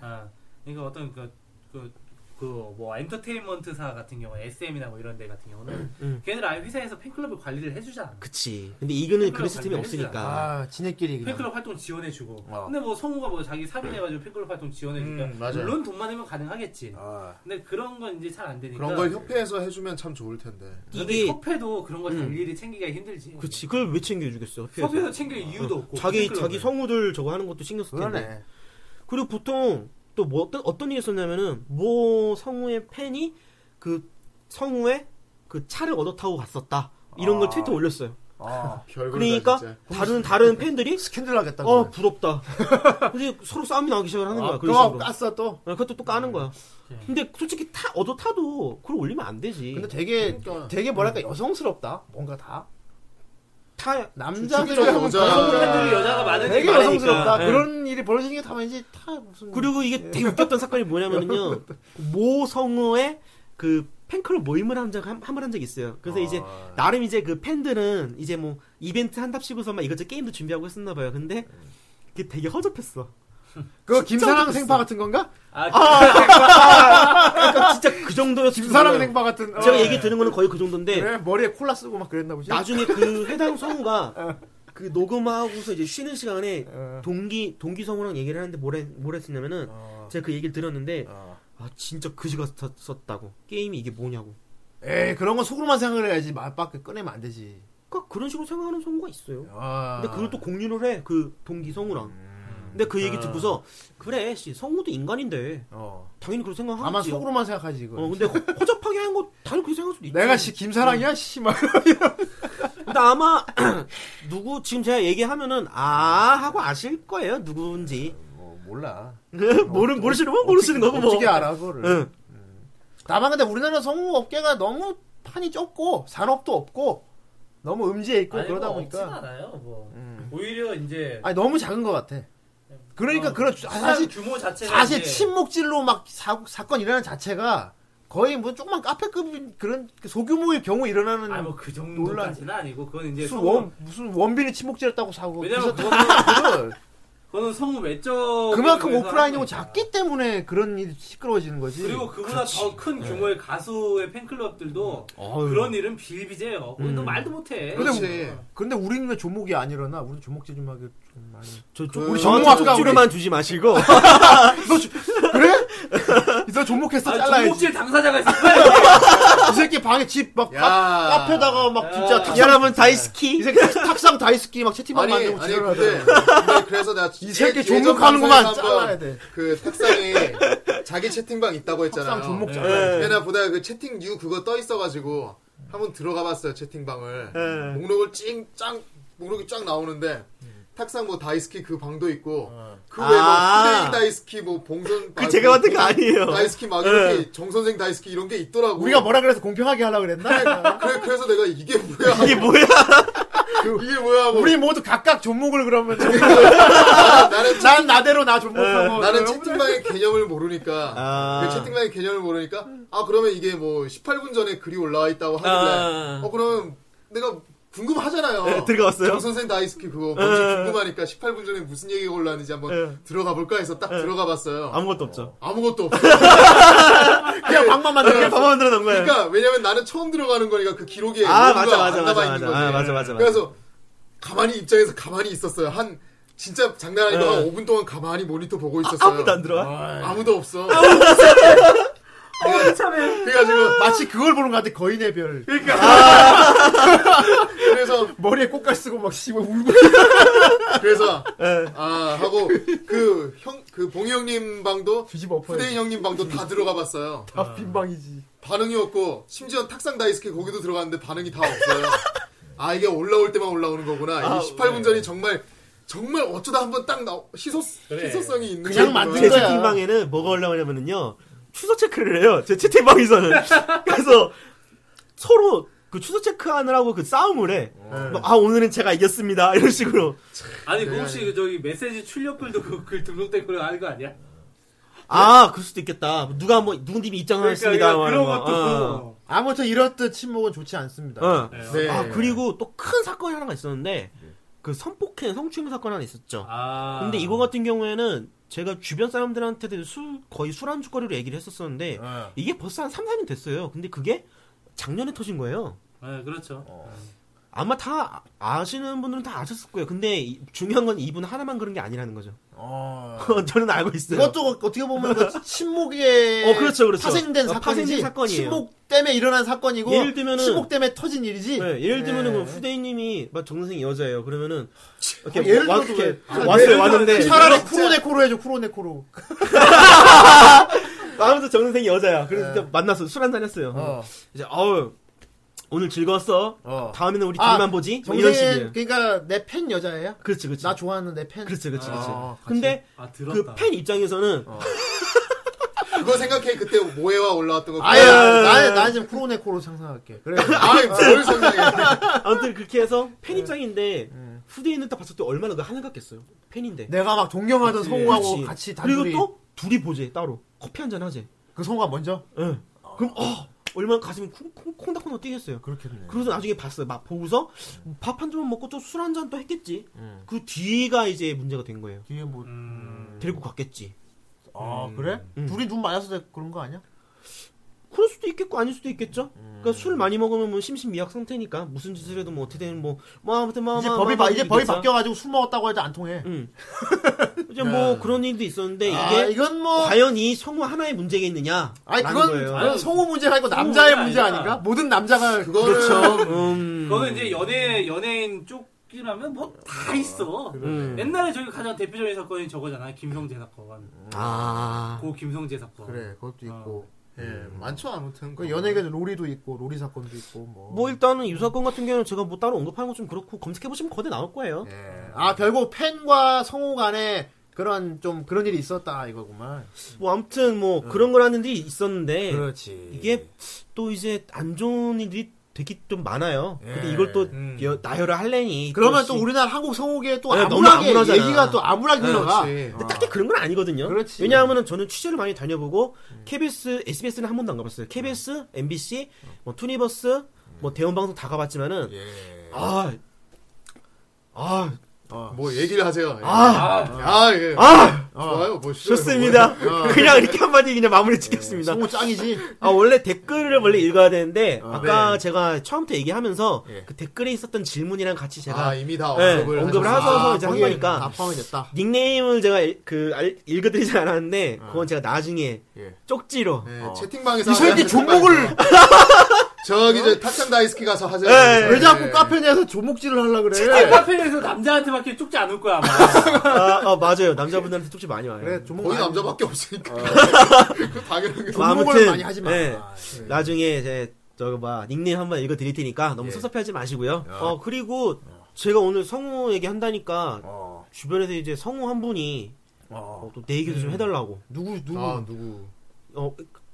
아, 그러니까 어떤 그 그 뭐 엔터테인먼트사 같은 경우 SM이나 뭐 이런 데 같은 경우는 걔네들 아예 회사에서 팬클럽을 관리를 해주잖아. 그치. 근데 이거는 그런 팬클럽 시스템이 관리해주잖아. 없으니까. 네, 아, 지네끼리 그냥. 팬클럽 활동 지원해주고. 어. 근데 뭐 성우가 뭐 자기 사빈해가지고 팬클럽 활동 지원해주니까 음, 맞아요. 물론 돈만 내면 가능하겠지. 아, 근데 그런 건 이제 잘 안 되니까. 어. 그런 그러니까 걸 협회에서 해주면 참 좋을 텐데. 근데 이게 협회도 그런 걸 일일이 챙기기가 힘들지. 그치. 그걸 왜 챙겨주겠어? 어, 협회에서 챙길 이유도 없고. 자기 팬클럽을. 자기 성우들 저거 하는 것도 신경 쓸 텐데. 그러네. 그리고 보통 또 뭐 어떤 어떤 일이 있었냐면은 뭐 성우의 팬이 그 성우의 그 차를 얻어 타고 갔었다 이런 걸 트위터 올렸어요. 아, 별거다 그러니까 진짜. 다른 다른 [LAUGHS] 팬들이 스캔들 나겠다. 어 그러네. 부럽다. 근데 서로 싸움이 나기 시작을 하는 거야. 아, 그런 그거 식으로. 깠어 또. 아, 그것도 또 까는 거야. 근데 솔직히 타 얻어 타도 그걸 올리면 안 되지. 근데 되게 그러니까. 되게 뭐랄까 여성스럽다. 뭔가 다 타 남자들이 주기적으로 여성- 여자- 여성- 팬들이 여자가 많으니까. 되게 여성스럽다. 예. 그런 일이 벌어지는 게 다 왠지 다 무슨 그리고 이게 되게 웃겼던 사건이 뭐냐면요. 모 성우의 그 팬클럽 모임을 한 적, 한, 한번한 적이 있어요. 그래서 이제, 나름 이제 그 팬들은 이제 뭐, 이벤트 한답시고서 막 이것저것 게임도 준비하고 했었나봐요. 근데, 그게 되게 허접했어. 그거 김사랑 어떡했어. 생파 같은 건가? 아, 그러니까 진짜 그 정도였어. 김사랑 생파 같은. 어. 제가 얘기 들은 거는 거의 그 정도인데, 그래, 머리에 콜라 쓰고 막 그랬나 보지. 나중에 그 해당 성우가, 그 녹음하고서 이제 쉬는 시간에, 어. 동기, 동기 성우랑 얘기를 하는데 뭐라, 했- 뭐라 했었냐면은, 어. 제가 그 얘기를 들었는데, 어. 아, 진짜 그지 같았었다고. 게임이 이게 뭐냐고. 에이 예, 그런 건 속으로만 생각을 해야지 맛밖에 꺼내면 안 되지. 그러니까 그런 식으로 생각하는 성우가 있어요. 아. 음. 근데 그걸 또 공유를 해, 그 동기 성우랑. 근데 그 아. 얘기 듣고서, 그래, 씨, 성우도 인간인데, 어. 당연히 그렇게 생각하겠지. 아마 속으로만 생각하지 이거. 어, 근데 허- 허접하게 한 거, 당연히 그렇게 생각할 수도 있지. 내가 씨 어. 김사랑이야 씨 막. 근데 아마, [CLEARS THROAT] 누구, 지금 제가 얘기하면은, 아, 하고 아실 거예요, 누군지. [LAUGHS] 뭐 몰라. 모르, 어, 모르시는 건 모르시는 거고, 뭐. 어, 어떻게 알아 그거를. 응. 다만 근데 우리나라 성우 업계가 너무 판이 좁고 산업도 없고 너무 음지에 있고 아니, 그러다 뭐 보니까 없진 않아요. 뭐 오히려 이제 아니 너무 작은 것 같아. 그러니까 어, 그런 주- 시장 사실 규모 자체는 사실 이제 침묵질로 막 사, 사건 일어나는 자체가 거의 뭐 조그만 카페급 그런 소규모의 경우 일어나는 아니 뭐그 정도까지는 아니고 그건 이제 무슨 성우 원뭐 무슨 원빈이 침묵질했다고 사고 왜냐면 그래서 [LAUGHS] 그거를 그거는 성우 외적 [LAUGHS] 그만큼 오프라인이고 작기 때문에 그런 일이 시끄러워지는 거지. 네. 음. 그리고 그보다 더 큰 규모의 가수의 팬클럽들도 어휴. 그런 일은 비일비재해요. 그건 또 말도 못해. 근데 그렇지. 근데 우리는 왜 조목이 안 일어나? 우리 조목질 좀 하게 좀 많이. [LAUGHS] 저, 저, 그- 우리 정우 정우 아까 쪽지로만 주지 마시고. [LAUGHS] [LAUGHS] 이따 조목했어 아, 뭐 잘라야지. 중국질 당사자가 있어. 이 새끼 방에 집막 야. 뭐 카페다가 막 진짜 야. 탁상 여러분, 다이스키. 이 새끼 탁상 다이스키 막 채팅방 아니, 만들고 아니, 지랄하더라. 근데, 근데 그래서 내가 이 새끼 종목하는구만 잘라야 돼. 그 탁상에 자기 채팅방 있다고 했잖아요. 탁상 종목 잘라. 예. 근데 나 보다 그 채팅 유 그거 떠 있어가지고 한번 들어가봤어요 채팅방을 예. 목록을 찡짱 목록이 쫙 나오는데 탁상 뭐 다이스키 그 방도 있고 그 외에 아. 뭐 후대인 다이스키 뭐 봉선 그 제가 봤던 거 아니에요. 예. 다이스키 막 이렇게 정선생 다이스키 이런 게 있더라고 우리가 뭐라 그래서 공평하게 하려고 네. 그랬나? 그래, 그래서 내가 이게 뭐야 이게 [LAUGHS] 뭐야? 이게 뭐야 뭐. 우리 모두 각각 종목을 그러면 좀- 나는 난 나대로 나 종목하고 나는 채팅방의 개념을 모르니까 아. 그 채팅방의 개념을 모르니까 아 그러면 이게 뭐 18분 전에 글이 올라와 있다고 하길래 아. 어 그러면 내가 궁금하잖아요. 네, 들어갔어요? 네. 정 선생 다이스키 그거 뭔지 궁금하니까 18분 전에 무슨 얘기가 올라왔는지 한번 들어가 볼까 해서 딱 들어가 봤어요. 네. 아무것도 없죠. [LAUGHS] 아무것도 없어. 그냥 방만 만들어. 밥 만들어 놓은 거예요. 그러니까 왜냐면 나는 처음 들어가는 거니까 그 기록에 아, 뭔가 맞아, 맞아, 안 남아 맞아, 있는 맞아. 거지. 아, 맞아, 맞아, 맞아. 그래서 가만히 입장에서 가만히 있었어요. 한 진짜 장난 아니고 한 5분 동안 가만히 모니터 보고 있었어요. 네. 아무도 안 들어와. 아무도 없어. [LAUGHS] 그래가지고 마치 그걸 보는 것 같아 거인의 별. 그래서 머리에 꽃갈 쓰고 막 씨발 울고. [LAUGHS] 그래서 예. 아 하고 그 형 그 봉이 형님 방도 뒤집어 엎어야지. 후대인 형님 방도 다 들어가 봤어요. 다 빈방이지. 반응이 없고 심지어 탁상 다이스키 거기도 들어갔는데 반응이 다 없어요. 아 이게 올라올 때만 올라오는 거구나. 아, 이게 18분 네. 전이 정말 정말 어쩌다 한번 딱 나, 희소 희소성이 있는 그냥 거구나. 만든 제 거야. 채팅방에는 뭐가 올라오냐면요 추석 체크를 해요 제 [LAUGHS] 채팅방에서는 그래서 서로 그 추석 체크하느라고 그 싸움을 네. 해아 오늘은 제가 이겼습니다 [LAUGHS] 이런 식으로 아니 네. 그 혹시 그 저기 메시지 출력글도 그 글 등록된 걸로 아는 거 아니야? 아 그럴 수도 있겠다 누가 뭐 누군 님이 입장하였습니다 그러니까 뭐, 그런 말하는 거. 어. 것도 아무튼 이렇듯 침묵은 좋지 않습니다. 어. 네. 네. 아 그리고 또 큰 사건이 하나가 있었는데 그 성폭행, 성추행 사건 하나 있었죠. 아. 근데 이거 같은 경우에는 제가 주변 사람들한테도 술 거의 술안주거리로 얘기를 네. 했었었는데 아. 어. 이게 벌써 한 3, 4년 됐어요. 근데 그게 작년에 터진 거예요. 네, 그렇죠. 아마 다 아시는 분들은 다 아셨을 거예요. 근데 이- 중요한 건 이분 하나만 그런 게 아니라는 거죠. 어. [LAUGHS] 저는 알고 있어요. 아. 그것도 어떻게 보면 그 침묵에 어, 그렇죠, 그렇죠. 파생된 어, 사건이지. 파생된 사건이에요. 침묵 때문에 일어난 사건이고 예를 들면은- 침묵 때문에 터진 일이지. 네, 예를 들면 은 후대인님이 막 정선생이 여자예요. 그러면은 이렇게 아, 예를 와- 들어도 이렇게 왜- 아, 왔어요 왔는데 차라리 쿠로네코로 해줘 쿠로네코로. [LAUGHS] 마음에서 정선생이 여자야. 그래서 이제 만났어 술 한잔 했어요. 네. 어. 이제 어우 오늘 즐거웠어. 어. 다음에는 우리 아, 둘만 보지. 뭐 이런 식이에요. 정생 그러니까 내 팬 여자예요. 그렇지 그렇지. 나 좋아하는 내 팬. 그렇지 그렇지 그렇지. 아, 같이. 어. 근데 아, 그 들었다. 팬 입장에서는 그거 생각해 그때 모해와 올라왔던 거. 아예 그거. 나는 나는 지금 쿠로네코로 상상할게. [LAUGHS] 그래. 아이 뭘 생각해? [LAUGHS] 아무튼 그렇게 해서 네. 팬 입장인데 후대인은 딱 봤을 때 얼마나 그 하늘같겠어요. 팬인데. 내가 막 동경하던 성우하고 예. 그렇지. 같이 그리고 단둘이 또 둘이 보재 따로 커피 한 잔 하재. 그 성우가 먼저 예. 그럼 어 얼마나 가슴이 콩- 콩- 콩닥콩닥 뛰겠어요. 그렇겠네. 그래서 나중에 봤어요. 막 보고서 밥 한 잔만 먹고 좀 술 한 잔 또 했겠지. 예. 그 뒤가 이제 문제가 된 거예요. 뒤에 뭐 음. 데리고 갔겠지. 아, 그래? 음. 둘이 눈 맞았을 때 그런 거 아니야? 그럴 수도 있겠고 아닐 수도 있겠겠죠. 음. 그러니까 술 많이 먹으면 뭐 심신미약 상태니까 무슨 짓을 해도 뭐 어떻게 되는 뭐, 뭐 아무튼 뭐 이제 뭐, 법이 뭐, 바, 이제 법이 있겠죠. 바뀌어가지고 술 먹었다고 해도 안 통해. 응. 이제 뭐 그런 일도 있었는데 이게 네. 아, 이건 뭐 과연 이 성우 하나의 문제가 있느냐? 아니 라는 그건 거예요. 그건 성우 문제가 아니고 남자의 문제가 문제 아니라. 아닌가? 모든 남자가 그거 [LAUGHS] 그거는 음. 그거는 이제 연예 연예인 쪽이라면 뭐 다 있어. 음. 옛날에 저희 가장 대표적인 사건이 저거잖아. 김성재 사건. 아. 음. 고 김성재 사건. 음. 그래 그것도 있고 예 많죠 아무튼. 그 연예계도 로리도 있고 로리 사건도 있고 뭐. 어. 뭐 일단은 이 사건 같은 경우는 제가 뭐 따로 언급하는 건 좀 그렇고 검색해 보시면 거대 나올 거예요. 예. 아 결국 팬과 성우 간에 그런 좀 그런 일이 있었다 이거구만. 뭐 아무튼 뭐 그런 걸 하는 일이 있었는데 네. 그렇지. 예. 이게 또 이제 안 좋은 일이 되게 좀 많아요. 근데 예. 이걸 또 여- 나열을 하려니 그러면 또 씨- 우리나라 한국 성우계에 또 네, 아니, 너무 암울하게 암울하잖아. 얘기가 또 암울하게 흘러가. 그렇지. 근데 딱히 그런 건 아니거든요. 그렇지. 음. 왜냐하면은 저는 취재를 많이 다녀보고 KBS, SBS는 한 번도 안 가봤어요. KBS, MBC, 음. 뭐 투니버스, 뭐 대원방송 다 가봤지만은 예. 아, 아, 어, 뭐 얘기를 하세요. 예. 아, 아 예. 아, 좋아요. 뭐 싫어요. 좋습니다. 뭐. 어. 그냥 이렇게 한마디 그냥 마무리 짓겠습니다. 성우 짱이지. 아 원래 댓글을 원래 읽어야 네. 되는데 아까 제가 처음부터 얘기하면서 예. 그 댓글에 있었던 질문이랑 같이 제가 아 이미 다 예, 언급을 언급을 하셨어요. 하셔서 아, 이제 한 거기에 거니까. 다 네, 포함이 됐다. 닉네임을 제가 일- 그 알- 읽어드리진 않았는데 그건 제가 나중에 아. 예. 쪽지로 예, 네, 채팅방에서 이 새끼 하자는 [LAUGHS] 종목을 어? 저기 저 타찬 다이스키 가서 하세요. 네. 예, 네, 왜 자꾸 카페 내에서 조목질을 하려 아니, 그래? 카페에서 남자한테밖에 쪽지 않을 거야 아마. 아, 아, 맞아요 남자분들한테 쪽지 많이 와요. 그래 네, 조목 네, 거기 많이- 남자밖에 없으니까. [LAUGHS] 그 당연한 게. 뭐 종목을 많이 하지 마. 아, 예, 나중에 이제 저거 봐 닉네임 한번 읽어드릴 테니까 예. 너무 섭섭해하지 마시고요. 아. 어 그리고 제가 오늘 성우 얘기 한다니까 어. 주변에서 이제 성우 한 분이 아. 어, 또 내 얘기도 좀 음. 해달라고 누구 누구 아 누구? 어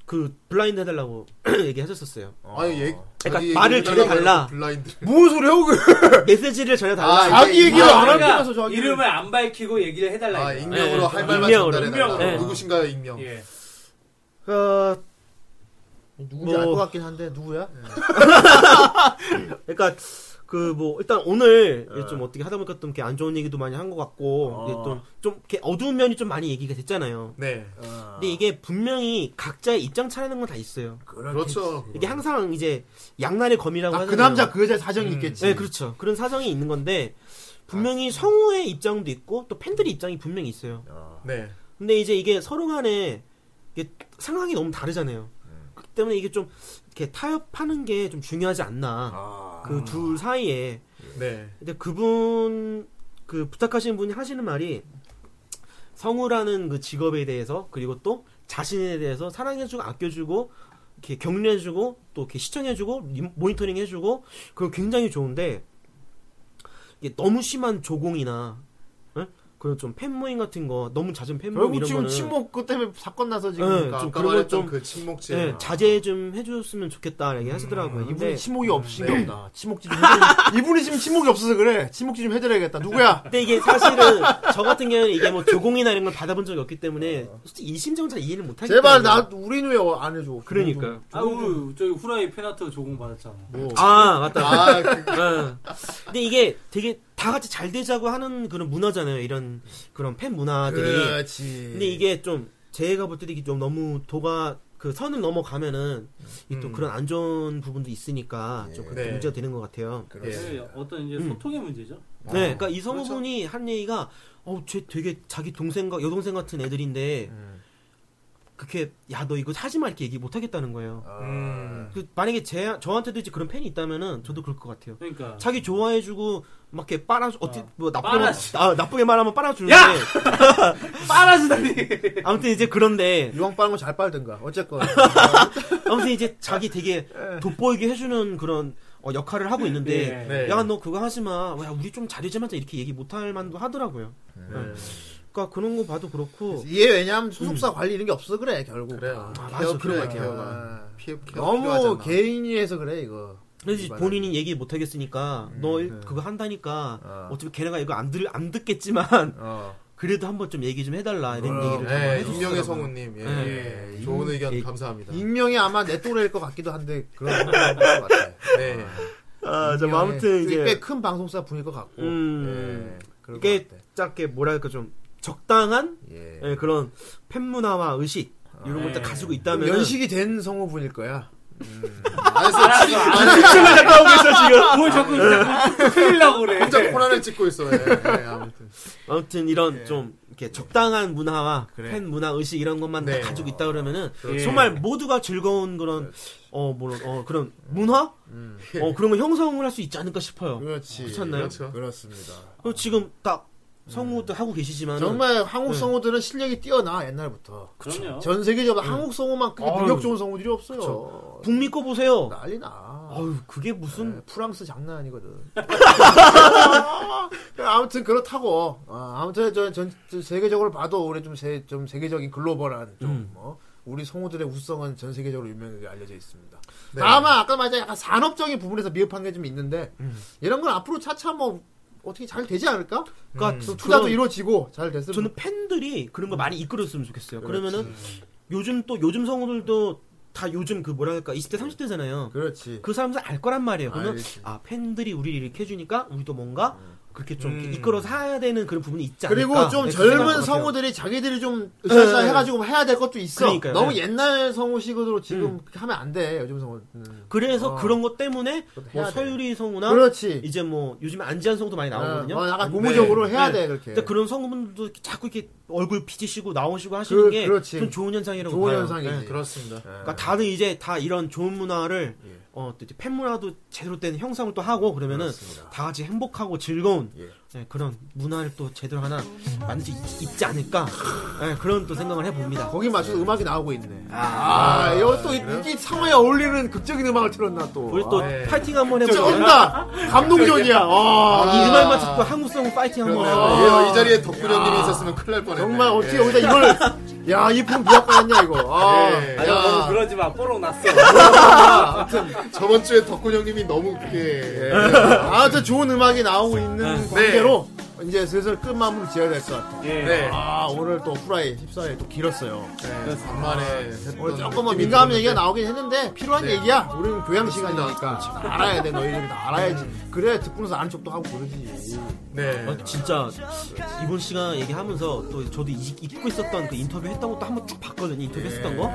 그 블라인드 해달라고 [CLEARS THROAT] 얘기하셨었어요. 아니 얘. 그러니까 자기 말을 얘기를 되게 달라. 블라인드. 뭔 소리 하고 그래? 메시지를 전해달라. 아, 자기 얘기를 아, 안 하고 그러니까 그래서 저기 이름을 안 밝히고 얘기를 해달라. 아 이거야. 익명으로 예, 할 말만 익명으로, 네. 전달해 달라. 네. 익명으로. 누구신가요 익명? 예. 어, 누구지 뭐- 알 것 같긴 한데 누구야? 그러니까 그 뭐 일단 오늘 이제 좀 어떻게 하다 보니까 좀 이렇게 안 좋은 얘기도 많이 한 것 같고 이제 좀좀 이렇게 어두운 면이 좀 많이 얘기가 됐잖아요. 어. 네. 근데 이게 분명히 각자의 입장 차라는 건 다 있어요. 그렇죠. 이게 항상 이제 양날의 검이라고 아, 하잖아요. 그 남자 그 여자 사정이 있겠지. 네, 그렇죠. 그런 사정이 있는 건데 분명히 성우의 입장도 있고 또 팬들의 입장이 분명히 있어요. 네. 근데 이제 이게 서로 간에 이게 상황이 너무 다르잖아요. 그렇기 때문에 이게 좀 이렇게 타협하는 게 좀 중요하지 않나. 음. 그 둘 사이에. 네. 근데 그분 그 부탁하시는 분이 하시는 말이 성우라는 그 직업에 대해서 그리고 또 자신에 대해서 사랑해주고 아껴주고 이렇게 격려해주고 또 이렇게 시청해주고 리- 모니터링해주고 그거 굉장히 좋은데 이게 너무 심한 조공이나 응? 그런 좀 팬모임 같은 거 너무 잦은 팬모임 결국 이런 지금 거는 침묵 그 때문에 사건 나서 지금 네, 그러니까. 좀 아까 그런 말했던 좀- 그 침묵질. 예, 자제 좀 해줬으면 좋겠다 얘기 하시더라고요. 음. 이분이 근데, 네. 침묵이 없으신가 보다. 침묵지 좀 해드려. 이분이 지금 침묵이 없어서 그래. 침묵지 좀 해드려야겠다. 누구야? 근데 이게 사실은 저 같은 경우는 이게 뭐 조공이나 이런 걸 받아본 적이 없기 때문에 솔직히 이 심정은 잘 이해를 못하겠어요. 어. 제발 나 우리는 왜 안 해줘? 네. 음. 그러니까요. 음. 아, 우리 저기 후라이 페나트 조공 받았잖아. 뭐. 아 맞다. 아, 그, 어. 근데 이게 되게 다 같이 잘 되자고 하는 그런 문화잖아요. 이런 그런 팬 문화들이. 그렇지. 근데 이게 좀 제가 볼 때도 이게 좀 너무 도가 그 선을 넘어가면은 이또 음. 그런 안 좋은 부분도 있으니까 좀 예. 그렇게 네. 문제가 되는 것 같아요. 네, 어떤 이제 음. 소통의 문제죠. 네, 그러니까 이 성우분이 한 얘기가 어쟤 되게 자기 동생과 여동생 같은 애들인데 그렇게 야 너 이거 하지 마 이렇게 얘기 못 하겠다는 거예요. 음. 그 만약에 제 저한테도 이제 그런 팬이 있다면은 저도 그럴 것 같아요. 그러니까 자기 좋아해주고 막 이렇게 빨아 어떻게 어. 뭐 나쁘게 말, 빨아주- 아, 나쁘게 말하면 빨아주는데 야! 빨아주다니. 아무튼 이제 그런데 유황 빠른 건 잘 빨든가. [LAUGHS] 어쨌건. 아무튼 이제 자기 되게 돋보이게 해주는 그런 어, 역할을 하고 있는데 예. 네. 야 너 그거 하지 마. 야 우리 좀 잘해주면서 이렇게 얘기 못할 만도 하더라고요. 네. 그러니까 그런 거 봐도 그렇고 이게 왜냐면 소속사 관리 이런 게 없어서 그래, 결국. 그래요. 아, 개업 맞아 음. 그런 거 필요해, 같아요. 개업. 개혁아. 피해 개혁 너무 필요하잖아. 개인이 해서 그래, 이거. 그래서 이제 맞아요. 본인이 얘기 못 하겠으니까 너 일- 그거 한다니까 음, 네. 어. 어. 차피 걔네가 이거 안 들 안 듣겠지만 어. [LAUGHS] 그래도 한번 좀 얘기 좀 해달라 이런 그럼. 얘기를 좀 네, 해주시더라고요. 익명의 성우님. 예. 네. 예. 좋은 의견 예. 감사합니다. 익명이 아마 내 또래일 것 같기도 한데, [LAUGHS] 그런 것 같아. 네. 아, 좀 익명의 아무튼 이제 꽤큰 방송사 분일 것 같고. 음, 예, 그럴 이게 것 같아. 짧게 뭐랄까 좀 적당한 예. 예, 그런 팬문화와 의식 이런 걸딱 가지고 있다면 어, 연식이 된 성우분일 거야. 아, 알았어. 알았어. 갔다 오고 있어 지금. 뭘 자꾸 자꾸 틀리려고 그래. 혼자 코난을 찍고 있어. 예. 네, 아무튼. 아무튼 이런 좀 이렇게 적당한 문화와 예. 그래. 팬 문화 의식 이런 것만 네. 다 가지고 있다 그러면은 예. 정말 모두가 즐거운 그런 어 물론 어 그런 문화 음. 어 그런 거 형성을 할 수 있지 않을까 싶어요. 그렇지. 그렇잖아요. 그렇죠. 그렇습니다. 그리고 지금 딱 성우도 하고 계시지만 정말 한국 네. 성우들은 실력이 뛰어나 옛날부터. 그럼요. 전 세계적으로 한국 성우만 크게 네. 아유. 능력 좋은 성우들이 없어요. 북미 거 보세요. 난리 나. 아유 그게 네, 무슨 프랑스 장난 [LAUGHS] 아니거든. 아무튼 그렇다고. 어, 아무튼 전, 전, 전 세계적으로 봐도 우리 좀, 세, 좀 세계적인 글로벌한 좀 음. 어, 우리 성우들의 우성은 전 세계적으로 유명하게 알려져 있습니다. 네. 다만 아까 말한 약간 산업적인 부분에서 미흡한 게 좀 있는데 음. 이런 건 앞으로 차차 뭐 어떻게 잘 되지 않을까? 그러니까 좀 음. 투자도 그런- 이루어지고 잘 됐으면 저는 팬들이 그런 거 많이 이끌었으면 좋겠어요. 그러면은 요즘 또 요즘 성우들도 다 요즘 그 뭐랄까 20대 30대잖아요. 그렇지. 그 사람들 알 거란 말이에요. 그러면 알지. 아 팬들이 우리를 이렇게 해주니까 우리도 뭔가 그렇게 좀 이렇게 음. 이끌어서 해야 되는 그런 부분이 있지 않을까. 그리고 좀 네, 그 생각인 젊은 것 같아요. 성우들이 자기들이 좀 으쌰으쌰 네. 해가지고 해야 될 것도 있어. 그러니까요. 너무 네. 음. 옛날 성우식으로 지금 그렇게 하면 안 돼. 요즘 성우는. 그래서 어. 그런 것 때문에 그것도 뭐 해야 돼. 서유리 성우나 그렇지. 이제 뭐 요즘에 안지한 성우도 많이 나오거든요. 어, 약간 네. 고무적으로 네. 해야 네. 돼 그렇게. 근데 그런 성우분들도 이렇게 자꾸 이렇게 얼굴 비치시고 나오시고 하시는 그- 게 그렇지. 좀 좋은 현상이라고 좋은 봐요. 현상이지. 예. 네. 그렇습니다. 그러니까 다들 이제 다 이런 좋은 문화를 어, 또 이제 팬 문화도 제대로 된 형상을 또 하고 그러면은 다 같이 행복하고 즐거운 예, 그런 문화를 또 제대로 하나 만들 수 있, 있지 않을까 예, 그런 또 생각을 해봅니다. 거기 맞춰서 음악이 나오고 있네. 아, 이거 또 이게 상황에 어울리는 극적인 음악을 틀었나 또. 우리 또 아, 파이팅 한번 해보자. 쩐다. 감동전이야. 아, 이 음악 맞춰서 또 한국성 파이팅 한번 그렇죠. 해보자. 예, 이 자리에 아. 덕구령님이 있었으면 큰일 날 뻔했네. 정말 어떻게 예. 여기다 이걸 야, 이품 미약받았냐 이거. 아, 네. 예. 아니, 야. 뭐 그러지 마. 뽀록 났어. 저번 주에 덕구령님이 너무 이렇게 아, 저 좋은 음악이 나오고 네. 있는 관계로 이제 슬슬 끝마무리 지어야 될 것 같아요. 예. 네. 아, 오늘 또 후라이 14일 또 길었어요. 간만에 했던 오늘 조금만 뭐 느낌이 민감한 들었는데 네. 얘기가 나오긴 했는데 필요한 얘기야. 우리는 교양 시간이니까 다 알아야 돼. 너희들이 다 음. 알아야지. 그래야 듣고 나서 아는 척도 하고 그러지. 네. 어, 진짜 이번 시간 얘기하면서 또 저도 이- 잊고 있었던 그 인터뷰 했던 것도 한번 쭉 봤거든요. 인터뷰 했었던 거.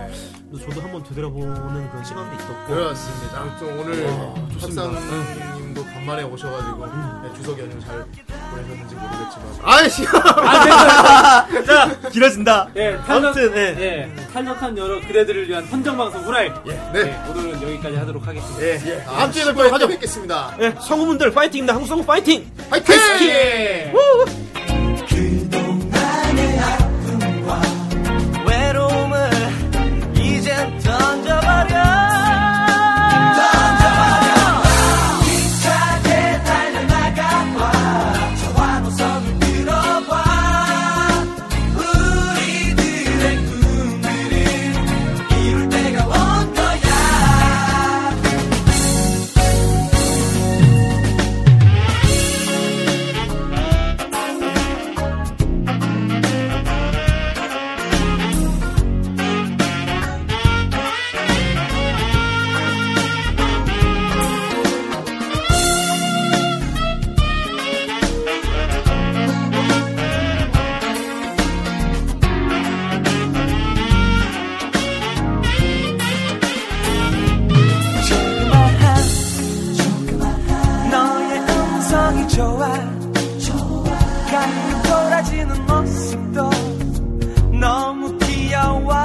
그래서 저도 한번 되돌아보는 그런 시간도 있었고. 그렇습니다. 아무튼 오늘 학상님도 간만에 오셔가지고 네, 추석 연휴 잘 보내셨는지 모르겠지만 아이씨. [LAUGHS] 자 길어진다. 예, 아무튼, 탈덕, 예. 예, 탈덕한 여러 그대들을 위한 선정방송 후라이. 네. 예, 오늘은 여기까지 하도록 하겠습니다. 예. 다음 주에 뵙도록 하죠. 뵙겠습니다. 예, 성우분들 파이팅입니다. 한국 성우 파이팅. 화이팅! 그동안의 아픔과 외로움을 이젠 던져버려 던져버려 힘차게 달려나가봐 저 화보선을 들어봐 우리들의 꿈들을 이룰 때가 온 거야 좋아 갈고 돌아지는 모습도 너무 귀여워